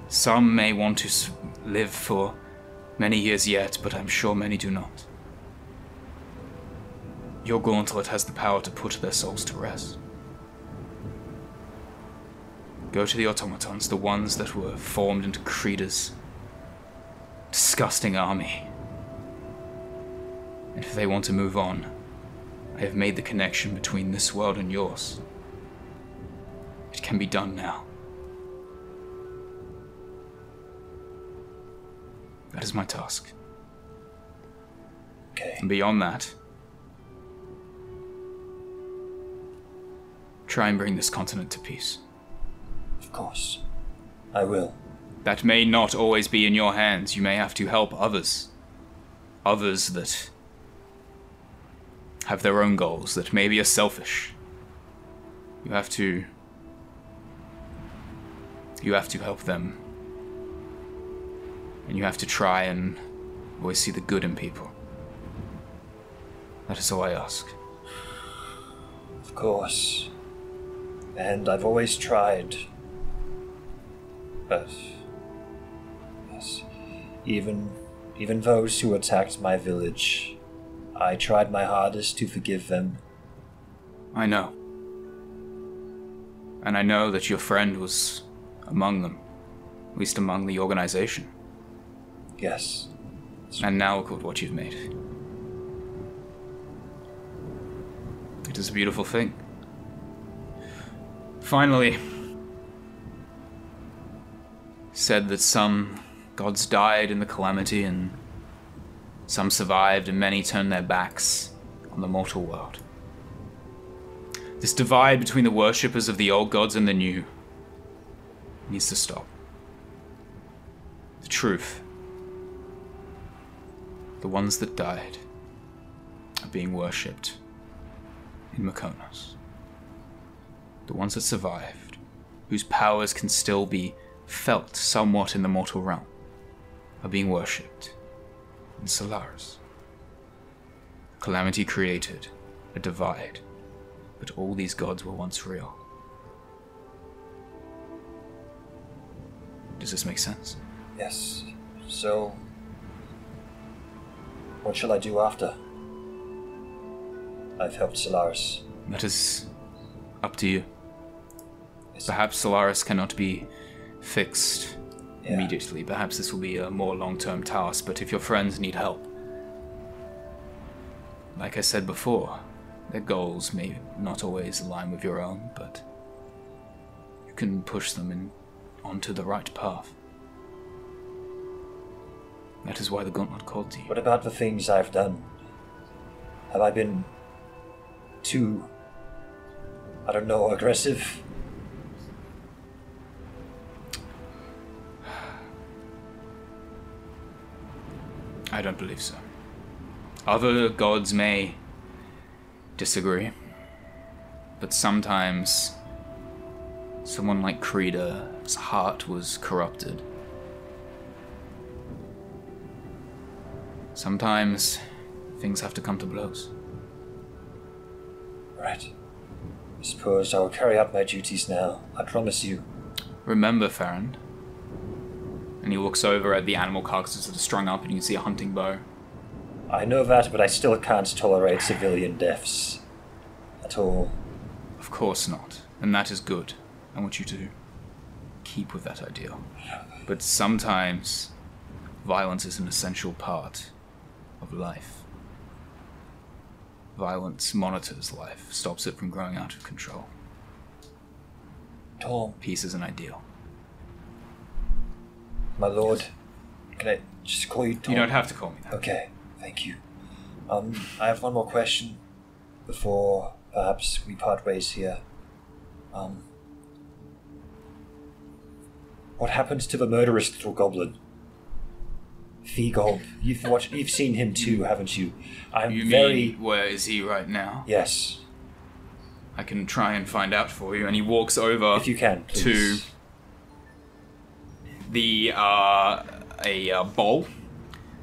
[SPEAKER 1] Some may want to s- live for many years yet, but I'm sure many do not. Your gauntlet has the power to put their souls to rest. Go to the automatons, the ones that were formed into Creeders. Disgusting army. And if they want to move on, I have made the connection between this world and yours. It can be done now. That is my task.
[SPEAKER 3] Okay.
[SPEAKER 1] And beyond that, try and bring this continent to peace.
[SPEAKER 3] Of course. I will.
[SPEAKER 1] That may not always be in your hands. You may have to help others. Others that have their own goals, that maybe are selfish. You have to. You have to help them. And you have to try and always see the good in people. That is all I ask.
[SPEAKER 3] Of course. And I've always tried. But yes. Even even those who attacked my village, I tried my hardest to forgive them.
[SPEAKER 1] I know. And I know that your friend was among them, at least among the organization.
[SPEAKER 3] Yes.
[SPEAKER 1] And now look at what you've made. It is a beautiful thing. Finally, said that some gods died in the calamity and some survived, and many turned their backs on the mortal world. This divide between the worshippers of the old gods and the new needs to stop. The truth the ones that died are being worshipped in Mykonos. The ones that survived, whose powers can still be felt somewhat in the mortal realm, are being worshipped in Solaris. Calamity created a divide, but all these gods were once real. Does this make sense?
[SPEAKER 3] Yes. So what shall I do after? I've helped Solaris.
[SPEAKER 1] That is up to you.
[SPEAKER 3] Yes.
[SPEAKER 1] Perhaps Solaris cannot be fixed
[SPEAKER 3] Yeah.
[SPEAKER 1] immediately. Perhaps this will be a more long term task, but if your friends need help, like I said before, their goals may not always align with your own, but can push them in onto the right path. That is why the gauntlet called to you.
[SPEAKER 3] What about the things I've done? Have I been too, I don't know, aggressive?
[SPEAKER 1] I don't believe so. Other gods may disagree, but sometimes someone like Creda's heart was corrupted. Sometimes things have to come to blows.
[SPEAKER 3] Right. I suppose I will carry out my duties now. I promise you.
[SPEAKER 1] Remember, Farron. And he looks over at the animal carcasses that are strung up, and you can see a hunting bow.
[SPEAKER 3] I know that, but I still can't tolerate civilian deaths. At all.
[SPEAKER 1] Of course not, and that is good. I want you to keep with that ideal. But sometimes violence is an essential part of life. Violence monitors life, stops it from growing out of control.
[SPEAKER 3] Tom,
[SPEAKER 1] Peace is an ideal.
[SPEAKER 3] my lord, can I just call you Tom?
[SPEAKER 1] You don't have to call me that.
[SPEAKER 3] Okay, thank you. Um, I have one more question before perhaps we part ways here. Um, what happens to the murderous little goblin? Feegolb. You've watched, you've seen him too, haven't you? I'm
[SPEAKER 1] You
[SPEAKER 3] very
[SPEAKER 1] mean where is he right now?
[SPEAKER 3] yes.
[SPEAKER 1] I can try and find out for you. And he walks over
[SPEAKER 3] If you can,
[SPEAKER 1] to
[SPEAKER 3] please.
[SPEAKER 1] the uh, a uh, bowl,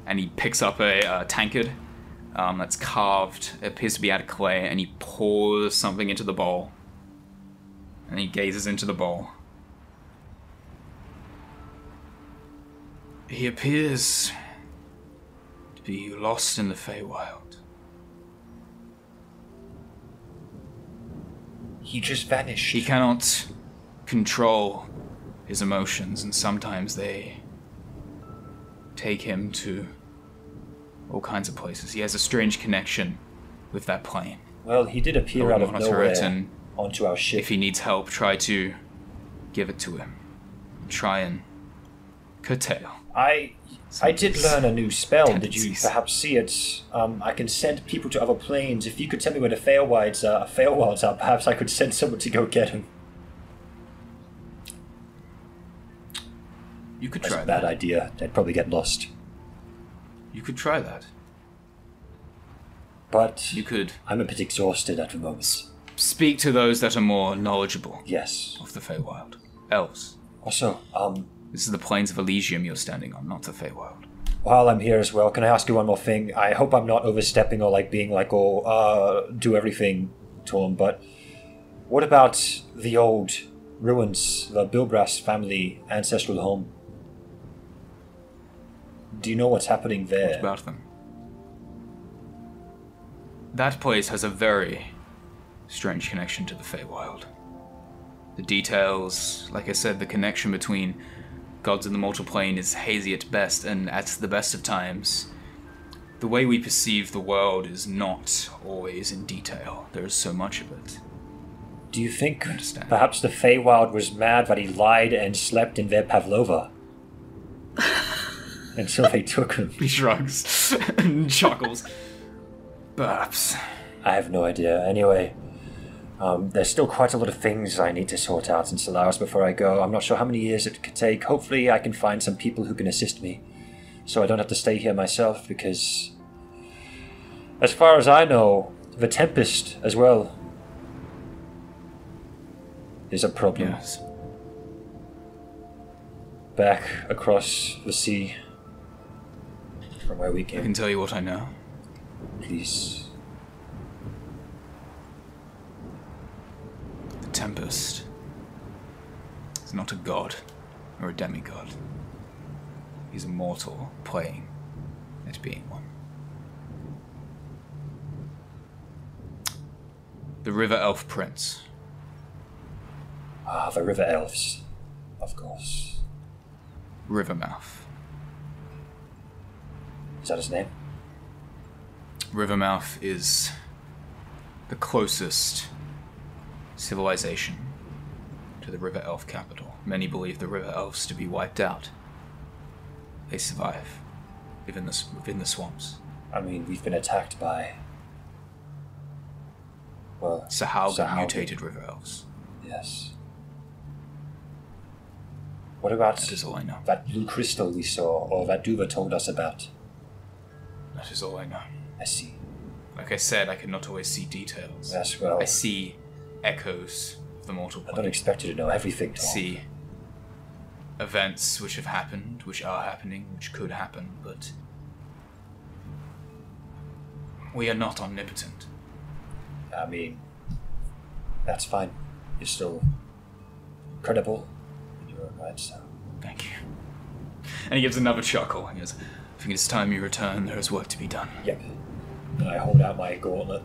[SPEAKER 1] and he picks up a uh, tankard um, that's carved. It appears to be out of clay, and he pours something into the bowl. And he gazes into the bowl. He appears to be lost in the Feywild.
[SPEAKER 3] He just vanished.
[SPEAKER 1] He cannot control his emotions, and sometimes they take him to all kinds of places. He has a strange connection with that plane.
[SPEAKER 3] well, he did appear
[SPEAKER 1] Lord
[SPEAKER 3] out of
[SPEAKER 1] monitor
[SPEAKER 3] nowhere
[SPEAKER 1] it and-
[SPEAKER 3] onto our ship.
[SPEAKER 1] If he needs help, try to give it to him. Try and curtail.
[SPEAKER 3] I I did learn a new spell. Did you
[SPEAKER 1] Tendencies.
[SPEAKER 3] perhaps see it? Um, I can send people to other planes. If you could tell me where the Feywilds are, Feywilds are, perhaps I could send someone to go get him.
[SPEAKER 1] You could
[SPEAKER 3] That's
[SPEAKER 1] try
[SPEAKER 3] a bad
[SPEAKER 1] that.
[SPEAKER 3] idea. They'd probably get lost.
[SPEAKER 1] You could try that.
[SPEAKER 3] But
[SPEAKER 1] You could
[SPEAKER 3] I'm a bit exhausted at the moment.
[SPEAKER 1] speak to those that are more knowledgeable
[SPEAKER 3] Yes.
[SPEAKER 1] of the Feywild. Elves.
[SPEAKER 3] Also, um,
[SPEAKER 1] This is the plains of Elysium you're standing on, not the Feywild.
[SPEAKER 3] while I'm here as well, can I ask you one more thing? I hope I'm not overstepping or like being like, oh, uh, do everything, Tom. But what about the old ruins, the Bilbras family ancestral home? Do you know what's happening there?
[SPEAKER 1] about them. That place has a very strange connection to the Feywild. The details, like I said, the connection between gods and the mortal plane is hazy at best, and at the best of times, the way we perceive the world is not always in detail. There is so much of it.
[SPEAKER 3] Do you think
[SPEAKER 1] understand.
[SPEAKER 3] perhaps the Feywild was mad that he lied and slept in their Pavlova? and so they took him.
[SPEAKER 1] He shrugs and chuckles. Perhaps.
[SPEAKER 3] I have no idea. Anyway, um, there's still quite a lot of things I need to sort out in Solaris before I go. I'm not sure how many years it could take. Hopefully, I can find some people who can assist me, so I don't have to stay here myself. Because, as far as I know, the Tempest as well is a problem.
[SPEAKER 1] Yes.
[SPEAKER 3] Back across the sea from where we
[SPEAKER 1] I
[SPEAKER 3] came.
[SPEAKER 1] can tell you what I know.
[SPEAKER 3] Please.
[SPEAKER 1] The Tempest is not a god or a demigod. He's a mortal playing at being one. The River Elf Prince.
[SPEAKER 3] Ah, the River Elves, of course.
[SPEAKER 1] Rivermouth.
[SPEAKER 3] Is that his name?
[SPEAKER 1] Rivermouth is the closest civilization to to the River Elf capital. Many believe the River Elves to be wiped out. They survive, live in the, s- within the swamps.
[SPEAKER 3] I mean, we've been attacked by. Well,
[SPEAKER 1] Sahal the
[SPEAKER 3] Sahagin.
[SPEAKER 1] mutated River Elves.
[SPEAKER 3] Yes. What about
[SPEAKER 1] That is all I know.
[SPEAKER 3] that blue crystal we saw, or that Duva told us about?
[SPEAKER 1] That is all I know.
[SPEAKER 3] I see.
[SPEAKER 1] Like I said, I cannot always see details.
[SPEAKER 3] That's well.
[SPEAKER 1] I see echoes of the mortal
[SPEAKER 3] I don't
[SPEAKER 1] plane.
[SPEAKER 3] expect you to know everything.
[SPEAKER 1] I
[SPEAKER 3] Tom.
[SPEAKER 1] see events which have happened, which are happening, which could happen, but we are not omnipotent.
[SPEAKER 3] I mean, that's fine. You're still credible in your own right, so.
[SPEAKER 1] Thank you. And he gives another chuckle and goes, I think it's time you return. There is work to be done.
[SPEAKER 3] Yep. And I hold out my gauntlet.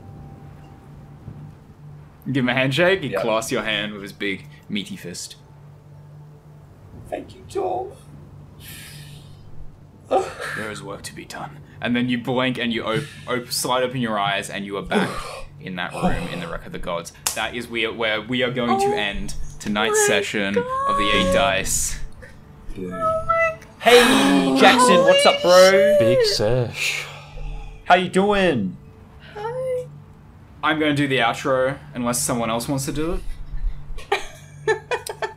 [SPEAKER 1] Give him a handshake. He
[SPEAKER 3] Yeah.
[SPEAKER 1] clasps your hand with his big, meaty fist.
[SPEAKER 3] Thank you, Tom.
[SPEAKER 1] There is work to be done. And then you blink and you op- op- slide open your eyes and you are back in that room in the Wreck of the Gods. That is where, where we are going to end tonight's session of the Eight Dice.
[SPEAKER 3] Hey, Jackson, what's up, bro?
[SPEAKER 5] Big sesh.
[SPEAKER 3] How you doing?
[SPEAKER 1] I'm going to do the outro unless someone else wants to do it.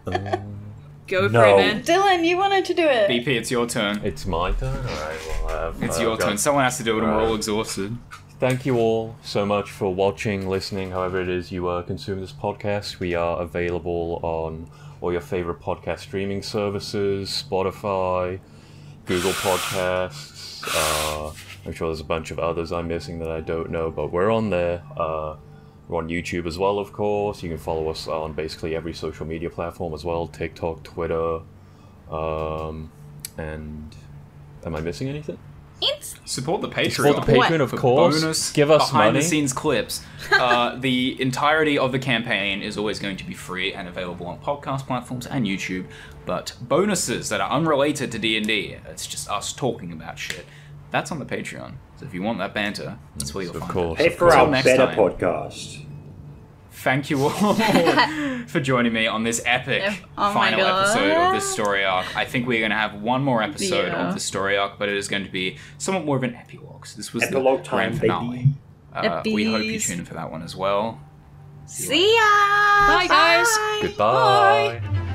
[SPEAKER 4] Go for
[SPEAKER 3] No.
[SPEAKER 4] it, man.
[SPEAKER 9] Dylan, you wanted to do it.
[SPEAKER 1] BP, it's your turn.
[SPEAKER 5] It's my turn. Alright, well, I have. uh,
[SPEAKER 1] It's
[SPEAKER 5] I've
[SPEAKER 1] your
[SPEAKER 5] got-
[SPEAKER 1] turn. Someone has to do it and we're all
[SPEAKER 5] Right.
[SPEAKER 1] exhausted.
[SPEAKER 5] Thank you all so much for watching, listening, however it is you uh, consume this podcast. We are available on all your favorite podcast streaming services, Spotify, Google Podcasts. Uh, I'm sure there's a bunch of others I'm missing that I don't know, but we're on there. Uh, we're on YouTube as well, of course. You can follow us on basically every social media platform as well TikTok, Twitter. Um, and am I missing anything?
[SPEAKER 1] Support the Patreon.
[SPEAKER 5] Support the Patreon, of
[SPEAKER 1] For
[SPEAKER 5] course.
[SPEAKER 1] Bonus
[SPEAKER 5] Give us
[SPEAKER 1] behind the
[SPEAKER 5] money.
[SPEAKER 1] scenes clips. Uh, the entirety of the campaign is always going to be free and available on podcast platforms and YouTube. But bonuses that are unrelated to D and D, it's just us talking about shit. That's on the Patreon. So if you want that banter, that's where you'll
[SPEAKER 5] Of
[SPEAKER 1] find
[SPEAKER 5] course.
[SPEAKER 1] it.
[SPEAKER 3] Pay for
[SPEAKER 1] Till
[SPEAKER 3] our
[SPEAKER 1] next
[SPEAKER 3] better
[SPEAKER 1] time.
[SPEAKER 3] podcast.
[SPEAKER 1] Thank you all for joining me on this epic
[SPEAKER 9] Oh my
[SPEAKER 1] final
[SPEAKER 9] God.
[SPEAKER 1] episode of this story arc. I think we're going to have one more episode
[SPEAKER 9] Yeah.
[SPEAKER 1] of the story arc, but it is going to be somewhat more of an epilogue. So this was
[SPEAKER 3] Epilogue
[SPEAKER 1] the
[SPEAKER 3] time,
[SPEAKER 1] grand finale.
[SPEAKER 3] baby.
[SPEAKER 1] Uh, we hope you
[SPEAKER 9] Epis.
[SPEAKER 1] tune in for that one as well.
[SPEAKER 9] See ya.
[SPEAKER 4] Bye, guys.
[SPEAKER 5] Goodbye.